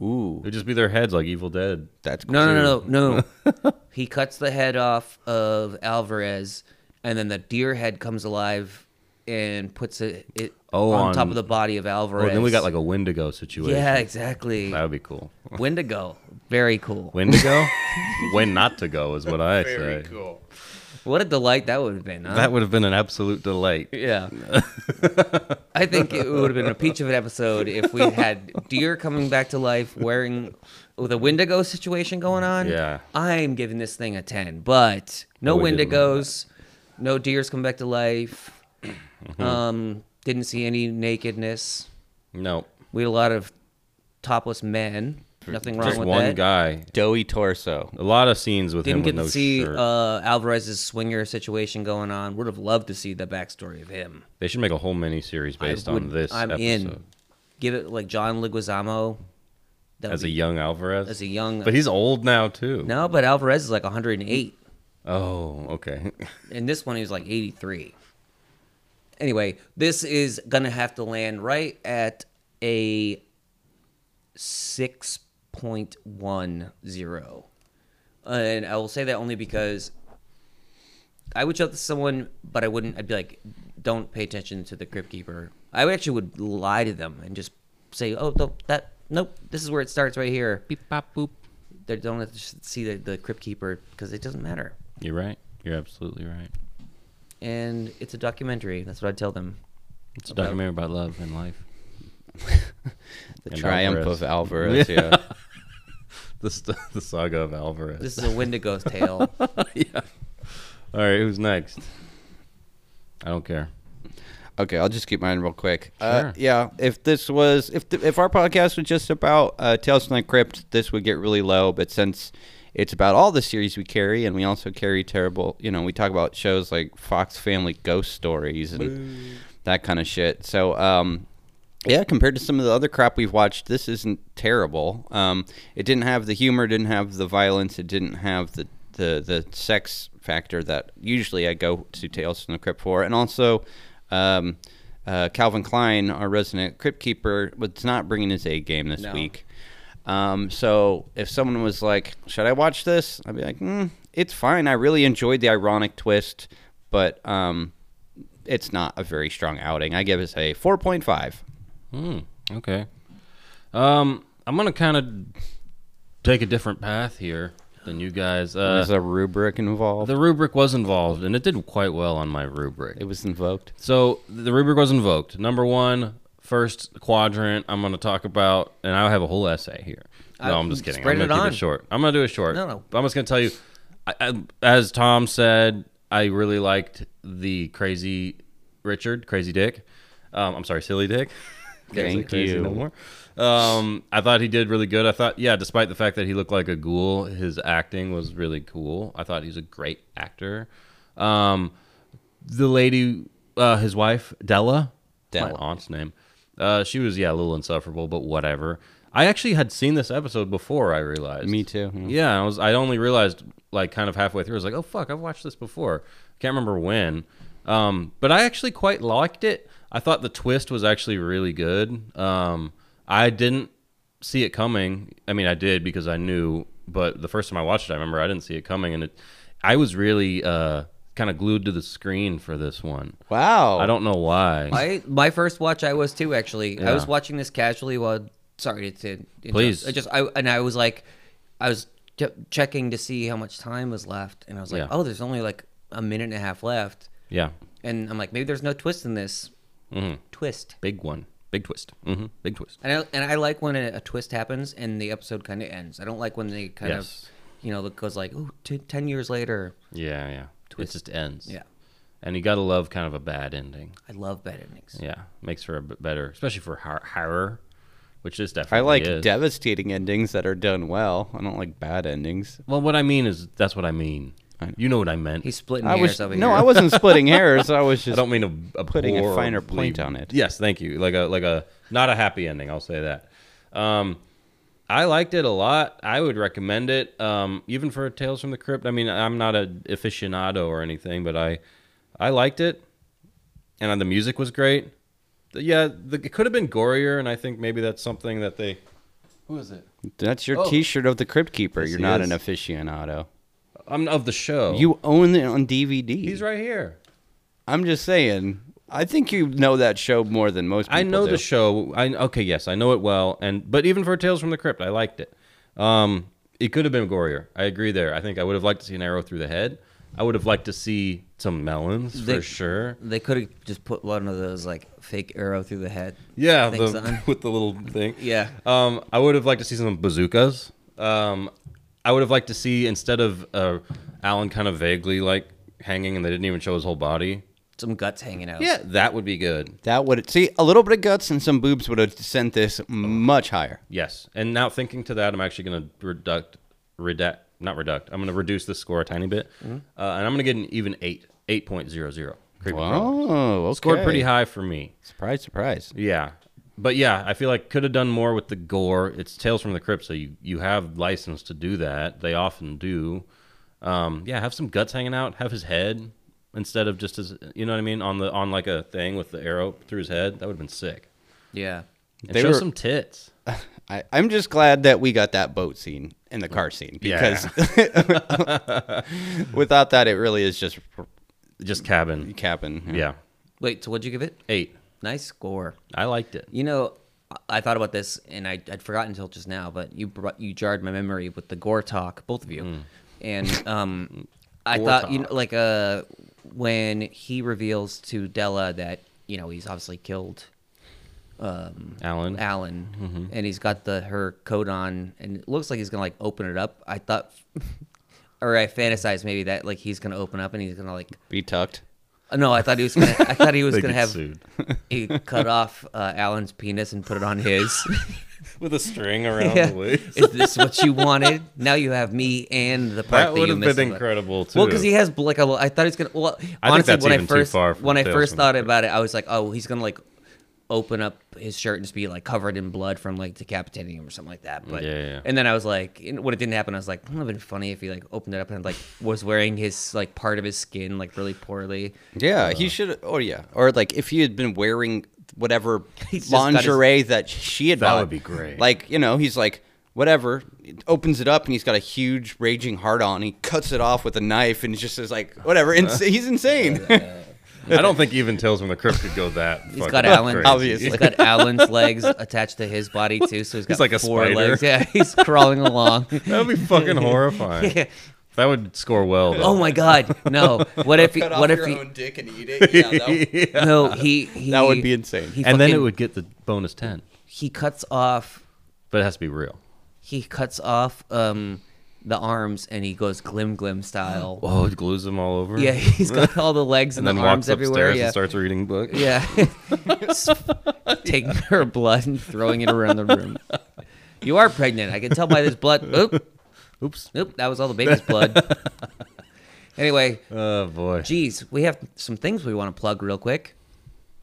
Speaker 2: ooh
Speaker 3: It would just be their heads like Evil Dead.
Speaker 2: that's cool.
Speaker 1: No, no, no, no,
Speaker 3: (laughs)
Speaker 1: no. he cuts the head off of Alvarez, and then the deer head comes alive and puts it, it
Speaker 3: Oh,
Speaker 1: on,
Speaker 3: on-
Speaker 1: top of the body of
Speaker 3: Oh,
Speaker 1: Alvarez.
Speaker 3: then we got like a Wendigo situation.
Speaker 1: yeah, exactly.
Speaker 3: That would be cool.
Speaker 1: Wendigo, very cool.
Speaker 3: Wendigo?
Speaker 1: (laughs)
Speaker 3: when not to go is what I say.
Speaker 2: cool
Speaker 1: What a delight that would have been. Huh?
Speaker 3: That would have been an absolute delight. (laughs)
Speaker 1: yeah, I think it would have been a peach of an episode if we had deer coming back to life wearing with a Wendigo situation going on.
Speaker 3: Yeah.
Speaker 1: I'm giving this thing a 10, but no
Speaker 3: We didn't like
Speaker 1: Wendigos, no deers come back to life.
Speaker 3: Mm-hmm.
Speaker 1: Um, didn't see any nakedness.
Speaker 3: No.
Speaker 1: We had a lot of topless men. Nothing wrong
Speaker 3: Just
Speaker 1: with
Speaker 3: one
Speaker 1: that.
Speaker 3: guy.
Speaker 2: doughy
Speaker 3: (laughs)
Speaker 2: torso
Speaker 3: A lot of scenes with
Speaker 1: Didn't
Speaker 3: him
Speaker 1: get
Speaker 3: with no
Speaker 1: to see
Speaker 3: shirt.
Speaker 1: uh, Alvarez's swinger situation going on. Would have loved to see the backstory of him.
Speaker 3: they should make a whole miniseries
Speaker 1: I
Speaker 3: based on
Speaker 1: would-
Speaker 3: this
Speaker 1: I'm
Speaker 3: episode.
Speaker 1: in. Give it like John Leguizamo. That
Speaker 3: As
Speaker 1: would
Speaker 3: a
Speaker 1: be-
Speaker 3: young Alvarez.
Speaker 1: as a young.
Speaker 3: but he's old now too.
Speaker 1: no, but Alvarez is like 108.
Speaker 3: Oh, okay. (laughs)
Speaker 1: And this one he was like 83. Anyway, this is gonna have to land right at a 6.10. And I will say that only because I would show this to someone, but I wouldn't. I'd be like, "Don't pay attention to the crypt keeper." I would actually would lie to them and just say, "Oh, no, that nope. This is where it starts right here." Beep pop boop. They don't have to see the, the crypt keeper because it doesn't matter
Speaker 3: You're right. You're absolutely right.
Speaker 1: and it's a documentary. That's what I tell them.
Speaker 3: It's a documentary about love and life. (laughs)
Speaker 2: the
Speaker 3: And
Speaker 2: triumph
Speaker 3: Alvarez.
Speaker 2: of Alvarez yeah
Speaker 3: The, st- the saga of Alvarez.
Speaker 1: This is a
Speaker 3: (laughs)
Speaker 1: Wendigo's tale.
Speaker 3: yeah. All right, who's next? I don't care.
Speaker 2: Okay, I'll just keep mine real quick. Uh,
Speaker 3: Sure.
Speaker 2: yeah, if this was if the, if our podcast was just about uh, Tales from the Crypt, this would get really low. But since it's about all the series we carry, and we also carry terrible, you know, we talk about shows like Fox Family Ghost Stories and that kind of shit. So, um, yeah, compared to some of the other crap we've watched, this isn't terrible. Um, it didn't have the humor, didn't have the violence, it didn't have the the, the sex factor that usually I go to Tales from the Crypt for, and also um, uh, Calvin Klein, our resident Crypt Keeper, was not bringing his A game this
Speaker 1: No.
Speaker 2: week. Um, so if someone was like, "Should I watch this?" I'd be like, mm, "It's fine. I really enjoyed the ironic twist, but um, it's not a very strong outing." I give it a four point five.
Speaker 3: Hmm. Okay. Um, I'm gonna kind of take a different path here than you guys. Uh,
Speaker 2: There's a rubric involved.
Speaker 3: the rubric was involved, and it did quite well on my rubric.
Speaker 2: it was invoked.
Speaker 3: So the rubric was invoked. Number one, first quadrant. I'm going to talk about, and I have a whole essay here. No,
Speaker 1: Uh,
Speaker 3: I'm just kidding.
Speaker 1: spread
Speaker 3: I'm going
Speaker 1: it
Speaker 3: to keep
Speaker 1: on.
Speaker 3: it short. I'm going to do it short.
Speaker 1: No, no.
Speaker 3: But I'm just going to tell you, I, I, as Tom said, I really liked the crazy Richard, crazy Dick. Um, I'm sorry, silly Dick. (laughs) Can't say
Speaker 2: Thank
Speaker 3: crazy
Speaker 2: you.
Speaker 3: No more. Um, I thought he did really good. I thought, yeah, despite the fact that he looked like a ghoul, his acting was really cool. I thought he was a great actor. Um, the lady, uh, his wife, Della,
Speaker 2: Della.
Speaker 3: my aunt's name. Uh, she was yeah, a little insufferable, but whatever. I actually had seen this episode before. I realized.
Speaker 2: Me too. yeah.
Speaker 3: Yeah, I was. I only realized like kind of halfway through. I was like, oh fuck, I've watched this before. Can't remember when. Um, but I actually quite liked it. I thought the twist was actually really good. Um, I didn't see it coming. I mean, I did because I knew. But the first time I watched it, I remember I didn't see it coming, and it. I was really uh, kind of glued to the screen for this one.
Speaker 2: Wow.
Speaker 3: I don't know why.
Speaker 1: My my first watch, I was too. Actually, I was
Speaker 3: Yeah.
Speaker 1: watching this casually. While sorry to, interrupt.
Speaker 3: Please.
Speaker 1: I just I and I was like, I was ch- checking to see how much time was left, and I was like,
Speaker 3: Yeah.
Speaker 1: oh, there's only like a minute and a half left,
Speaker 3: Yeah,
Speaker 1: and I'm like, maybe there's no twist in this
Speaker 3: Mm-hmm.
Speaker 1: twist.
Speaker 3: big one, big twist. hmm Big twist.
Speaker 1: And I, and I like when a, a twist happens and the episode kind of ends. I don't like when they kind
Speaker 3: Yes.
Speaker 1: of, you know, it goes like, ooh, t- 10 years later.
Speaker 3: Yeah, yeah. Twist. It just ends.
Speaker 1: Yeah.
Speaker 3: And you gotta love kind of a bad ending.
Speaker 1: I love bad endings.
Speaker 3: Yeah, makes for a bit better, especially for hor- horror, which this definitely
Speaker 2: I like
Speaker 3: is.
Speaker 2: devastating endings that are done well. I don't like bad endings.
Speaker 3: well, what I mean is that's what I mean. You know what I meant.
Speaker 1: He's splitting
Speaker 2: I
Speaker 1: hairs
Speaker 2: was
Speaker 1: over
Speaker 2: no,
Speaker 1: here.
Speaker 2: I
Speaker 1: (laughs)
Speaker 2: wasn't splitting hairs. I was
Speaker 3: I
Speaker 2: just
Speaker 3: don't mean a, a
Speaker 2: putting a
Speaker 3: poor-
Speaker 2: finer point on it.
Speaker 3: Yes, thank you. Like a like a not a happy ending. I'll say that. Um, I liked it a lot. I would recommend it, um, even for Tales from the Crypt. I mean, I'm not an aficionado or anything, but I I liked it, and uh, the music was great. The- Yeah, the, it could have been gorier, and I think maybe that's something that they. Who is it?
Speaker 2: That's your
Speaker 3: Oh.
Speaker 2: T-shirt of the Crypt Keeper.
Speaker 3: Yes,
Speaker 2: You're
Speaker 3: he
Speaker 2: not
Speaker 3: is.
Speaker 2: an aficionado.
Speaker 3: I'm of the show.
Speaker 2: You own it on DVD.
Speaker 3: He's right here.
Speaker 2: I'm just saying. I think you know that show more than most. people
Speaker 3: I know
Speaker 2: do.
Speaker 3: the show. I okay, yes, I know it well. And but even for Tales from the Crypt, I liked it. Um, it could have been gorier. I agree there. I think I would have liked to see an arrow through the head. I would have liked to see some melons
Speaker 1: They-
Speaker 3: for sure.
Speaker 1: They could have just put one of those, like, fake arrow through the head.
Speaker 3: Yeah,
Speaker 1: things
Speaker 3: the-
Speaker 1: on.
Speaker 3: (laughs) with the little thing.
Speaker 1: Yeah.
Speaker 3: Um, I would have liked to see some bazookas. Um, I would have liked to see instead of uh, Alan kind of vaguely like hanging, and they didn't even show his whole body.
Speaker 1: Some guts hanging out.
Speaker 3: Yeah, that would be good.
Speaker 2: That would see a little bit of guts and some boobs would have sent this much higher.
Speaker 3: Yes. And now thinking to that, I'm actually going to reduct, redact, not reduct. I'm going to reduce this score a tiny bit, uh, and I'm going to get an even eight, eight point zero zero.
Speaker 2: Oh, okay.
Speaker 3: Scored pretty high for me.
Speaker 2: Surprise, surprise.
Speaker 3: Yeah. But yeah, I feel like could have done more with the gore. It's Tales from the Crypt, so you, you have license to do that. They often do. Um, yeah, have some guts hanging out. Have his head instead of just his. You know what I mean? On the on like a thing with the arrow through his head. That would have been sick.
Speaker 1: Yeah.
Speaker 3: And
Speaker 2: They
Speaker 3: show
Speaker 2: were-
Speaker 3: some tits.
Speaker 2: I, I'm just glad that we got that boat scene and the car scene
Speaker 3: Yeah.
Speaker 2: because (laughs)
Speaker 3: (laughs)
Speaker 2: without that, it really is just
Speaker 3: Just cabin.
Speaker 2: capping.
Speaker 3: Yeah,
Speaker 1: Wait, so what'd you give it?
Speaker 3: eight.
Speaker 1: Nice score.
Speaker 3: I liked it.
Speaker 1: You know, I- I thought about this and I, I'd forgotten until just now, but you brought, you jarred my memory with the gore talk, both of you. And um, I
Speaker 3: Gore
Speaker 1: thought, you know, like uh, when he reveals to Della that, you know, he's obviously killed
Speaker 3: Alan.
Speaker 1: Alan
Speaker 3: Mm-hmm.
Speaker 1: and he's got the her coat on and it looks like he's going to like open it up. I thought, (laughs) or I fantasized maybe that like he's going to open up and he's going to like
Speaker 2: Be tucked.
Speaker 1: uh, No, I thought he was gonna. I thought
Speaker 3: (laughs)
Speaker 1: he was
Speaker 3: They
Speaker 1: gonna
Speaker 3: get
Speaker 1: have
Speaker 3: sued. (laughs)
Speaker 1: he cut off uh, Alan's penis and put it on his. (laughs)
Speaker 3: With a string around
Speaker 1: Yeah.
Speaker 3: the waist.
Speaker 1: Is this what you wanted? Now you have me and the part
Speaker 3: That
Speaker 1: that,
Speaker 3: would
Speaker 1: you
Speaker 3: have
Speaker 1: missed
Speaker 3: been
Speaker 1: about-
Speaker 3: incredible too.
Speaker 1: Well, because he has like a. little- I thought he's gonna. Well,
Speaker 3: I think
Speaker 1: honestly,
Speaker 3: that's
Speaker 1: when I
Speaker 3: even too
Speaker 1: first
Speaker 3: far from
Speaker 1: when I
Speaker 3: Tales
Speaker 1: first
Speaker 3: from
Speaker 1: thought
Speaker 3: the Crypt.
Speaker 1: about it, I was like, oh, he's gonna like open up his shirt and just be like covered in blood from like decapitating him or something like that. But
Speaker 3: Yeah, yeah, yeah.
Speaker 1: and then I was like, and when it didn't happen, I was like, it would have been funny if he like opened it up and like was wearing his like part of his skin like really poorly.
Speaker 2: Yeah,
Speaker 3: Uh.
Speaker 2: he should. Oh, yeah. Or like if he had been wearing
Speaker 3: (laughs)
Speaker 2: whatever
Speaker 1: He's just got his-
Speaker 2: lingerie that she had
Speaker 3: That
Speaker 2: bought.
Speaker 3: would be great.
Speaker 2: Like, you know, he's like, whatever, it opens it up and he's got a huge
Speaker 3: (laughs)
Speaker 2: (laughs) raging heart on. He cuts it off with a knife and it just is like, whatever. Ins- he's insane.
Speaker 3: I don't think even Tales from the Crypt could go that.
Speaker 1: He's
Speaker 3: fucking
Speaker 1: got Alan.
Speaker 3: crazy.
Speaker 2: Obviously.
Speaker 1: he's got
Speaker 3: (laughs)
Speaker 1: Alan's legs attached to his body too, so he's got
Speaker 3: like a
Speaker 1: four
Speaker 3: spider.
Speaker 1: legs. Yeah, he's crawling
Speaker 3: (laughs)
Speaker 1: along.
Speaker 3: That would
Speaker 1: (laughs)
Speaker 3: be fucking horrifying. That would score well. Though.
Speaker 1: Oh my god, no! What if? He,
Speaker 2: Cut off
Speaker 1: what if?
Speaker 2: your
Speaker 1: He,
Speaker 2: own dick and eat it? Yeah, that
Speaker 3: (laughs)
Speaker 2: would,
Speaker 1: no, he, he.
Speaker 2: that would be insane.
Speaker 1: he
Speaker 3: and then it
Speaker 1: fucking-
Speaker 3: would get the bonus ten,
Speaker 1: He cuts off.
Speaker 3: but it has to be real.
Speaker 1: He cuts off um the arms and he goes glim glim style.
Speaker 3: Oh, it glues them all over.
Speaker 1: Yeah, (laughs) he's got all the legs
Speaker 3: and
Speaker 1: and,
Speaker 3: then
Speaker 1: the arms
Speaker 3: walks upstairs
Speaker 1: everywhere.
Speaker 3: and
Speaker 1: Yeah.
Speaker 3: starts reading books.
Speaker 1: Yeah. Taking her blood and throwing it around the room. You are pregnant. I can tell by this blood. Oop.
Speaker 3: Oops.
Speaker 1: Oop. That was all the baby's blood. anyway,
Speaker 3: Oh boy.
Speaker 1: geez, we have some things we want to plug real quick.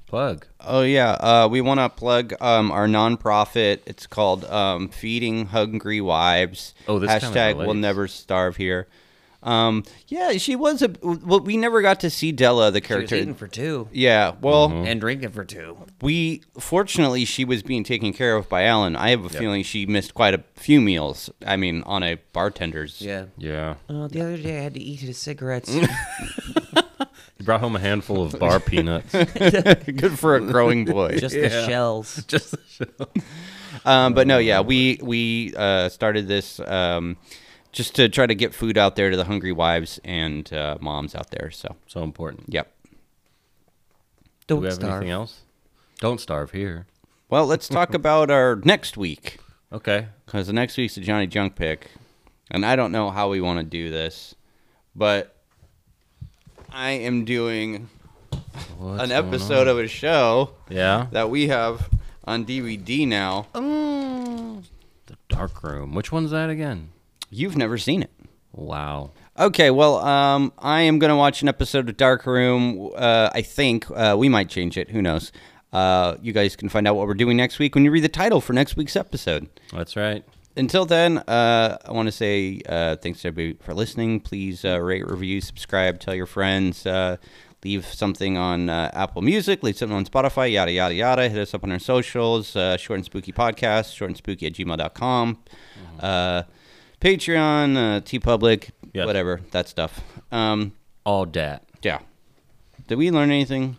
Speaker 3: Plug.
Speaker 2: Oh yeah, uh, we want to plug um, our nonprofit. It's called um, Feeding Hungry Wives.
Speaker 3: Oh, this kinda
Speaker 2: hashtag We'll
Speaker 3: relates.
Speaker 2: Never Starve Here. Um, yeah, she was a. Well, we never got to see Della, the
Speaker 1: She was
Speaker 2: character.
Speaker 1: eating Mm-hmm. for two
Speaker 2: yeah, well,
Speaker 1: and drinking for two.
Speaker 2: we fortunately she was being taken care of by Alan. I have a feeling she missed quite a few meals. I mean, on a bartender's.
Speaker 1: Yeah.
Speaker 3: Yeah.
Speaker 1: Oh, the other day I had to eat his (laughs) cigarettes.
Speaker 3: He brought home a handful
Speaker 1: (laughs)
Speaker 3: of bar
Speaker 2: (laughs)
Speaker 3: peanuts.
Speaker 2: good for a growing boy.
Speaker 1: Just the
Speaker 3: Yeah.
Speaker 1: shells.
Speaker 3: Just
Speaker 2: um, but no, yeah, we we uh, started this um, just to try to get food out there to the hungry wives and uh, moms out there. So,
Speaker 3: (laughs) so important.
Speaker 2: yep.
Speaker 1: Don't
Speaker 3: Do we have
Speaker 1: starve.
Speaker 3: anything else? Don't starve here.
Speaker 2: Well,
Speaker 3: (laughs)
Speaker 2: let's talk about our next week
Speaker 3: Okay.
Speaker 2: because the next week's the Johnny Junk pick, and I don't know how we want to do this, but I am doing
Speaker 3: What's
Speaker 2: an
Speaker 3: going
Speaker 2: episode
Speaker 3: on?
Speaker 2: of a show
Speaker 3: yeah
Speaker 2: that we have on DVD now.
Speaker 3: the dark room. Which one's that again?
Speaker 2: You've never seen it.
Speaker 3: Wow.
Speaker 2: Okay, well, um, I am going to watch an episode of Dark Room. Uh, I think uh, we might change it. Who knows? Uh, you guys can find out what we're doing next week when you read the title for next week's episode.
Speaker 3: That's right.
Speaker 2: Until then, uh, I want to say uh, thanks to everybody for listening. Please uh, rate, review, subscribe, tell your friends, uh, leave something on uh, Apple Music, leave something on Spotify, yada, yada, yada. Hit us up on our socials, uh, Short and Spooky Podcast, short and spooky at gmail.com, uh, Patreon, uh, T Public,
Speaker 3: Yes.
Speaker 2: whatever, that stuff. Um,
Speaker 3: All dat.
Speaker 2: yeah. Did we learn anything?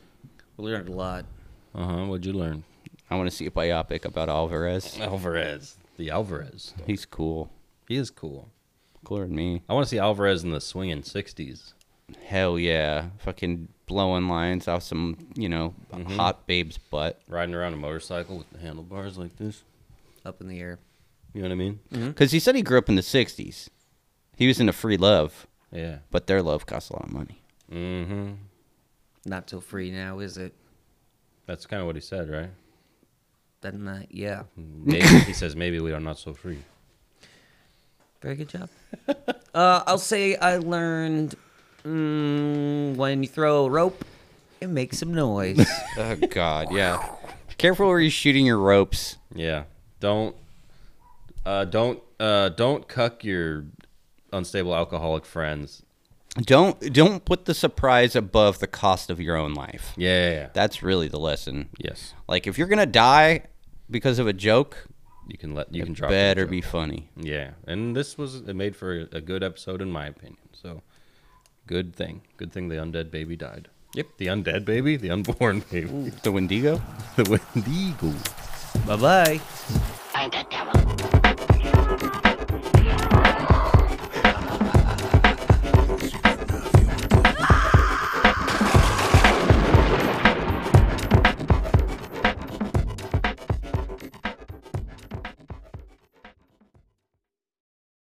Speaker 1: We learned a lot.
Speaker 3: Uh huh. What'd you learn?
Speaker 2: I want to see a biopic about Alvarez.
Speaker 3: Alvarez. The Alvarez.
Speaker 2: He's cool.
Speaker 3: He is cool.
Speaker 2: Cooler than me.
Speaker 3: I want to see Alvarez in the swinging 60s.
Speaker 2: Hell yeah. Fucking blowing lines off some, you know, hot babe's butt.
Speaker 3: Riding around a motorcycle with the handlebars like this.
Speaker 1: Up in the air.
Speaker 3: You know what I mean?
Speaker 2: Because he said he grew up in the 60s. He was into free love,
Speaker 3: Yeah.
Speaker 2: but their love costs a lot of money.
Speaker 3: Mm hmm.
Speaker 1: Not so free now, is it?
Speaker 3: That's kind of what he
Speaker 2: (laughs)
Speaker 3: said, right?
Speaker 1: Then, uh, yeah.
Speaker 3: Maybe, he says maybe we are not so free.
Speaker 1: Very good job. (laughs) uh, I'll say I learned mm, when you throw a rope, it makes some noise.
Speaker 3: (laughs)
Speaker 2: Oh, God, yeah. Careful where you're shooting your ropes.
Speaker 3: Yeah. Don't uh don't uh don't cuck your unstable alcoholic friends.
Speaker 2: Don't don't put the surprise above the cost of your own life.
Speaker 3: Yeah. yeah, yeah.
Speaker 2: That's really the lesson.
Speaker 3: yes.
Speaker 2: Like if you're gonna die because of a joke,
Speaker 3: You can let you can drop
Speaker 2: better
Speaker 3: the
Speaker 2: be
Speaker 3: joke.
Speaker 2: funny.
Speaker 3: Yeah. And this was it made for a good episode in my opinion. So good thing. Good thing the undead baby died. Yep. The undead baby, the unborn (laughs) baby.
Speaker 2: (laughs) The Wendigo.
Speaker 3: the Wendigo.
Speaker 1: bye bye.
Speaker 4: Ain't that